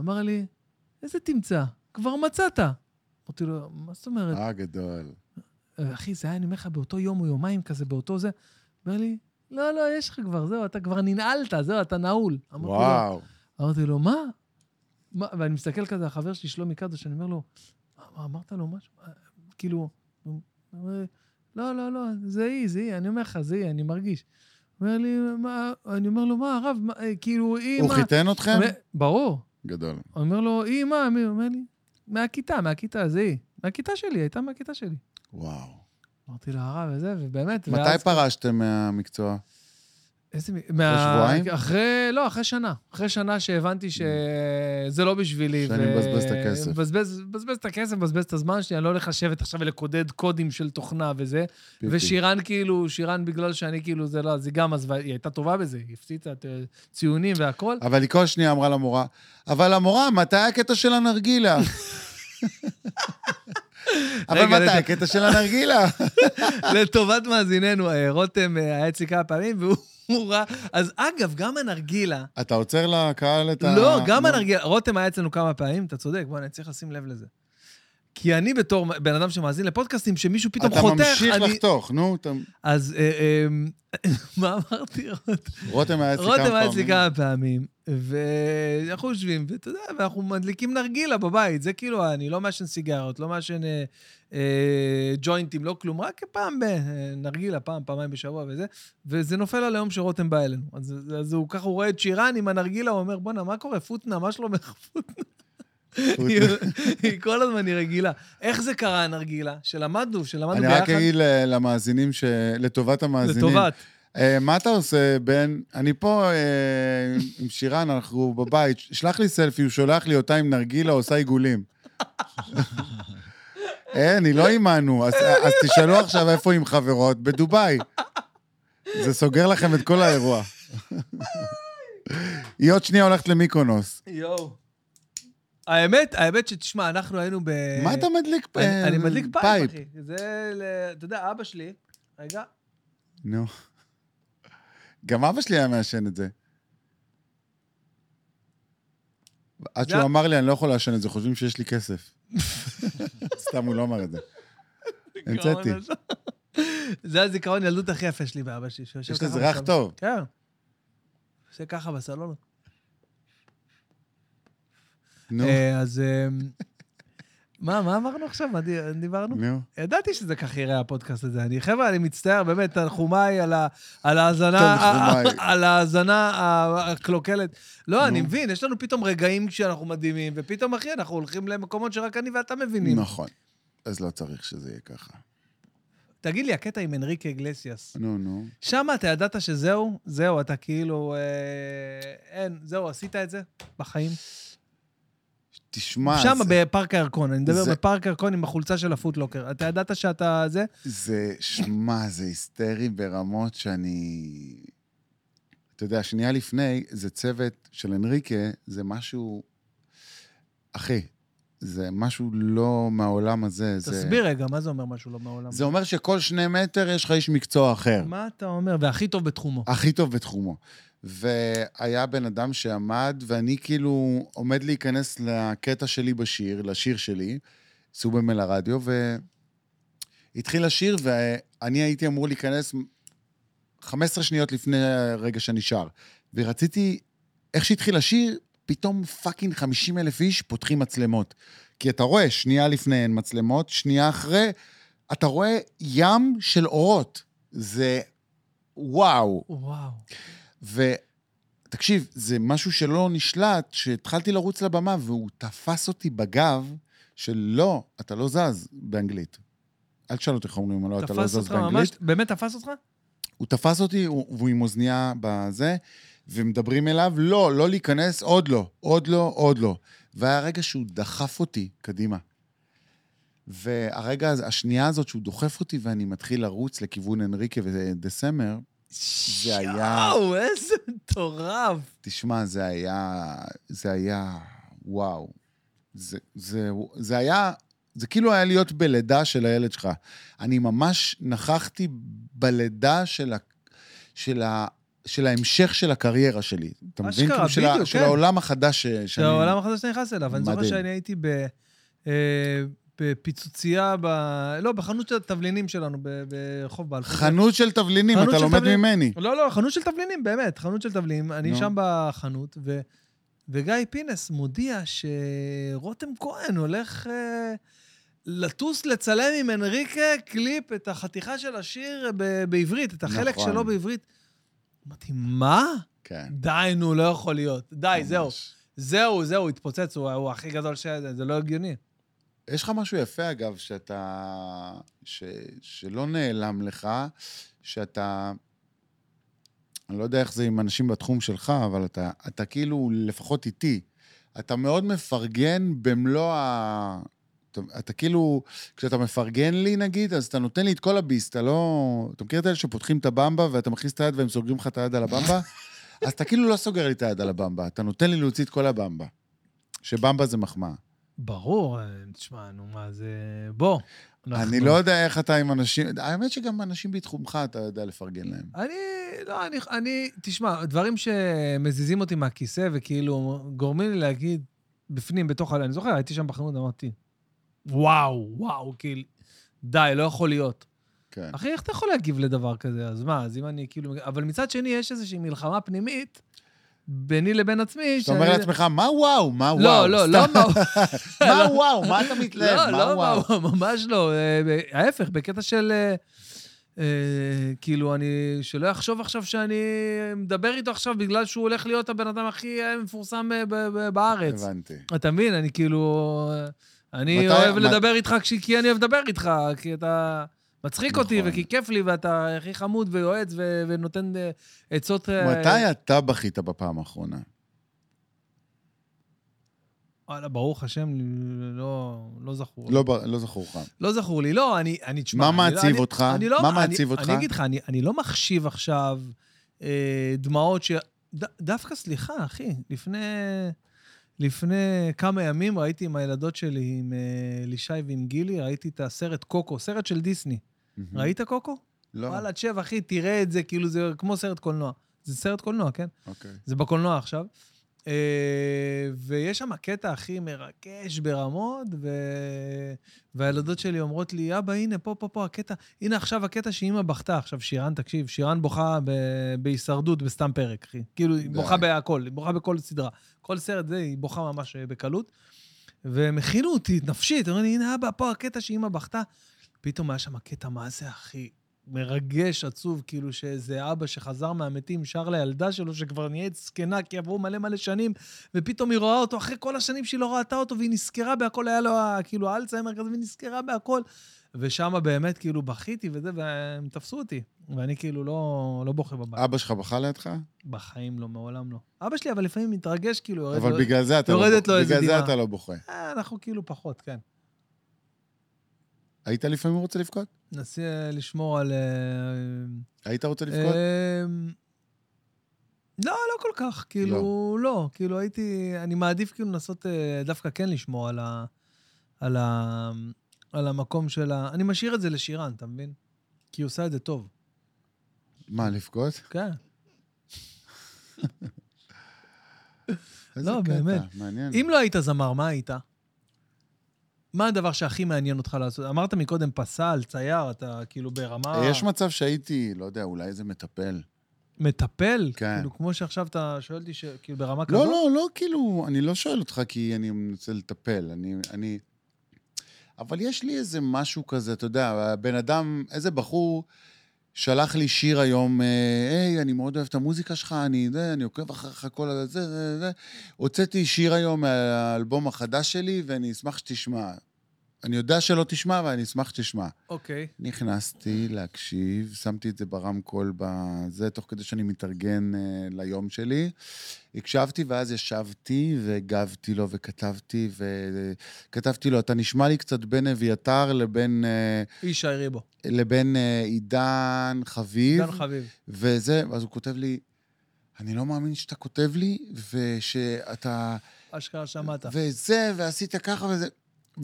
אמר לי, איזה תמצא? כבר מצאת. אמרתי לו, מה זאת אומרת? אה, גדול. "אה, אחי, זה היה, אני אומר לך, באותו יום או יומיים כזה, באותו זה. אומר לי, לא, לא, יש לך כבר, זהו, אתה כבר ננעלת, זהו, אתה נעול. אמרתי לו- וואו. אמרתי לו, מה? מה? ואני מסתכל כזה, החבר שלי, שלומי קדוש, אני אומר לו, "מה, מה, אמרת לו משהו? אה, כאילו, הוא אומר, לא, לא, לא, זה היא, זה היא, אני אומר לך, זה היא, אני מרגיש. אומר לי, מה, אני אומר לו, מה, הרב, מה, אה, כאילו, היא, הוא מה? חיתן אתכם? אומר- ברור. גדול. הוא אומר לו, היא, מה, מי? הוא אומר לי, מהכיתה, מהכיתה, זה היא. מהכיתה שלי, הייתה מהכיתה שלי. וואו. אמרתי לו, הרב, וזה, ובאמת, מתי ואז- פרשתם מהמקצוע? איזה... מ- מה... שבועיים? Mm. אחרי, לא, אחרי שנה. אחרי שנה שהבנתי שזה לא בשבילי. שאני מבזבז את הכסף. מבזבז מבזבז את הכסף, מבזבז את הזמן שלי, אני לא הולך לשבת עכשיו ולקודד קודים של תוכנה וזה. פיפי. ושירן כאילו, שירן בגלל שאני כאילו, זה לא, אז היא גם עזבה, היא הייתה טובה בזה, היא הפציצה את, אה, ציונים והכל. אבל היא כל שנייה אמרה למורה, אבל המורה, מתי הקטע של הנרגילה? אבל רגע, מתי רגע. הקטע של הנרגילה? לטובת מאזיננו, אה, רותם אה, היה אצלי כמה פעמים, והוא ראה... אז אגב, גם הנרגילה... אתה עוצר לקהל את ה... לא, גם נו. הנרגילה. רותם היה אצלנו כמה פעמים, אתה צודק, בוא, אני צריך לשים לב לזה. כי אני בתור בן אדם שמאזין לפודקאסטים, שמישהו פתאום חותך, אתה ממשיך אני... לחתוך, נו. אתה- אז אה, אה, מה אמרתי? רותם היה אצלי כמה פעמים. רותם היה אצלי כמה פעמים, ואנחנו יושבים, ואתה יודע, ואנחנו מדליקים נרגילה בבית. זה כאילו, אני לא מעשן סיגריות, לא מעשן אה, אה, ג'וינטים, לא כלום, רק פעם ב... אה, נרגילה, פעם, פעמיים בשבוע וזה, וזה נופל על היום שרותם בא אלינו. אז, אז הוא ככה, הוא רואה את שירן עם הנרגילה, הוא אומר, בואנה, מה קורה? פוטנה, מה שלומך? היא- היא כל הזמן היא רגילה. איך זה קרה, הנרגילה? שלמדנו, שלמדנו אני ביחד. רק אגיד ל- למאזינים, ש- לטובת המאזינים, לטובת. אה, אה, מה אתה עושה, בן? אני פה אה, עם- עם שירן, אנחנו בבית. שלח לי סלפי, הוא שולח לי אותה עם נרגילה, עושה עיגולים. אין, היא לא עימנו. אז, אז תשאלו עכשיו איפה היא עם חברות, בדובאי. זה סוגר לכם את כל האירוע. היא עוד שנייה הולכת למיקונוס. יואו. האמת, האמת שתשמע, אנחנו היינו ב... מה אתה מדליק פ- אה, אני- אני מדליק פייפ? פייפ, אחי. זה, ל- אתה יודע, אבא שלי, רגע, נו. גם אבא שלי היה מעשן את זה. עד זה- שהוא אמר לי, אני לא יכול לעשן את זה, חושבים שיש לי כסף. סתם, הוא לא אמר את זה. המצאתי. זה הזיכרון ילדות הכי יפה שלי באבא שלי. שיושב יש ככה לזה ריח בסלון. טוב. כן. עושה ככה בסלון. נו, אה, אז... אה, מה, מה אמרנו עכשיו? מה די- דיברנו? נו. ידעתי שזה ככה יראה הפודקאסט הזה. אני, חבר'ה, אני מצטער, באמת, תנחומיי על ה- על ההאזנה תנחומיי. על ההאזנה הקלוקלת. נו. לא, אני מבין, יש לנו פתאום רגעים כשאנחנו מדהימים, ופתאום, אחי, אנחנו הולכים למקומות שרק אני ואתה מבינים. נכון. אז לא צריך שזה יהיה ככה. תגיד לי, הקטע עם אנריקה אגלסיאס, נו, נו. שם אתה ידעת שזהו, זהו, אתה כאילו, אה, אין, זהו, עשית את זה בחיים? תשמע, שם, זה- בפארק הירקון, אני מדבר זה- בפארק הירקון עם החולצה של הפוטלוקר. אתה ידעת שאתה זה? זה, שמע, זה היסטרי ברמות שאני... אתה יודע, שנייה לפני, זה צוות של אנריקה, זה משהו... אחי, זה משהו לא מהעולם הזה. זה... תסביר רגע, מה זה אומר משהו לא מהעולם? זה אומר שכל שני מטר יש לך איש מקצוע אחר. מה אתה אומר? והכי טוב בתחומו. הכי טוב בתחומו. והיה בן אדם שעמד, ואני כאילו עומד להיכנס לקטע שלי בשיר, לשיר שלי, סובם אל הרדיו, והתחיל השיר, ואני הייתי אמור להיכנס 15 שניות לפני הרגע שאני שר. ורציתי, איך שהתחיל השיר, פתאום פאקינג 50 אלף איש פותחים מצלמות. כי אתה רואה, שנייה לפני אין מצלמות, שנייה אחרי, אתה רואה ים של אורות. זה וואו. וואו. ותקשיב, זה משהו שלא נשלט, שהתחלתי לרוץ לבמה והוא תפס אותי בגב של לא, אתה לא זז באנגלית. אל תשאל אותי איך אומרים, לא, אתה לא תפס זז אותך באנגלית. ממש? באמת תפס אותך? הוא תפס אותי, הוא, והוא עם אוזנייה בזה, ומדברים אליו, לא, לא להיכנס, עוד לא, עוד לא, עוד לא. והיה רגע שהוא דחף אותי קדימה. והרגע, הזה- השנייה הזאת שהוא דוחף אותי ואני מתחיל לרוץ לכיוון הנריקה ודסמר, זה היה- יואו, איזה מטורף. תשמע, זה היה... זה היה... וואו. זה, זה, זה היה... זה כאילו היה להיות בלידה של הילד שלך. אני ממש נכחתי בלידה של, ה, של, ה, של ההמשך של הקריירה שלי. אתה מבין? אשכרה, כאילו של, ה- בדיוק, של כן. העולם החדש ש, זה שאני... העולם החדש שאתה נכנס אליו. אני זוכר מדהים. שאני הייתי ב... אה, בפיצוצייה, ב... לא, בחנות של התבלינים שלנו, ב- ברחוב בלפור. חנות של תבלינים, חנות אתה של לומד תבלינים. ממני. לא, לא, חנות של תבלינים, באמת, חנות של תבלינים. אני נו. שם בחנות, ו... וגיא פינס מודיע שרותם כהן הולך אה, לטוס לצלם עם אנריקה קליפ את החתיכה של השיר ב- בעברית, את החלק נכון. שלו בעברית. אמרתי, מה? כן. די, נו, לא יכול להיות. די, זהו. ממש. זהו, זהו, התפוצץ, הוא, הוא הכי גדול ש... זה לא הגיוני. יש לך משהו יפה, אגב, שאתה... ש... שלא נעלם לך, שאתה... אני לא יודע איך זה עם אנשים בתחום שלך, אבל אתה, אתה כאילו, לפחות איתי, אתה מאוד מפרגן במלוא ה... אתה, אתה כאילו, כשאתה מפרגן לי, נגיד, אז אתה נותן לי את כל הביס, אתה לא... אתה מכיר את אלה שפותחים את הבמבה ואתה מכניס את היד והם סוגרים לך את היד על הבמבה? אז אתה כאילו לא סוגר לי את היד על הבמבה, אתה נותן לי להוציא את כל הבמבה. שבמבה זה מחמאה. ברור, אה, תשמע, נו, מה זה... בוא. נכון. אני לא יודע איך אתה עם אנשים, האמת שגם אנשים בתחומך אתה יודע לפרגן להם. אני, לא, אני, אני, תשמע, דברים שמזיזים אותי מהכיסא וכאילו גורמים לי להגיד בפנים, בתוך הלב, אני זוכר, הייתי שם בחנות, אמרתי, וואו, וואו, כאילו, די, לא יכול להיות. כן, אחי, איך אתה יכול להגיב לדבר כזה? אז מה, אז אם אני כאילו... אבל מצד שני, יש איזושהי מלחמה פנימית ביני לבין עצמי, אתה אומר לעצמך, מה וואו, מה וואו? לא, לא, לא, סתם, מה- מה וואו, מה אתה מתלהב, לא, מה לא, וואו? מה- ממש לא. אה, ב- ההפך, בקטע של... אה, אה, כאילו, אני... שלא יחשוב עכשיו שאני מדבר איתו עכשיו בגלל שהוא הולך להיות הבן אדם הכי אה, מפורסם אה, ב- ב- בארץ. הבנתי. אתה מבין? אני כאילו... אה, אני מתי- אוהב מת- לדבר איתך כש- כי אני אוהב לדבר איתך, כי אתה... מצחיק נכון. אותי, וכי כיף לי, ואתה הכי חמוד ויועץ ו- ונותן אה, עצות... אה, מתי אתה בכית בפעם האחרונה? וואלה, ברוך השם, לא, לא זכור. לא ב- לא זכור לך. לא זכור לי, לא, אני, אני, תשמע... מה אני- מעציב אני- אותך? אני לא, מה אני- מעציב אותך? אני אגיד לך, אני, אני לא מחשיב עכשיו אה, דמעות ש... ד, דווקא, סליחה, אחי, לפני, לפני כמה ימים ראיתי עם הילדות שלי, עם אה, לישי ועם גילי, ראיתי את הסרט קוקו, סרט של דיסני. ראית קוקו? Mm-hmm. לא. וואלה, תשב, אחי, תראה את זה, כאילו זה כמו סרט קולנוע. זה סרט קולנוע, כן? אוקיי. זה בקולנוע עכשיו. אה, ויש שם קטע הכי מרגש ברמות, ו... והילדות שלי אומרות לי, אבא, הנה, פה, פה, פה הקטע, הנה עכשיו הקטע שאימא בכתה. עכשיו, שירן, תקשיב, שירן בוכה ב... בהישרדות בסתם פרק, אחי. כאילו, היא די. בוכה בהכל, היא בוכה בכל סדרה. כל סרט זה, היא בוכה ממש אה, בקלות. והם הכינו אותי נפשית, אומרים לי, הנה, אבא, פה הקטע שאימא בכתה. פתאום היה שם קטע, מה זה, אחי? מרגש, עצוב, כאילו שאיזה אבא שחזר מהמתים שר לילדה שלו, שכבר נהיית זקנה, כי עברו מלא מלא שנים, ופתאום היא רואה אותו אחרי כל השנים שהיא לא ראתה אותו, והיא נזכרה בהכל, היה לו ה- כאילו אלצהיימר כזה, והיא נזכרה בהכל. ושם באמת כאילו בכיתי וזה, והם תפסו אותי. ואני כאילו לא, לא בוכה בבית. אבא שלך בכה לידך? בחיים לא, מעולם לא. אבא שלי אבל לפעמים מתרגש, כאילו, יורד אבל לו- בגלל זה אתה לא יורדת בוכה. לו איזה בגלל זה דמעה. אתה לא בוכה. אה, אנחנו כאילו פחות, כן. היית לפעמים רוצה לבכות? ננסה לשמור על... אה, היית רוצה לבכות? אמ, לא, לא כל כך. כאילו, לא. כאילו, הייתי... אני מעדיף כאילו לנסות אה, דווקא כן לשמור על ה... על ה... על המקום של ה... אני משאיר את זה לשירן, אתה מבין? כי היא עושה את זה טוב. מה, לבכות? כן. איזה לא, קטע, באמת. מעניין. אם לא היית זמר, מה היית? מה הדבר שהכי מעניין אותך לעשות? אמרת מקודם פסל, צייר, אתה כאילו ברמה... אה, יש מצב שהייתי, לא יודע, אולי איזה מטפל. מטפל? כן. כאילו, כמו שעכשיו אתה שואל אותי, ש- כאילו, ברמה כזאת? לא, לא, לא, כאילו, אני לא שואל אותך כי אני מנסה לטפל, אני... אני... אבל יש לי איזה משהו כזה, אתה יודע, הבן אדם, איזה בחור שלח לי שיר היום, אה, היי, אני מאוד אוהב את המוזיקה שלך, אני, זה, אני עוקב אחריך כל הזה, זה, זה, זה. הוצאתי שיר היום מהאלבום החדש שלי, ואני אשמח שתשמע. אני יודע שלא תשמע, אבל אני אשמח שתשמע. אוקיי. נכנסתי להקשיב, שמתי את זה ברמקול בזה, תוך כדי שאני מתארגן אה, ליום שלי. הקשבתי, ואז ישבתי והגבתי לו וכתבתי, וכתבתי לו, אתה נשמע לי קצת בין אביתר לבין, אה, איש שיירי בו. לבין אה, עידן חביב. דן חביב. וזה, ואז הוא כותב לי, אני לא מאמין שאתה כותב לי, ושאתה... אשכרה שמעת. וזה, ועשית ככה וזה.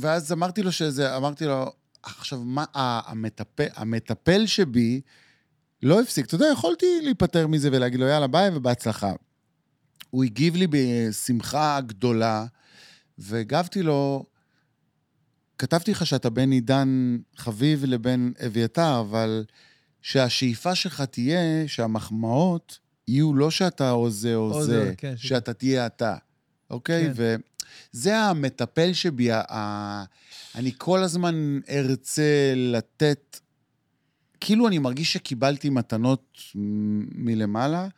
ואז אמרתי לו שזה, אמרתי לו, עכשיו, מה, ה- המטפל, המטפל שבי לא הפסיק. אתה יודע, יכולתי להיפטר מזה ולהגיד לו, יאללה, ביי ובהצלחה. הוא הגיב לי בשמחה גדולה, והגבתי לו, כתבתי לך שאתה בין עידן חביב לבין אביתר, אבל שהשאיפה שלך תהיה שהמחמאות יהיו לא שאתה או זה או, או זה, זה, כן, ש- שאתה תהיה אתה, אוקיי? כן. וזה המטפל שבי, ה- ה- אני כל הזמן ארצה לתת, כאילו אני מרגיש שקיבלתי מתנות מ- מלמעלה,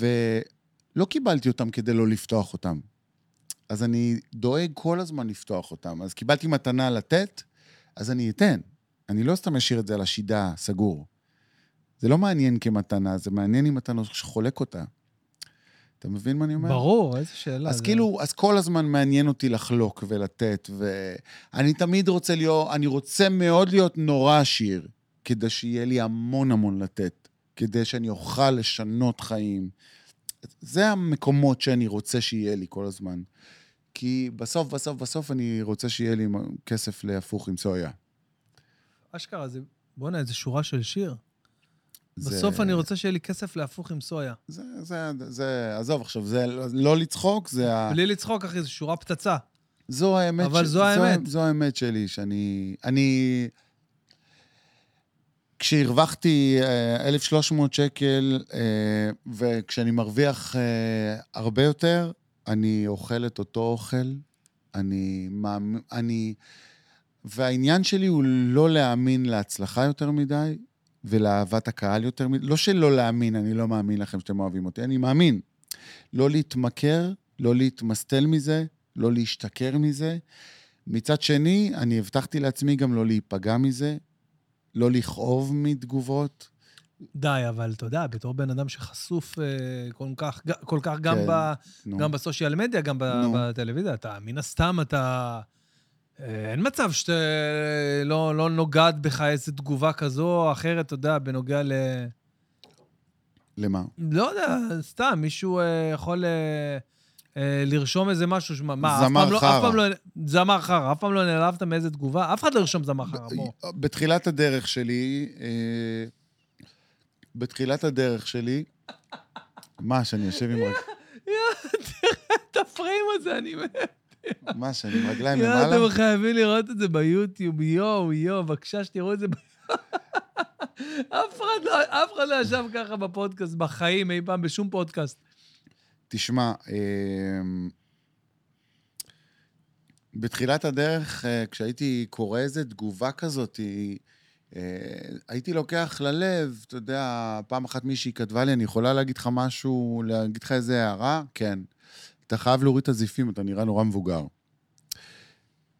ולא קיבלתי אותם כדי לא לפתוח אותם. אז אני דואג כל הזמן לפתוח אותם. אז קיבלתי מתנה לתת, אז אני אתן. אני לא סתם אשאיר את זה על השידה, סגור. זה לא מעניין כמתנה, זה מעניין אם אתה לא חולק אותה. אתה מבין מה אני אומר? ברור, איזה שאלה. אז לא, זה- כאילו, אז כל הזמן מעניין אותי לחלוק ולתת, ואני תמיד רוצה להיות, אני רוצה מאוד להיות נורא עשיר, כדי שיהיה לי המון המון לתת, כדי שאני אוכל לשנות חיים. זה המקומות שאני רוצה שיהיה לי כל הזמן. כי בסוף, בסוף, בסוף אני רוצה שיהיה לי כסף להפוך עם סויה. אשכרה, זה... בואנה, איזה שורה של שיר. זה- בסוף אני רוצה שיהיה לי כסף להפוך עם סויה. זה, זה, זה, עזוב עכשיו, זה לא- לא לצחוק, זה ה... בלי לצחוק, אחי, זו שורה פצצה. זו האמת. אבל זו האמת. זו, זו האמת שלי, שאני... אני... כשהרווחתי אה, 1,300 שקל, אה, וכשאני מרוויח אה, הרבה יותר, אני אוכל את אותו אוכל. אני מאמין... אני... והעניין שלי הוא לא להאמין להצלחה יותר מדי, ולאהבת הקהל יותר מדי. לא שלא להאמין, אני לא מאמין לכם שאתם אוהבים אותי, אני מאמין. לא להתמכר, לא להתמסטל מזה, לא להשתכר מזה. מצד שני, אני הבטחתי לעצמי גם לא להיפגע מזה, לא לכאוב מתגובות. די, אבל אתה יודע, בתור בן אדם שחשוף אה, כל כך, כל כך גם, כן, ב, נו. גם בסושיאל מדיה, גם ב, נו. בטלוויזיה, אתה, מן הסתם אתה... אה, אין מצב שאתה לא, לא נוגעת בך איזו תגובה כזו או אחרת, אתה יודע, בנוגע ל... למה? לא יודע, סתם, מישהו אה, יכול אה, אה, לרשום איזה משהו, שמה, מה, אף זמר פעם לא- אף חרא. פעם לא... זמר חרא. אף פעם לא נעלבת מאיזה תגובה, אף אחד לא ירשום זמר חרא, בוא. בתחילת הדרך שלי, אה, בתחילת הדרך שלי, מה, שאני יושב עם, רג... אה, את הפריים הזה, אני... מה, שאני עם רגליים יואו, למעלה? אתם חייבים לראות את זה ביוטיוב, יואו, יואו, בבקשה שתראו את זה. ב- אף אחד לא- אף אחד לא ישב ככה בפודקאסט, בחיים, אי פעם, בשום פודקאסט. תשמע, אמ, בתחילת הדרך, אה, כשהייתי קורא איזה תגובה כזאת, היא- אה, הייתי לוקח ללב, אתה יודע, פעם אחת מישהי כתבה לי, אני יכולה להגיד לך משהו, להגיד לך איזה הערה? כן. אתה חייב להוריד את הזיפים, אתה נראה נורא מבוגר.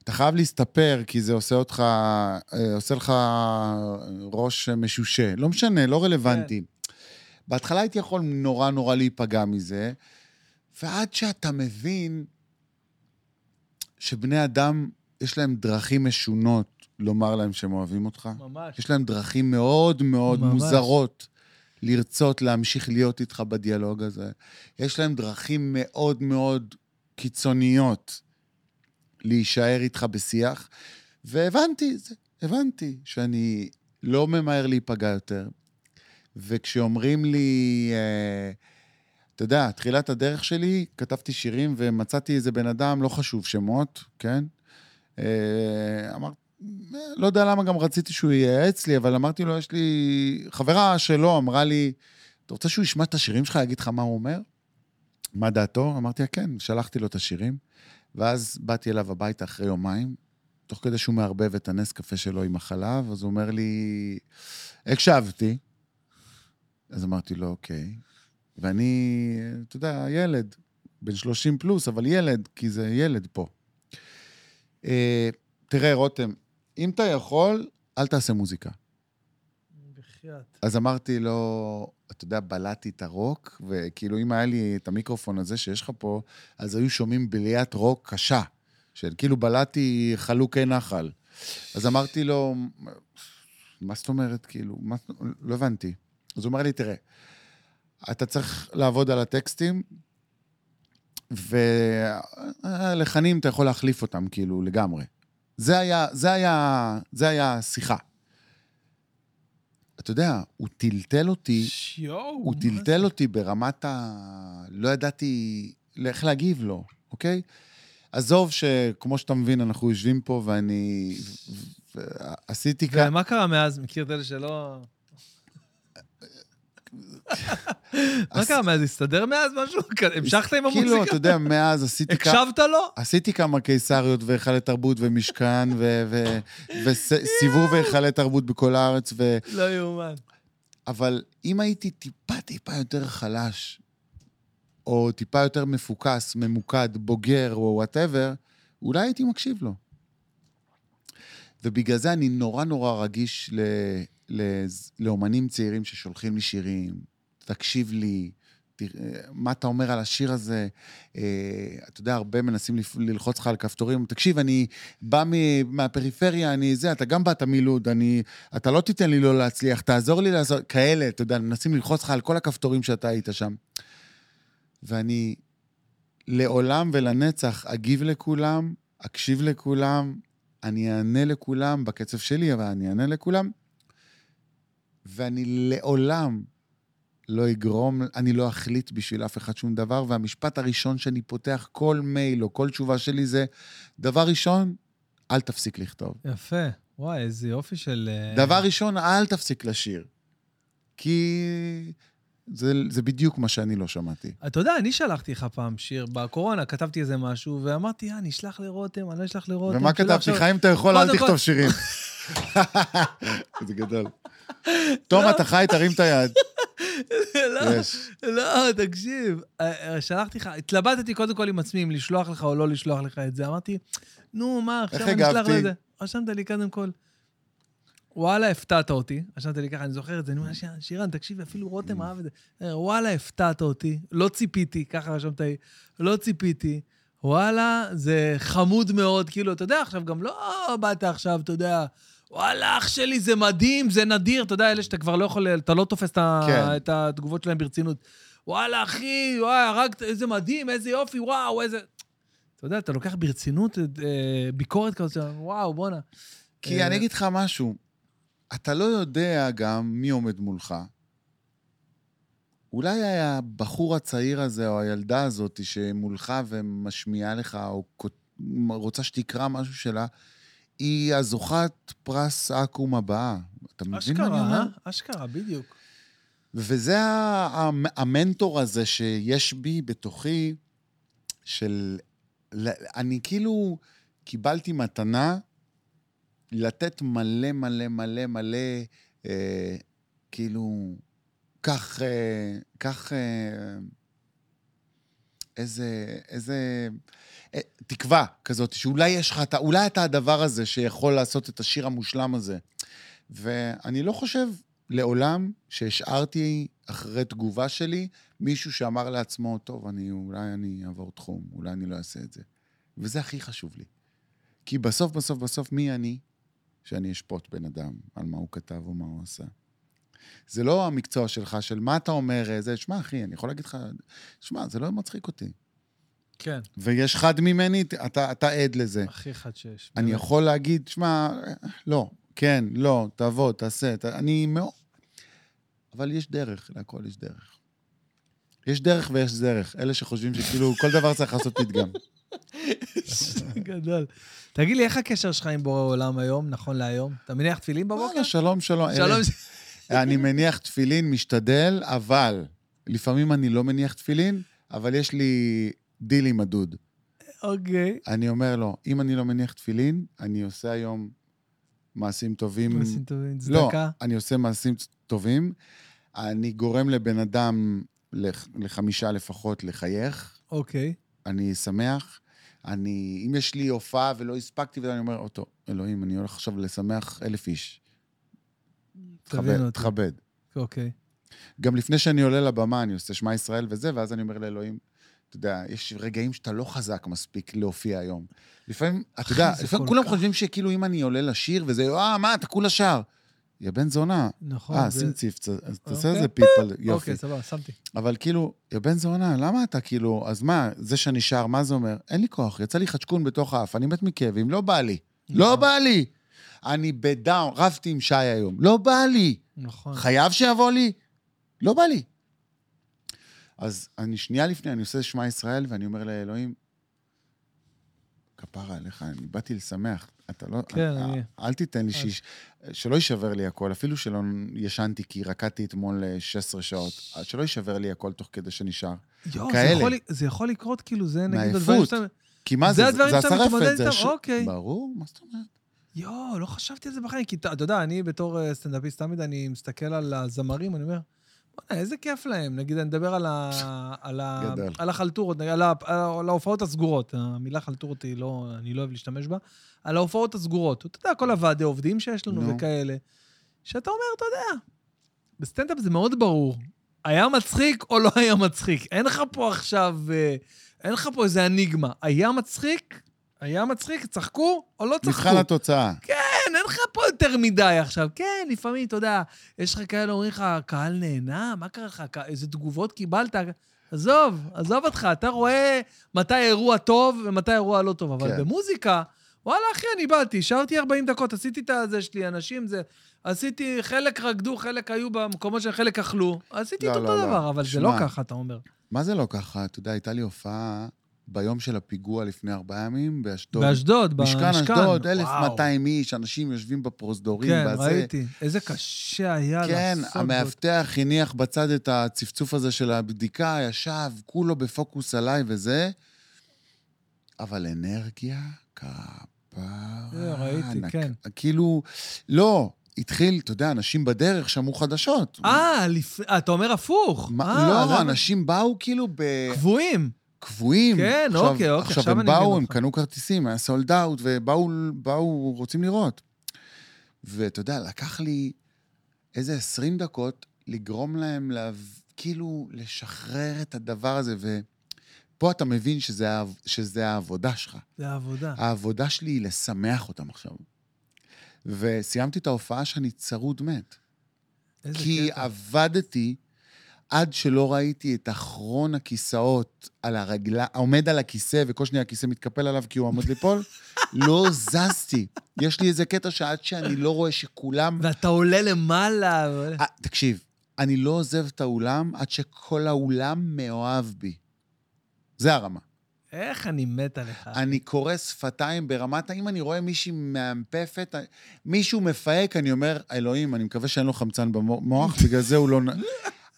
אתה חייב להסתפר, כי זה עושה אותך, אה, עושה לך אה, ראש משושה. לא משנה, לא רלוונטי. בהתחלה הייתי יכול נורא נורא להיפגע מזה, ועד שאתה מבין שבני אדם, יש להם דרכים משונות לומר להם שהם אוהבים אותך. ממש. יש להם דרכים מאוד מאוד ממש. ממש. מוזרות לרצות להמשיך להיות איתך בדיאלוג הזה. יש להם דרכים מאוד מאוד קיצוניות להישאר איתך בשיח, והבנתי את זה, הבנתי שאני לא ממהר להיפגע יותר. וכשאומרים לי, אה, אתה יודע, תחילת הדרך שלי, כתבתי שירים ומצאתי איזה בן אדם, לא חשוב שמות, כן? אה, אמר, לא יודע למה גם רציתי שהוא ייעץ לי, אבל אמרתי לו, יש לי... חברה שלו אמרה לי, אתה רוצה שהוא ישמע את השירים שלך, יגיד לך מה הוא אומר? מה דעתו? אמרתי לה, כן, שלחתי לו את השירים. ואז באתי אליו הביתה אחרי יומיים, תוך כדי שהוא מערבב את הנס קפה שלו עם החלב, אז הוא אומר לי, הקשבתי. אז אמרתי לו, אוקיי. ואני, אתה יודע, ילד, בן 30 פלוס, אבל ילד, כי זה ילד פה. אה, תראה, רותם, אם אתה יכול, אל תעשה מוזיקה. בחייאת. אז אמרתי לו, אתה יודע, בלעתי את הרוק, וכאילו, אם היה לי את המיקרופון הזה שיש לך פה, אז היו שומעים בליית רוק קשה, של כאילו בלעתי חלוקי נחל. אז אמרתי לו, מה זאת אומרת, כאילו, מה, זאת- לא הבנתי. אז הוא אומר לי, תראה, אתה צריך לעבוד על הטקסטים, ולחנים אתה יכול להחליף אותם, כאילו, לגמרי. זה היה, זה היה, זה היה השיחה. אתה יודע, הוא טלטל אותי, יואו. הוא מה טלטל זה? אותי ברמת ה... לא ידעתי איך להגיב לו, אוקיי? עזוב שכמו שאתה מבין, אנחנו יושבים פה ואני... ו- ו- עשיתי כאן... ומה קרה מאז? מכיר את אלה שלא... מה עש- קרה מאז? הסתדר מאז משהו? המשכת עם כאילו, אתה המוזיקה? יודע, מאז עשיתי כמה... הקשבת לו? עשיתי כמה קיסריות והיכלי תרבות ומשכן וסיבוב והיכלי תרבות בכל הארץ, ו... לא יאומן. אבל אם הייתי טיפה טיפה יותר חלש, או טיפה יותר מפוקס, ממוקד, בוגר או וואטאבר, אולי הייתי מקשיב לו. ובגלל זה אני נורא נורא רגיש ל, ל, לאומנים צעירים ששולחים לי שירים, תקשיב לי, תראה, מה אתה אומר על השיר הזה? אה, אתה יודע, הרבה מנסים לפ- ללחוץ לך על כפתורים, תקשיב, אני בא מ- מהפריפריה, אני זה, אתה גם באת מלוד, אני, אתה לא תיתן לי לא להצליח, תעזור לי לעשות, כאלה, אתה יודע, מנסים ללחוץ לך על כל הכפתורים שאתה היית שם. ואני לעולם ולנצח אגיב לכולם, אקשיב לכולם, אני אענה לכולם בקצב שלי, אבל אני אענה לכולם, ואני לעולם לא אגרום, אני לא אחליט בשביל אף אחד שום דבר, והמשפט הראשון שאני פותח כל מייל או כל תשובה שלי זה, דבר ראשון, אל תפסיק לכתוב. יפה. וואי, איזה יופי של... אה, כן. דבר ראשון, אל תפסיק לשיר. כי זה, זה בדיוק מה שאני לא שמעתי. אתה יודע, אני שלחתי לך פעם שיר בקורונה, כתבתי איזה משהו, ואמרתי, אה, אני אשלח לרותם, אני לא אשלח לרותם. ומה שלא כתבתי? עכשיו- חיים, אתה יכול, אל קודם כל- תכתוב שירים. זה גדול. תום, אתה חי, תרים את היד. לא, יש. לא, תקשיב. אה, אה, שלחתי לך, התלבטתי קודם כל עם עצמי אם לשלוח לך או לא לשלוח לך את זה. אמרתי, נו, מה, עכשיו אני אשלח הגבתי? לזה. רשמת לי קודם כל. וואלה, הפתעת אותי. רשמתי לי ככה, אני זוכר את זה, אני אומר, "שיר- שירן, תקשיב, אפילו Mm. רותם אהב את זה. אה, וואלה, הפתעת אותי, לא ציפיתי, ככה רשמת לי, לא ציפיתי. וואלה, זה חמוד מאוד, כאילו, אתה יודע, עכשיו גם לא באת עכשיו, אתה יודע, וואלה, אח שלי, זה מדהים, זה נדיר, אתה יודע, אלה שאתה כבר לא יכול, אתה לא תופס את, ה- כן. את התגובות שלהם ברצינות. וואלה, אחי, וואי, הרגת, איזה מדהים, איזה יופי, וואו, איזה... אתה יודע, אתה לוקח ברצינות את, אה, ביקורת כזאת, וואו, בואנה. כי אה, אני אגיד לך משהו, אתה לא יודע גם מי עומד מולך. אולי הבחור הצעיר הזה או הילדה הזאת שמולך ומשמיעה לך או כות- רוצה שתקרא משהו שלה, היא הזוכת פרס אקו"ם הבאה. אתה מבין מה אני אשכרה, אומר? אה? אשכרה, בדיוק. וזה ה- המ- המנטור הזה שיש בי בתוכי, של... ל- אני כאילו קיבלתי מתנה לתת מלא מלא מלא מלא, אה, כאילו, כך, אה, כך, אה, איזה, איזה, אה, תקווה כזאת, שאולי יש לך, אתה- אולי אתה הדבר הזה שיכול לעשות את השיר המושלם הזה. ואני לא חושב לעולם שהשארתי אחרי תגובה שלי מישהו שאמר לעצמו, טוב, אני, אולי אני אעבור תחום, אולי אני לא אעשה את זה. וזה הכי חשוב לי. כי בסוף, בסוף, בסוף, מי אני שאני אשפוט בן אדם על מה הוא כתב או מה הוא עשה? זה לא המקצוע שלך, של מה אתה אומר, אה, זה, שמע, אחי, אני יכול להגיד לך, שמע, זה לא מצחיק אותי. כן, ויש חד ממני, אתה, אתה עד לזה. הכי חד שיש. כן. אני באמת. יכול להגיד, שמע, לא, כן, לא, תעבוד, תעשה, ת... אני מאוד... אבל יש דרך, להכל יש דרך. יש דרך ויש דרך. אלה שחושבים שכאילו כל דבר צריך לעשות פתגם. גדול. תגיד לי, איך הקשר שלך עם בורא עולם היום, נכון להיום? אתה מניח תפילין בבוקר? וואלה, שלום, שלום. שלום. אלה, אני מניח תפילין, משתדל, אבל לפעמים אני לא מניח תפילין, אבל יש לי דיל עם הדוד. אוקיי. אני אומר לו, אם אני לא מניח תפילין, אני עושה היום מעשים טובים עושים טובים, לא, צדקה. אני עושה מעשים טובים. אני גורם לבן אדם, לח- לחמישה לפחות, לחייך. אוקיי. אני שמח. אני, אם יש לי הופעה ולא הספקתי, ואני אומר, אותו, אלוהים, אני הולך עכשיו לשמח אלף איש. תבין תכבד, אותי. תכבד. אוקיי. גם לפני שאני עולה לבמה, אני עושה שמע ישראל וזה, ואז אני אומר לאלוהים, אתה יודע, יש רגעים שאתה לא חזק מספיק להופיע היום. לפעמים, אתה אחי, יודע, זה לפעמים כל כולם כך- חושבים שכאילו אם אני עולה לשיר וזה, אה, מה, אתה כולה שר. יא בן זונה, נכון. אה, זה- שים ציפ, אז תעשה אוקיי. איזה פיפ על יופי. אוקיי, סבבה, שמתי. אבל כאילו, יא בן זונה, למה אתה כאילו, אז מה, זה שאני שר, מה זה אומר? אין לי כוח, יצא לי חשקון בתוך האף, אני מת מכאבים, לא בא לי. לא נכון, בא לי. אני בדאון, רבתי עם שי היום, לא בא לי. נכון. חייב שיבוא לי? לא בא לי. אז אני שנייה לפני, אני עושה שמע ישראל, ואני אומר לאלוהים, כפרה עליך, אני באתי לשמח. אתה לא... כן, אה, אני- אל תיתן לי אז- שיש... שלא יישבר לי הכל, אפילו שלא ישנתי, כי רקדתי אתמול אה, 16 שעות. אז שלא יישבר לי הכל תוך כדי שנשאר. יואו, זה כאלה. יכול לי- זה יכול לקרות, כאילו, זה נגיד מעייפות. הדברים שאתה... כי מה זה זה? הדברים שאתה הסרעפת, מתמודד זה איתם, הש- אוקיי. ברור, מה זאת אומרת? יואו, לא חשבתי על זה בחיים, כי אתה אתה יודע, אני בתור אה, סטנדאפיסט תמיד, אני מסתכל על הזמרים, אני אומר, בוא'נה, איזה כיף להם. נגיד, אני מדבר על, ה... על, ה... גדל. על החלטורות, נגיד, על, ה... על ההופעות הסגורות. המילה חלטורות היא לא, אני לא אוהב להשתמש בה. על ההופעות הסגורות. אתה יודע, כל הוועדי עובדים שיש לנו נו. וכאלה, שאתה אומר, אתה יודע, בסטנדאפ זה מאוד ברור. היה מצחיק או לא היה מצחיק? אין לך פה עכשיו, אה, אין לך פה איזה אניגמה. היה מצחיק? היה מצחיק? צחקו או לא צחקו? מבחן התוצאה. כן, אין לך פה יותר מדי עכשיו. כן, לפעמים, אתה יודע, יש לך כאלה אומרים לך, הקהל נהנה, מה קרה לך? הקה- איזה תגובות קיבלת? עזוב, עזוב אותך, אתה רואה מתי האירוע טוב ומתי האירוע לא טוב, אבל כן. במוזיקה, וואלה, אחי, אני באתי, שרתי 40 דקות, עשיתי את הזה שלי, אנשים זה... עשיתי, חלק רקדו, חלק היו במקומות שחלק אכלו. עשיתי לא, את לא, אותו לא. דבר, אבל זה שמע. לא ככה, אתה אומר. מה זה לא ככה? אתה יודע, הייתה לי הופעה ביום של הפיגוע לפני ארבעה ימים באשדוד. באשדוד, במשכן. משכן אשדוד, וואו. 1200 איש, אנשים יושבים בפרוזדורים, כן, בזה. ראיתי. איזה קשה היה לעשות כן, זאת. המאבטח הניח בצד את הצפצוף הזה של הבדיקה, ישב, כולו בפוקוס עליי וזה, אבל אנרגיה, זה, כפרה. ראיתי, ענק. כן. כאילו, לא, התחיל, אתה יודע, אנשים בדרך שמעו חדשות. אה, לפ... אה, אתה אומר הפוך. מה- אה, לא, למה? אנשים באו כאילו ב... קבועים. קבועים. כן, עכשיו, אוקיי, אוקיי, עכשיו עכשיו הם אני מבין באו, הם אותך. קנו כרטיסים, היה סולד אאוט, ובאו באו, רוצים לראות. ואתה יודע, לקח לי איזה 20 דקות לגרום להם להב... כאילו לשחרר את הדבר הזה, ופה אתה מבין שזה, ה- שזה העבודה שלך. זה העבודה. העבודה שלי היא לשמח אותם עכשיו. וסיימתי את ההופעה שאני צרוד מת. איזה כי קטע. עבדתי עד שלא ראיתי את אחרון הכיסאות על הרגלה, עומד על הכיסא, וכל שניה הכיסא מתקפל עליו כי הוא עומד ליפול, לא זזתי. יש לי איזה קטע שעד שאני לא רואה שכולם... ואתה עולה למעלה. ועולה- 아, תקשיב, אני לא עוזב את האולם עד שכל האולם מאוהב בי. זה הרמה. איך אני מת עליך. אני קורא שפתיים ברמת, אם אני רואה מישהי מאמפפת, מישהו מפהק, אני אומר, אלוהים, אני מקווה שאין לו חמצן במוח, בגלל זה הוא לא... נ-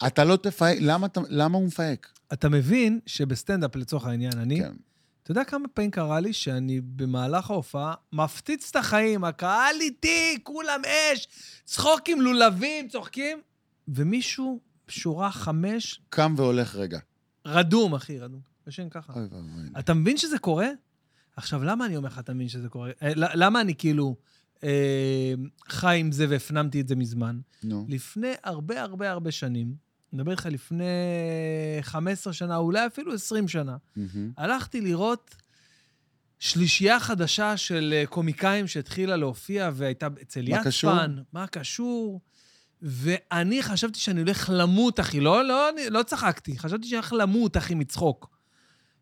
אתה לא תפהק, למה, אתה- למה הוא מפהק? אתה מבין שבסטנדאפ, לצורך העניין, אני, כן. אתה יודע כמה פעמים קרה לי שאני במהלך ההופעה מפציץ את החיים, הקהל איתי, כולם אש, צחוקים, לולבים, צוחקים, ומישהו, שורה חמש, קם והולך רגע. רדום, אחי, רדום. ישן ככה. אוי ואבוי. אתה מבין שזה קורה? עכשיו, למה אני אומר לך, אתה מבין שזה קורה? אה, ל- למה אני כאילו אה, חי עם זה והפנמתי את זה מזמן? נו. לפני הרבה הרבה הרבה שנים, אני מדבר איתך לפני 15 שנה, אולי אפילו 20 שנה, מהמם. הלכתי לראות שלישייה חדשה של אה, קומיקאים שהתחילה להופיע והייתה אצל מה קשור? יצפן. מה קשור? ואני חשבתי שאני הולך למות, אחי. לא, לא, אני- לא צחקתי. חשבתי שאני הולך למות, אחי, מצחוק.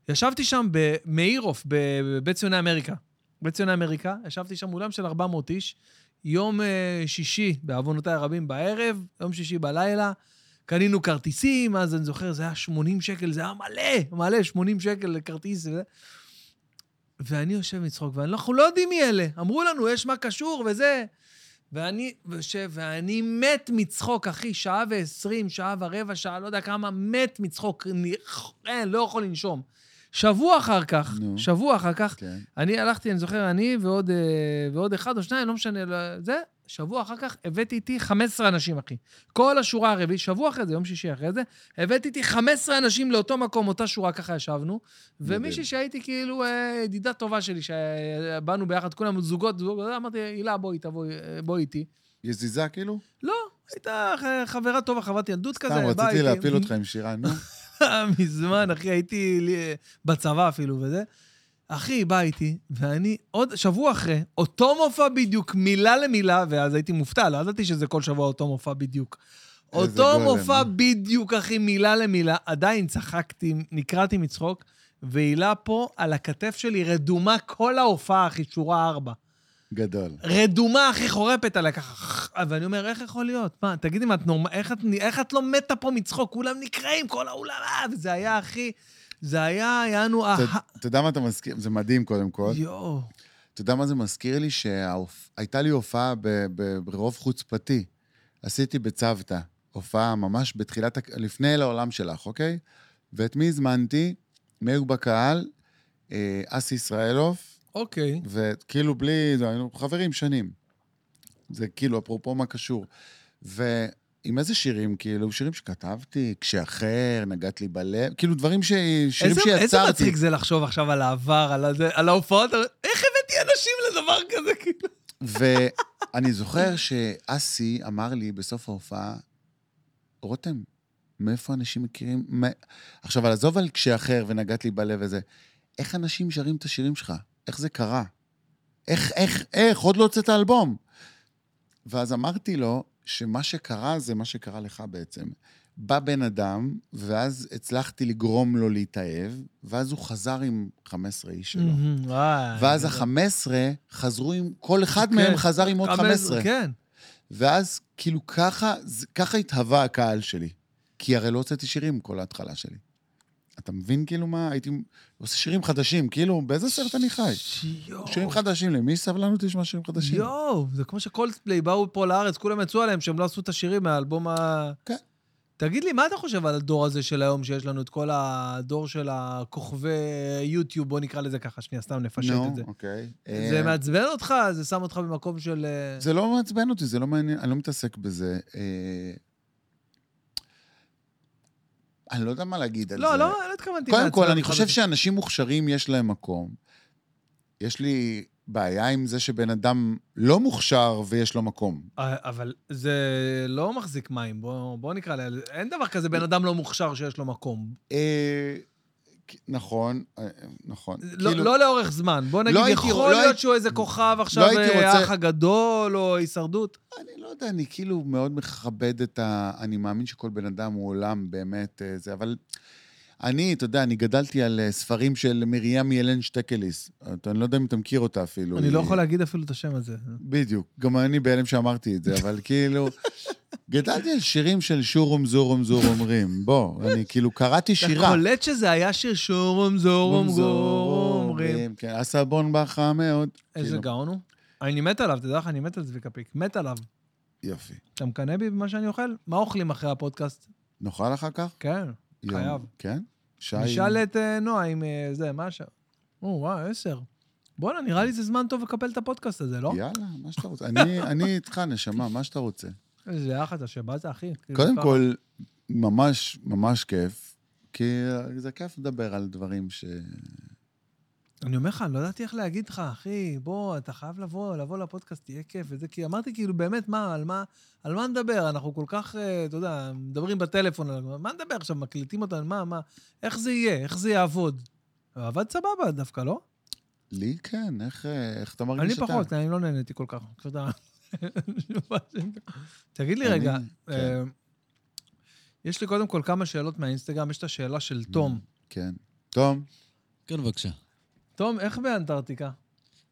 ישבתי שם במאירוף, בבית ציוני אמריקה. בית ציוני אמריקה, ישבתי שם אולם של 400 איש, יום אה, שישי, בעוונותיי הרבים, בערב, יום שישי בלילה. קנינו כרטיסים, אז אני זוכר, זה היה 80 שקל, זה היה מלא, מלא, 80 שקל לכרטיס וזה. ואני יושב מצחוק, ואנחנו לא יודעים מי אלה. אמרו לנו, יש מה קשור וזה. ואני, וש, ואני מת מצחוק, אחי, שעה ועשרים, שעה ורבע, שעה, לא יודע כמה, מת מצחוק. אני, אין, לא יכול לנשום. שבוע אחר כך, נו. שבוע אחר כך, כן. אני הלכתי, אני זוכר, אני ועוד, אה, ועוד אחד או שניים, לא משנה, לא- זה, שבוע אחר כך הבאתי איתי 15 אנשים, אחי. כל השורה הרביעית, שבוע אחרי זה, יום שישי אחרי זה, הבאתי איתי 15 אנשים לאותו מקום, אותה שורה, ככה ישבנו, מדהים. ומישהי שהייתי כאילו אה, ידידה טובה שלי, שבאנו ביחד, כולם זוגות, זוג, אמרתי, הילה, בואי, תבואי, אה, בואי איתי. יש זיזה כאילו? לא, הייתה ח- חברה טובה, חברת ילדות כזה, כן. סתם, באה רציתי איתי. להפיל אותך עם שירה, נו. מזמן, אחי, הייתי לי- בצבא אפילו וזה. אחי בא איתי, ואני עוד שבוע אחרי, אותו מופע בדיוק, מילה למילה, ואז הייתי מופתע, לא ידעתי שזה כל שבוע אותו מופע בדיוק. איזה אותו גולם. אה? מופע בדיוק, אחי, מילה למילה, עדיין צחקתי, נקרעתי מצחוק, והילה פה על הכתף שלי רדומה כל ההופעה, אחי, שורה ארבע. גדול. רדומה, אחי, חורפת עליה ככה. ואני אומר, איך יכול להיות? מה, תגידי, מה, את נורמ... איך, את... איך את לא מתה פה מצחוק? כולם נקרעים, כל האולם... אה, וזה היה, אחי... זה היה, יענו... אתה- אה... אתה יודע מה אתה מזכיר? זה מדהים קודם כל. יואו. אתה יודע מה זה מזכיר לי? שהייתה לי הופעה ב- ב- ברוב חוצפתי. עשיתי בצוותא, הופעה ממש בתחילת, הק- לפני לעולם שלך, אוקיי? ואת מי הזמנתי? מי היו בקהל? אה, אסי ישראלוף, אוקיי. וכאילו בלי, זה, היינו חברים שנים. זה כאילו, אפרופו מה קשור. ועם איזה שירים, כאילו, שירים שכתבתי, כשאחר, נגעת לי בלב, כאילו דברים ש... שירים איזה, שיצרתי. איזה מצחיק זה לחשוב עכשיו על העבר, על, הזה, על ההופעות. איך הבאתי אנשים לדבר כזה, כאילו? ואני זוכר שאסי אמר לי בסוף ההופעה, רותם, מאיפה אנשים מכירים... מה... עכשיו, על עזוב על כשאחר ונגעת לי בלב וזה, איך אנשים שרים את השירים שלך? איך זה קרה? איך, איך, איך? עוד לא הוצאת אלבום. ואז אמרתי לו שמה שקרה זה מה שקרה לך בעצם. בא בן אדם, ואז הצלחתי לגרום לו להתאהב, ואז הוא חזר עם 15 איש שלו. וואי. ואז ה-15 חזרו עם, כל אחד מהם לא- כן. חזר עם עוד 15. כן. ואז כאילו ככה, זה- ככה התהווה הקהל שלי. כי הרי לא הוצאתי שירים כל ההתחלה שלי. אתה מבין כאילו מה? הייתי עושה שירים חדשים, כאילו, באיזה סרט אני חי? יואו. שירים חדשים, למי יש סבלנות לשמוע שירים חדשים? יואו, זה כמו שקולדפליי באו פה לארץ, כולם יצאו עליהם שהם לא עשו את השירים מהאלבום ה... כן. תגיד לי, מה אתה חושב על הדור הזה של היום, שיש לנו את כל הדור של הכוכבי יוטיוב, בוא נקרא לזה ככה, שנייה, סתם נפשט נו, את זה. אוקיי. זה אה, מעצבן אותך? זה שם אותך במקום של... אה, זה לא מעצבן אותי, זה לא מעניין, אני לא מתעסק בזה. אה, אני לא יודע מה להגיד על זה. לא, לא, לא התכוונתי קודם לעצבן כל, אני אותך חושב בזה. שאנשים מוכשרים יש להם מקום. יש לי בעיה עם זה שבן אדם לא מוכשר ויש לו מקום. אה, אבל זה לא מחזיק מים, בוא, בוא נקרא לזה. אין דבר כזה בן אדם לא מוכשר שיש לו מקום. אה, כ- נכון, אה, נכון. לא, כאילו- לא לאורך זמן. בוא נגיד, הייתי- יכול לא להיות הייתי- שהוא איזה כוכב עכשיו, הייתי אה, רוצה- האח הגדול או הישרדות. אני לא יודע, אני כאילו מאוד מכבד את ה... אני מאמין שכל בן אדם הוא עולם באמת אה, זה, אבל אני, אתה יודע, אני גדלתי על אה, ספרים של מרים ילן שטקליס. אתה- אני לא יודע אם אתה מכיר אותה אפילו. אני היא- לא יכול להגיד אפילו את השם הזה. בדיוק. גם אני בהלם שאמרתי את זה, אבל כאילו... גדלתי על שירים של שורום זורום זורום רים. בוא, אני כאילו קראתי אתה שירה. קולט שזה היה שיר שורום זורום גורום רים. כן, הסבון בחר מאוד. איזה כאילו, גאון הוא. אני מת עליו, תדע לך, אני מת על צביקה פיק. מת עליו. יופי. אתה מקנא בי במה שאני אוכל? מה אוכלים אחרי הפודקאסט? נאכל אחר כך? כן. יום- חייב. כן? שי... נשאל את אה, נועה אם אה, זה, מה ש... או, וואו, עשר. בואנה, נראה לי זה זמן טוב לקפל את הפודקאסט הזה, לא? יאללה, מה שאתה רוצה. אני, אני איתך, נשמה, מה שאתה רוצה. איזה אח אתה שבאת, אחי. כאילו, קודם ככה. כל, ממש, ממש כיף, כי זה כיף לדבר על דברים ש... אני אומר לך, אני לא ידעתי איך להגיד לך, אחי, בוא, אתה חייב לבוא, לבוא לפודקאסט, תהיה כיף וזה, כי אמרתי, כאילו, באמת, מה, על מה, על מה נדבר? אנחנו כל כך, אה, אתה יודע, מדברים בטלפון, על מה נדבר עכשיו, מקליטים אותנו, מה, מה, איך זה יהיה, איך זה יעבוד? עבד סבבה דווקא, לא? לי כן, איך, אה, איך אתה אני מרגיש שאתה... פחות, אני לא נהניתי כל כך. תודה. תגיד לי אני- רגע, כן. אה, יש לי קודם כל כמה שאלות מהאינסטגרם, יש את השאלה של תום. כן. תום, כן, בבקשה. תום, איך באנטארקטיקה?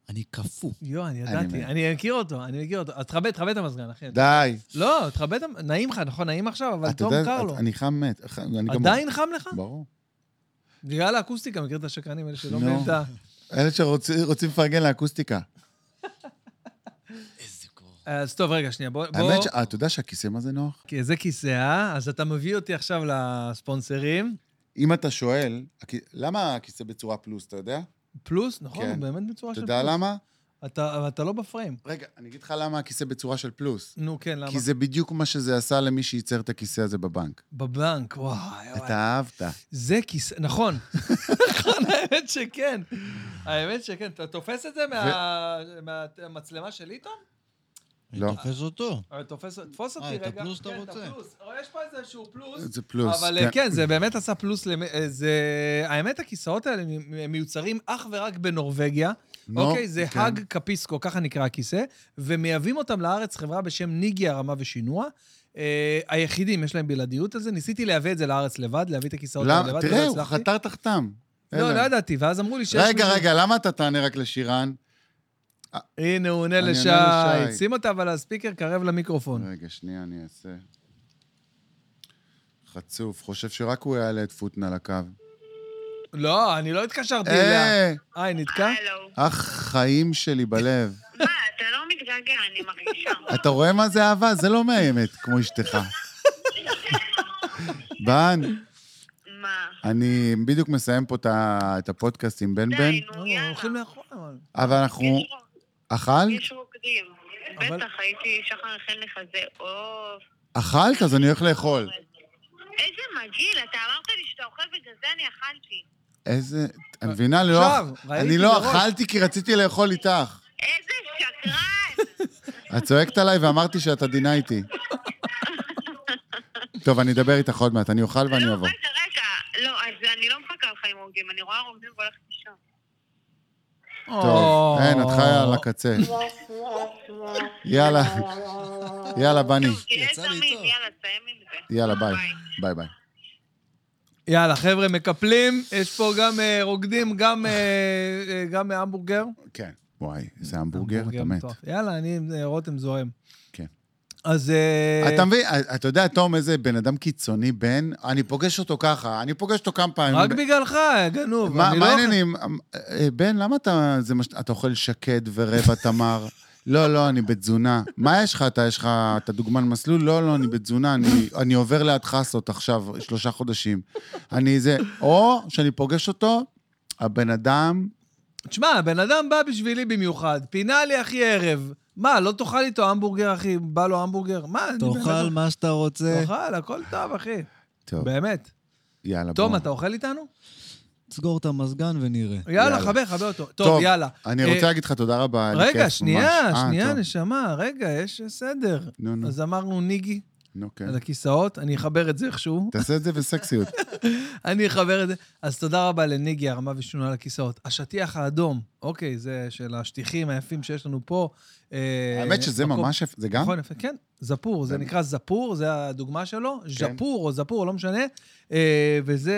אני קפוא. יואו, אני אני ידעתי, מת. אני מכיר אותו, אני מכיר אותו. אז תכבה, תכבה את המזגן, אחי. די. לא, תכבה את המ... נעים לך, נכון? נעים עכשיו, אבל אתה תום יודע, קר את- לו. אני חם מת. ח- אני גם- עדיין לא? חם לך? ברור. בגלל האקוסטיקה, מכיר את השקרנים האלה שלא נו. מבינים את ה... אלה שרוצים רוצים לפרגן לאקוסטיקה. איזה קור. אז טוב, רגע, שנייה, בוא... בוא- האמת ש... אה, אתה יודע שהכיסא מה זה נוח? כי זה כיסא, אה? אז אתה מביא אותי עכשיו לספונסרים. אם אתה שואל, הכ- למה הכיסא בצורה פלוס, אתה יודע? פלוס, נכון, כן. הוא באמת בצורה אתה של יודע פלוס. למה? אתה, אבל אתה לא בפריים. רגע, אני אגיד לך למה הכיסא בצורה של פלוס. נו, כן, למה? כי זה בדיוק מה שזה עשה למי שייצר את הכיסא הזה בבנק. בבנק, וואי, וואי. אתה אהבת. זה כיסא, נכון. נכון, האמת שכן. האמת שכן. אתה תופס את זה מה- מהמצלמה שלי, תום? לא. אני תופס אותו. אבל תופס, תפוס אותי אה, את רגע. הפלוס אתה כן, רוצה? הפלוס. אבל יש פה איזשהו פלוס. זה פלוס. אבל אה, כן, זה באמת עשה פלוס. למ- אה, זה... האמת, הכיסאות האלה מ- מ- מיוצרים אך ורק בנורבגיה. נו, אוקיי, זה כן. האג קפיסקו, ככה נקרא הכיסא, ומייבאים אותם לארץ חברה בשם ניגי הרמה ושינוע. אה, היחידים, יש להם בלעדיות על זה. ניסיתי לייבא את זה לארץ לבד, להביא את הכיסאות האלה למה? לבד, לא, תראה, ולא הוא הצלחתי. חתר תחתם. לא, אלה. לא ידעתי, ואז אמרו לי שיש... רגע, מישהו- רגע, למה אתה תענה רק לשירן? הנה, הוא עונה אני לשי. עונה לשי. אה. שים אותה אבל על הספיקר, קרב למיקרופון. רגע, שנייה, אני אעשה. חצוף, חושב שרק הוא יעלה את פוטנה לקו. לא, אני לא התקשרתי אליה. אה, אה, היא נתקעה? הלו. אך חיים שלי בלב. מה, אתה לא מתגעגע, אני מרגישה. אתה רואה מה זה אהבה? זה לא מאיימת, כמו אשתך. בן, מה? אני בדיוק מסיים פה את ה- את הפודקאסט עם בן בן, די, נו, לא, הולכים יאללה. לאכול. אבל. אבל אנחנו... יש רוק- אכל? יש רוקדים. אבל- בטח, הייתי שחר החן לך זה עוף. אכלת, אז אני הולך לאכול. איזה מגעיל, אתה אמרת לי שאתה אוכל, בגלל זה אני אכלתי. איזה... את מבינה? אני לא- עכשיו, ראיתי אני לא מראש. אכלתי כי רציתי לאכול איתך. איזה שקרן! את צועקת עליי ואמרתי שאת עדינה איתי. טוב, אני אדבר איתך עוד מעט, אני אוכל ואני לא, אבוא. רגע, רגע. לא, אז אני לא מחכה לך עם רוקדים, אני רואה רוקדים והולכת לישון. טוב, אין, את חיה על הקצה. יאללה, יאללה, בני. טוב, תהיה יצא לי זמין, טוב. יאללה, תסיים עם זה. יאללה, ביי. ביי ביי. יאללה, חבר'ה, מקפלים. יש פה גם אה, רוקדים, גם, אה, אה, גם מהמבורגר. כן. וואי, איזה המבורגר, אתה מת. מטורף. יאללה, אני עם אה, רותם זוהם. כן. אז... אה, אתה מבין, אתה יודע, תום, איזה בן אדם קיצוני, בן, אני פוגש אותו ככה, אני פוגש אותו כמה פעמים. רק בגללך, גנוב. מה אני מה לא- העניינים? אה, בן, למה אתה זה מה ש- אתה אוכל שקד ורבע תמר? לא, לא, אני בתזונה. מה יש לך? אתה, יש לך, אתה דוגמן מסלול? לא, לא, אני בתזונה, אני, אני עובר ליד חסות עכשיו, שלושה חודשים. אני זה, או שאני פוגש אותו, הבן אדם, תשמע, הבן אדם בא בשבילי במיוחד, פינה לי אחי ערב. מה, לא תאכל איתו המבורגר, אחי? בא לו המבורגר? מה, אני בן תאכל אה. אדם- מה שאתה רוצה. תאכל, הכל טוב, אחי. טוב, באמת. יאללה, תום, בוא. אתה אוכל איתנו? סגור את המזגן ונראה. יאללה, יאללה. חבר, חבר אותו. טוב, טוב, יאללה. אני אה, רוצה להגיד לך תודה רבה. היה לי כיף רגע, ממש. שנייה, אה, שנייה, טוב. נשמה, רגע, יש סדר. נו, נו, אז אמרנו ניגי נו, כן. על הכיסאות, אני אחבר את זה איכשהו. תעשה את זה בסקסיות. אני אחבר את זה. אז תודה רבה לניגי, הרמה ושונה על הכיסאות. השטיח האדום, אוקיי, זה של השטיחים היפים שיש לנו פה. אה, האמת שזה מקום- ממש יפה, זה גם? נכון, יפה, כן, זפור, זה כן. נקרא זפור, זה הדוגמה שלו, ז'פור או זפור, לא משנה. אה, וזה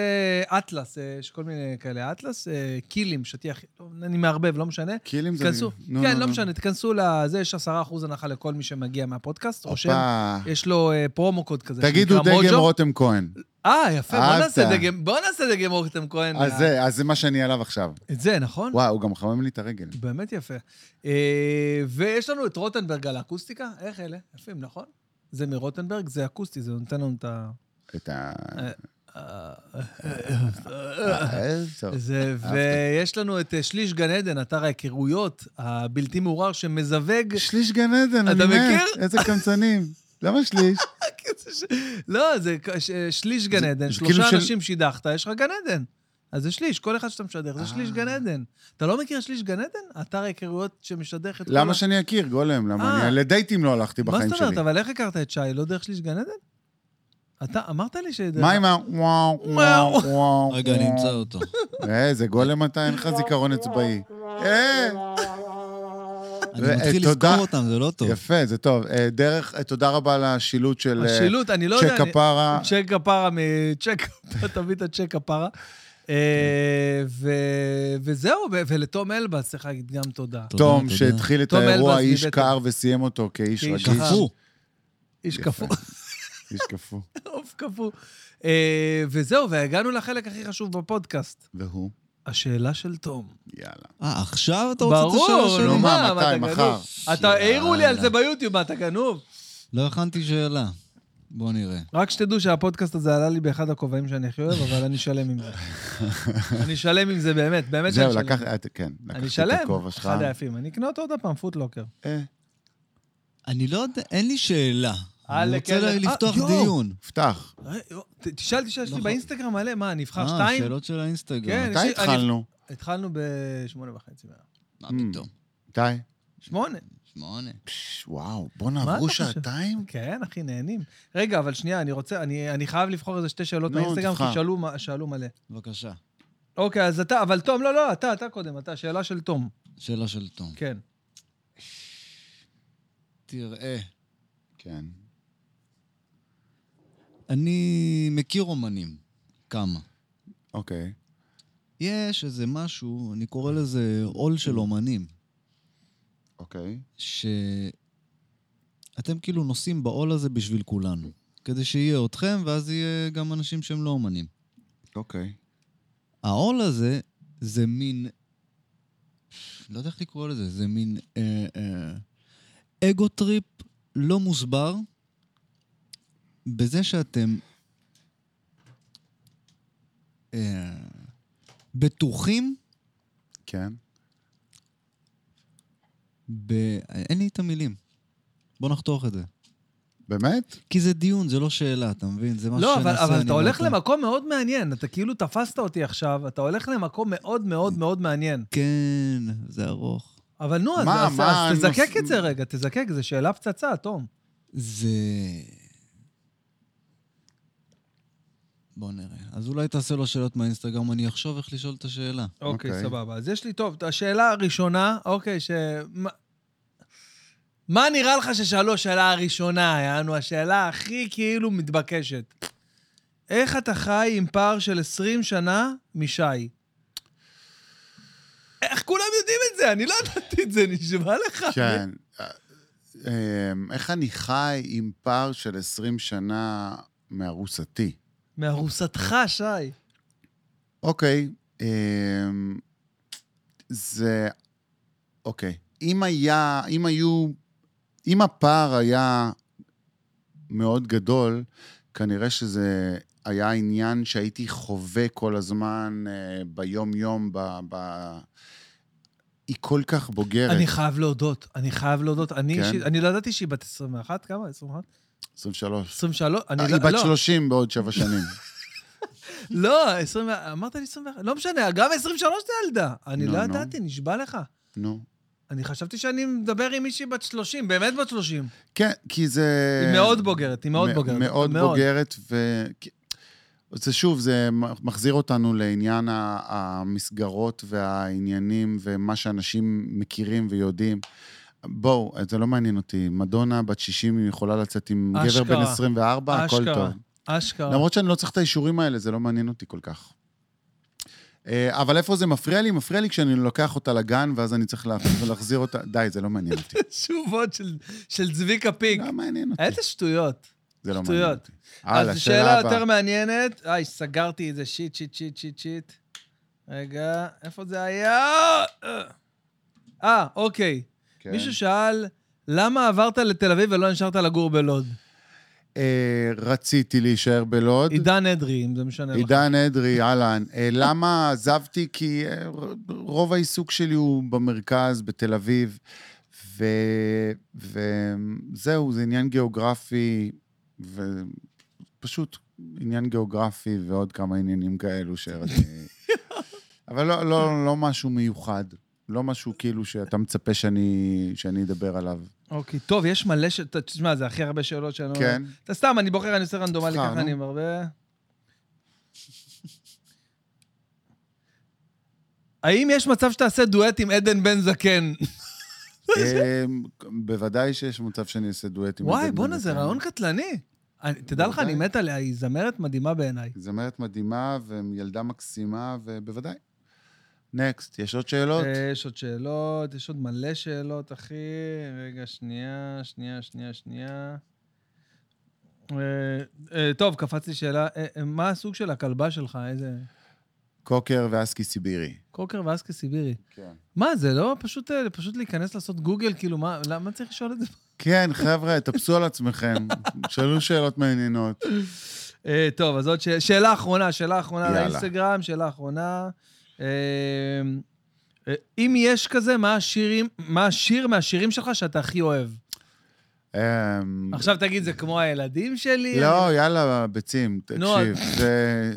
אטלס, אה, יש כל מיני כאלה אטלס, אה, קילים, שטיח, אני מערבב, לא משנה. קילים זה... תיכנסו, נו, כן, נו, לא נו. משנה, תיכנסו לזה, יש 10% הנחה לכל מי שמגיע מהפודקאסט, רושם, הופה. יש לו אה, פרומו קוד כזה. תגידו שנקרא דגם מוג'ו. רותם כהן. אה, יפה, בוא אהבת. נעשה דגם, בוא נעשה דגם רותם כהן. אז זה, אז זה מה שאני עליו עכשיו. את זה, נכון? וואו, הוא גם מחמם לי את הרגל. באמת יפה. אה, ויש לנו את רוטנברג על האקוסטיקה, איך אלה? יפים, נכון? זה מרוטנברג, זה אקוסטי, זה נותן לנו את ה... את ה... אה, אה, טוב. זה, אהבתי. ויש לנו את אה, שליש גן עדן, אתר ההיכרויות הבלתי מעורער שמזווג שליש גן עדן, אני אה. אתה מת. מכיר? איזה קמצנים. למה שליש? זה ש- לא, זה כ- ש- שליש גן זה- עדן. זה שלושה כאילו של- אנשים שידכת, יש לך גן עדן. אז זה שליש, כל אחד שאתה משדך, זה שליש אה. גן עדן. אתה לא מכיר שליש גן עדן? אתר ההיכרויות שמשדך את כל... למה ה- שאני אכיר, גולם? למה אה. אני... לדייטים לא הלכתי מה בחיים זאת אומרת? שלי. אבל איך הכרת את שי? לא דרך שליש גן עדן? אתה אמרת לי ש... מה עם ה... וואו, וואו, וואו. וואו. רגע, אני אמצא אותו. אה, איזה גולם אתה, אין לך זיכרון עצבאי. אה, אני אה, מתחיל תודה. לזכור אותם, זה לא טוב. יפה, זה טוב. אה, דרך, אה, תודה רבה על השילוט של... אה, השילוט, אני לא יודע... צ'ק אני- הפרה. צ'ק כפרה מצ'ק, תביא את הצ'ק כפרה. אה, ו- וזהו, ו- ולתום אלבז צריך להגיד גם תודה. תודה, תום, תודה. שהתחיל את תום האירוע אלבז איש מבית- קר וסיים אותו כאיש כאיש רגיש. קפוא. קפוא. איש יפה. קפוא. איש קפוא. עוף קפוא. אה, וזהו, והגענו לחלק הכי חשוב בפודקאסט. והוא? השאלה של תום. יאללה. אה, עכשיו אתה רוצה את השאלה ברור, לא. שלי? נו, נו מה, מה, מתי, מה אתה מחר? גנוב? אתה, העירו לי על זה ביוטיוב, מה, אתה גנוב? לא הכנתי שאלה. בוא נראה. רק שתדעו שהפודקאסט הזה עלה לי באחד הכובעים שאני הכי אוהב, אבל אני שלם עם זה. אני שלם עם זה באמת, באמת שאני זהו, שלם. לקח... את- כן, אני לקחתי את שלם, הכובע שלך. אחד היפים. אני אקנה אותו עוד פעם, פוטלוקר. אה, אני לא יודע, אין לי שאלה. אה, אני רוצה לקרן- ל- אה, לפתוח יואו. דיון. פתח. אה, יו, ת- תשאל, תשאל, יש לי נכון. באינסטגרם מלא, מה, אני אבחר אה, שתיים? שאלות של כן. האינסטגרם. מתי אני- התחלנו? התחלנו בשמונה וחצי. בערב. מה Hmm. פתאום? מתי? שמונה. שמונה. פש, וואו, בואנה, מה עברו אתה חושב? שעתיים? כן, אחי, נהנים. רגע, אבל שנייה, אני רוצה, אני, אני חייב לבחור איזה שתי שאלות נו, מהאינסטגרם, כי תבחר. שאלו, מה- שאלו מלא. בבקשה. אוקיי, אז אתה, אבל תום, לא, לא, אתה, אתה קודם, אתה, שאלה של תום. שאלה של תום. כן. תראה, כן. אני מכיר אומנים. כמה. אוקיי. יש איזה משהו, אני קורא לזה עול Hmm. של אומנים, אוקיי. שאתם כאילו נושאים בעול הזה בשביל כולנו. כדי שיהיה אתכם, ואז יהיה גם אנשים שהם לא אומנים. אוקיי. העול הזה זה מין, לא יודע איך לקרוא לזה, זה מין אה, אה, אגו טריפ לא מוסבר, בזה שאתם אה, בטוחים, כן. ב... אין לי את המילים. בוא נחתוך את זה. באמת? כי זה דיון, זה לא שאלה, אתה מבין? זה משהו לא, אבל, שנעשה, אבל אני אתה הולך ואתה. למקום מאוד מעניין, אתה כאילו תפסת אותי עכשיו, אתה הולך למקום מאוד מאוד מאוד מעניין. כן, זה ארוך. אבל נו, אז, מה, אז, מה אז תזקק הנושא- את זה רגע, תזקק, זו שאלה פצצה, תום. זה... בוא נראה. אז אולי תעשה לו שאלות מהאינסטגרם, אני אחשוב איך לשאול את השאלה. אוקיי, אוקיי. סבבה. אז יש לי, טוב, השאלה הראשונה, אוקיי, ש... מה- מה נראה לך ששאלו השאלה הראשונה, יענו, השאלה הכי כאילו מתבקשת. איך אתה חי עם פער של 20 שנה משי? איך כולם יודעים את זה? אני לא ידעתי את זה, נשבע לך. כן. אה, אה, איך אני חי עם פער של 20 שנה מארוסתי? מארוסתך, שי. אוקיי, אה, זה... אוקיי. אם היה, אם היו, אם הפער היה מאוד גדול, כנראה שזה היה עניין שהייתי חווה כל הזמן אה, ביום-יום, ב... ב... היא כל כך בוגרת. אני חייב להודות, אני חייב להודות. אני כן. אישית- אני לא ידעתי שהיא בת 21, כמה? 21? 23. 23? אני אה, היא לא- בת לא. 30 בעוד שבע שנים. לא, 20, אמרת לי 21, לא משנה, גם 23 אתה ילדה. אני נו, לא נו. ידעתי, נשבע לך. נו. אני חשבתי שאני מדבר עם מישהי בת 30, באמת בת 30. כן, כי זה... היא מאוד בוגרת, היא מאוד מ- בוגרת. מאוד בוגרת, ו... כי- זה שוב, זה מ- מחזיר אותנו לעניין ה- המסגרות והעניינים ומה שאנשים מכירים ויודעים. בואו, זה לא מעניין אותי. מדונה בת 60, היא יכולה לצאת עם גבר אשכרה. בן 24, הכל אשכרה. טוב. אשכרה. למרות שאני לא צריך את האישורים האלה, זה לא מעניין אותי כל כך. אה, אבל איפה זה מפריע לי? מפריע לי כשאני לוקח אותה לגן, ואז אני צריך לה- להחזיר אותה... די, זה לא מעניין אותי. תשובות של- של צביקה פיק. לא מעניין אותי. איזה שטויות. זה לא מעניין שטויות. אותי. אז שאלה יותר מעניינת, איי, סגרתי את זה, שיט, שיט, שיט, שיט, שיט. רגע, איפה זה היה? אה, אוקיי. כן. מישהו שאל, למה עברת לתל אביב ולא נשארת לגור בלוד? אה, רציתי להישאר בלוד. עידן אדרי, אם זה משנה לך. עידן אדרי, אהלן. אה, למה עזבתי? כי אה, ר- רוב העיסוק שלי הוא במרכז, בתל אביב, וזהו, זה עניין גיאוגרפי, ופשוט עניין גיאוגרפי ועוד כמה עניינים כאלו שרציתי... אבל לא, לא, לא משהו מיוחד, לא משהו כאילו שאתה מצפה שאני, שאני אדבר עליו. אוקיי, טוב, יש מלא ש... ת- תשמע, זה הכי הרבה שאלות שאני... לא- כן? אתה סתם, אני בוחר, אני עושה רנדומלי תבחר, ככה, נו. אני מרבה... האם יש מצב שתעשה דואט עם עדן בן זקן? אה, בוודאי שיש מצב שאני אעשה דואט עם... וואי, עדן בואנה, זה בן-זקן. רעיון קטלני. אני- תדע לך, בוודאי. אני מת עליה, היא זמרת מדהימה בעיניי. זמרת מדהימה וילדה מקסימה, ובוודאי. נקסט, יש עוד שאלות? אה, יש עוד שאלות, יש עוד מלא שאלות, אחי. רגע, שנייה, שנייה, שנייה, שנייה. אה, אה, טוב, קפצתי שאלה. אה, אה, מה הסוג של הכלבה שלך? איזה... קוקר ואסקי סיבירי. קוקר ואסקי סיבירי. כן. מה, זה לא פשוט, אה, פשוט להיכנס לעשות גוגל? כאילו, מה, למה צריך לשאול את זה? כן, חבר'ה, תפסו על עצמכם. שאלו שאלות מעניינות. אה, טוב, אז עוד ש... שאלה אחרונה, שאלה אחרונה יאללה. לאינסטגרם, שאלה אחרונה. אה, אה, אם יש כזה, מה, השירים, מה השיר מהשירים שלך שאתה הכי אוהב? אמ, עכשיו תגיד, זה כמו הילדים שלי? לא, יאללה, ביצים, נו, תקשיב. זה...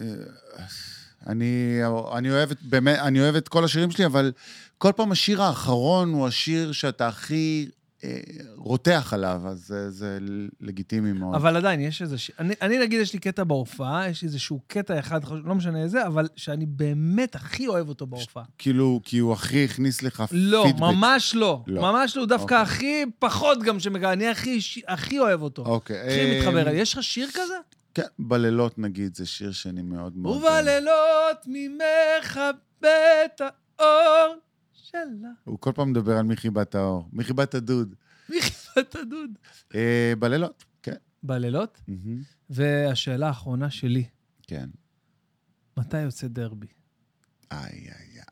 אני, אני, אוהב את, באמת, אני אוהב את כל השירים שלי, אבל כל פעם השיר האחרון הוא השיר שאתה הכי אה, רותח עליו, אז זה, זה לגיטימי מאוד. אבל עדיין, יש איזה... ש... אני, אני נגיד, יש לי קטע בהופעה, יש לי איזשהו קטע אחד, חשוב- לא משנה איזה, אבל שאני באמת הכי אוהב אותו בהופעה. כאילו, כי הוא הכי הכניס לך לא, פידבק. ממש לא. לא. ממש לא, הוא דווקא אוקיי. הכי פחות גם שמגע, אני הכי, אישי- הכי אוהב אותו. אוקיי. הכי אה, מתחבר אליי. יש לך שיר כזה? כן, בלילות נגיד, זה שיר שאני מאוד מאוד... ובלילות ממך בית האור שלה. הוא כל פעם מדבר על מי חיבת האור, מי חיבת הדוד. מכיפת הדוד. אה, בלילות, כן. בלילות? מהמם. והשאלה האחרונה שלי, כן. מתי יוצא דרבי? איי, איי,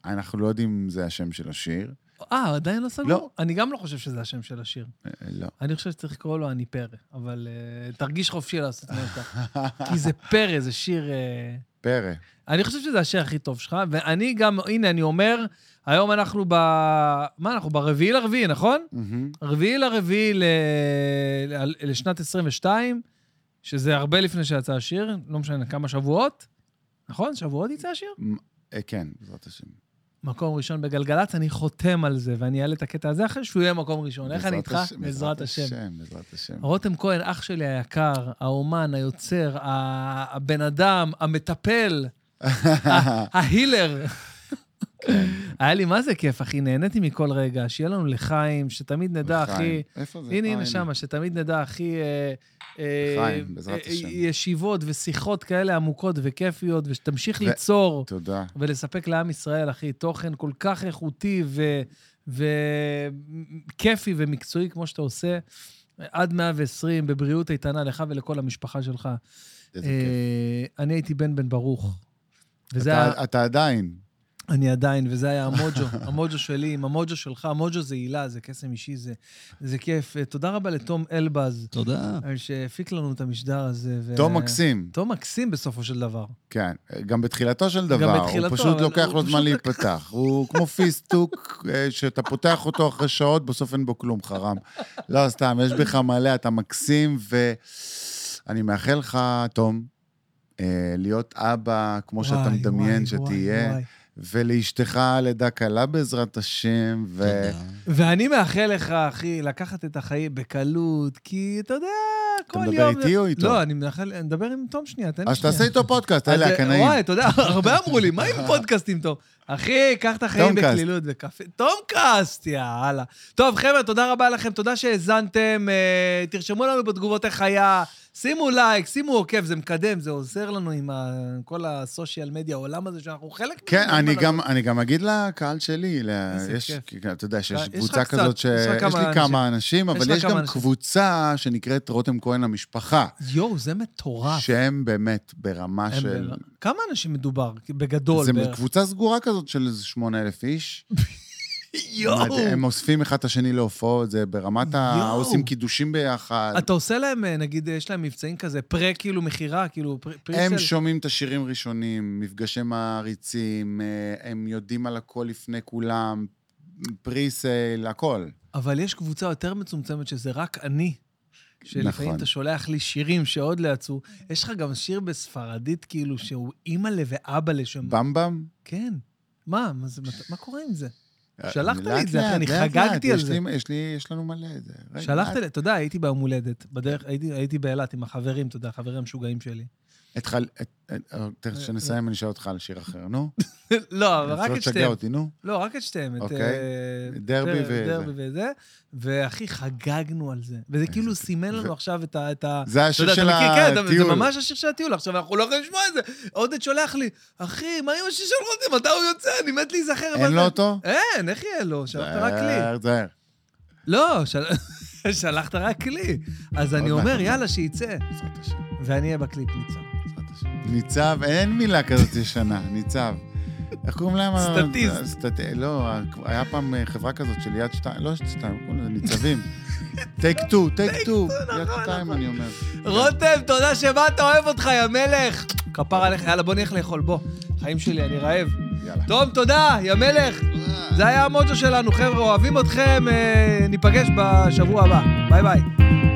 איי. אנחנו לא יודעים אם זה השם של השיר. אה, עדיין לא סגור? לא. אני גם לא חושב שזה השם של השיר. אה, לא. אני חושב שצריך לקרוא לו אני פרא, אבל אה, תרגיש חופשי לעשות מה שאתה. כי זה פרא, זה שיר... אה, פרא. אני חושב שזה השיר הכי טוב שלך, ואני גם, הנה, אני אומר, היום אנחנו ב... מה, אנחנו ברביעי לרביעי, נכון? מהמם. רביעי לרביעי ל... ל- לשנת 22, שזה הרבה לפני שיצא השיר, לא משנה, כמה שבועות, נכון? שבועות יצא השיר? אה, כן, בעזרת השם. מקום ראשון בגלגלצ, אני חותם על זה, ואני אעלה את הקטע הזה אחרי שהוא יהיה מקום ראשון. איך אני בעזרת איתך? השם, בעזרת השם. בעזרת השם. רותם כהן, אח שלי היקר, האומן, היוצר, ה- הבן אדם, המטפל, ה- ההילר. היה לי מה זה כיף, אחי, נהניתי מכל רגע. שיהיה לנו לחיים, שתמיד נדע, אחי... חיים. איפה זה? הנה, אה, הנה שמה, שתמיד נדע, אחי, אה, אה, לחיים, בעזרת אה, השם. ישיבות ושיחות כאלה עמוקות וכיפיות, ושתמשיך ליצור תודה. ולספק לעם ישראל, אחי, תוכן כל כך איכותי ו- וכיפי ומקצועי כמו שאתה עושה, עד 120, בבריאות איתנה לך ולכל המשפחה שלך. איזה כיף. אה, אני הייתי בן בן ברוך. וזה היה, אתה- אתה עדיין. אני עדיין, וזה היה המוג'ו, המוג'ו שלי עם המוג'ו שלך, המוג'ו זה הילה, זה קסם אישי, זה, זה כיף. אה, תודה רבה לתום אלבז, תודה. אה, שהפיק לנו את המשדר הזה. ו- תום מקסים. תום מקסים בסופו של דבר. כן, גם בתחילתו של דבר, בתחילתו, הוא פשוט אבל לוקח הוא לו זמן פשוט- להיפתח. הוא כמו פיסטוק, אה, שאתה פותח אותו אחרי שעות, בסוף אין בו כלום, חרם. לא, סתם, יש בך מלא, אתה מקסים, ואני מאחל לך, תום, אה, להיות אבא כמו שאתה וואי, מדמיין וואי, וואי, שתהיה, וואי. ולאשתך לידה קלה בעזרת השם, ו... תודה. ואני מאחל לך, אחי, לקחת את החיים בקלות, כי אתה יודע, כל יום... מדבר איתי או איתו? לא, אני מאחל- אני מדבר עם תום שנייה, תן לי אז שנייה. תעשה איתו פודקאסט, אז, אלה אה, הקנאים. וואי, אתה יודע, הרבה אמרו לי, מה עם פודקאסטים טוב? אחי, קח את החיים תומקאסט. בקלילות וקפה. תומקאסט, יאללה. טוב, חבר'ה, תודה רבה לכם, תודה שהאזנתם. אה, תרשמו לנו בתגובות איך היה. שימו לייק, שימו עוקב, זה מקדם, זה עוזר לנו עם ה- כל הסושיאל מדיה, העולם הזה שאנחנו חלק ממנו. כן, אני אבל- גם, אני גם אגיד לקהל שלי, ל- איזה יש, כיף. כי- אתה יודע שיש יש לך קבוצה קצת, כזאת, ש... יש לך יש כמה לי כמה אנשים, אבל לך יש כמה גם אנשים. קבוצה שנקראת רותם כהן המשפחה, יואו, זה מטורף. שהם באמת ברמה הם של... בר- כמה אנשים מדובר? בגדול. זה בערך. קבוצה סגורה כזאת של איזה 8,000 איש. יואו! הם אוספים אחד את השני להופעות, זה ברמת ה... יואו. עושים קידושים ביחד. אתה עושה להם, אה, נגיד, יש להם מבצעים כזה, פרה כאילו מכירה, כאילו פר- פרי הם סל? שומעים את השירים ראשונים, מפגשי מעריצים, אה, הם יודעים על הכל לפני כולם, פריסייל, הכל. אבל יש קבוצה יותר מצומצמת שזה רק אני, שלפעמים נכון. אתה שולח לי שירים שעוד לא יצאו. יש לך גם שיר בספרדית, כאילו, שהוא אימא'לה ואבא'לה, שם... במבם? כן. מה, מה זה- מה קורה עם זה? שלחת לי את זה, לאט, אחי, אני לאט, חגגתי לאט, על יש זה. לי- יש לי, יש לנו מלא את זה. רגע, שלחת לאט. לי, אתה יודע, הייתי ביום הולדת, בדרך, הייתי- הייתי באילת עם החברים, אתה יודע, החברים המשוגעים שלי. התחל... את- את- תכף שנסיים, אני אשאל אותך על שיר אחר, נו. לא, אה, אבל רק שלא את תשגע שתיהם. אותי, נו. לא, רק את שתיהם. את, אוקיי. אה, דרבי דר- וזה. דרבי וזה. ואחי, חגגנו על זה. וזה כאילו סימן לנו ו- עכשיו את ה... את ה- זה אתה השיר יודע, אתה של מכיר, כן, אתה- הטיול. זה ממש השיר של הטיול. עכשיו, אנחנו לא יכולים לשמוע את זה. עודד שולח לי, אחי, מה עם השיר של רותם? מתי הוא יוצא? אני מת להיזכר. מה אין זה?" לו אותו? אה. אין, איך יהיה לו? שלחת רק לי. זהר, זהר. לא, של- שלחת רק לי. אז אני מעט, אומר, עוד יאללה, שייצא. בעזרת השם, ואני אהיה בקליפ ניצן. בעזרת השם. ניצב, אין מילה כזאת ישנה, ניצב. איך קוראים להם? ה- סטטיסט. סטט... לא, ה- היה פעם אה, חברה כזאת של יד שתיים, לא יד שתיים, קוראים לזה ניצבים. טייק טו, טייק טו. יד נכון, שתיים, נכון. אני אומר. רותם, תודה שבאת, אוהב אותך, יא מלך. כפר עליך, יאללה, בוא נלך לאכול, בוא. חיים שלי, אני רעב. יאללה. תום, תודה, יא מלך. זה היה המוג'ו שלנו, חבר'ה, אוהבים אתכם. אה, ניפגש בשבוע הבא. ביי ביי.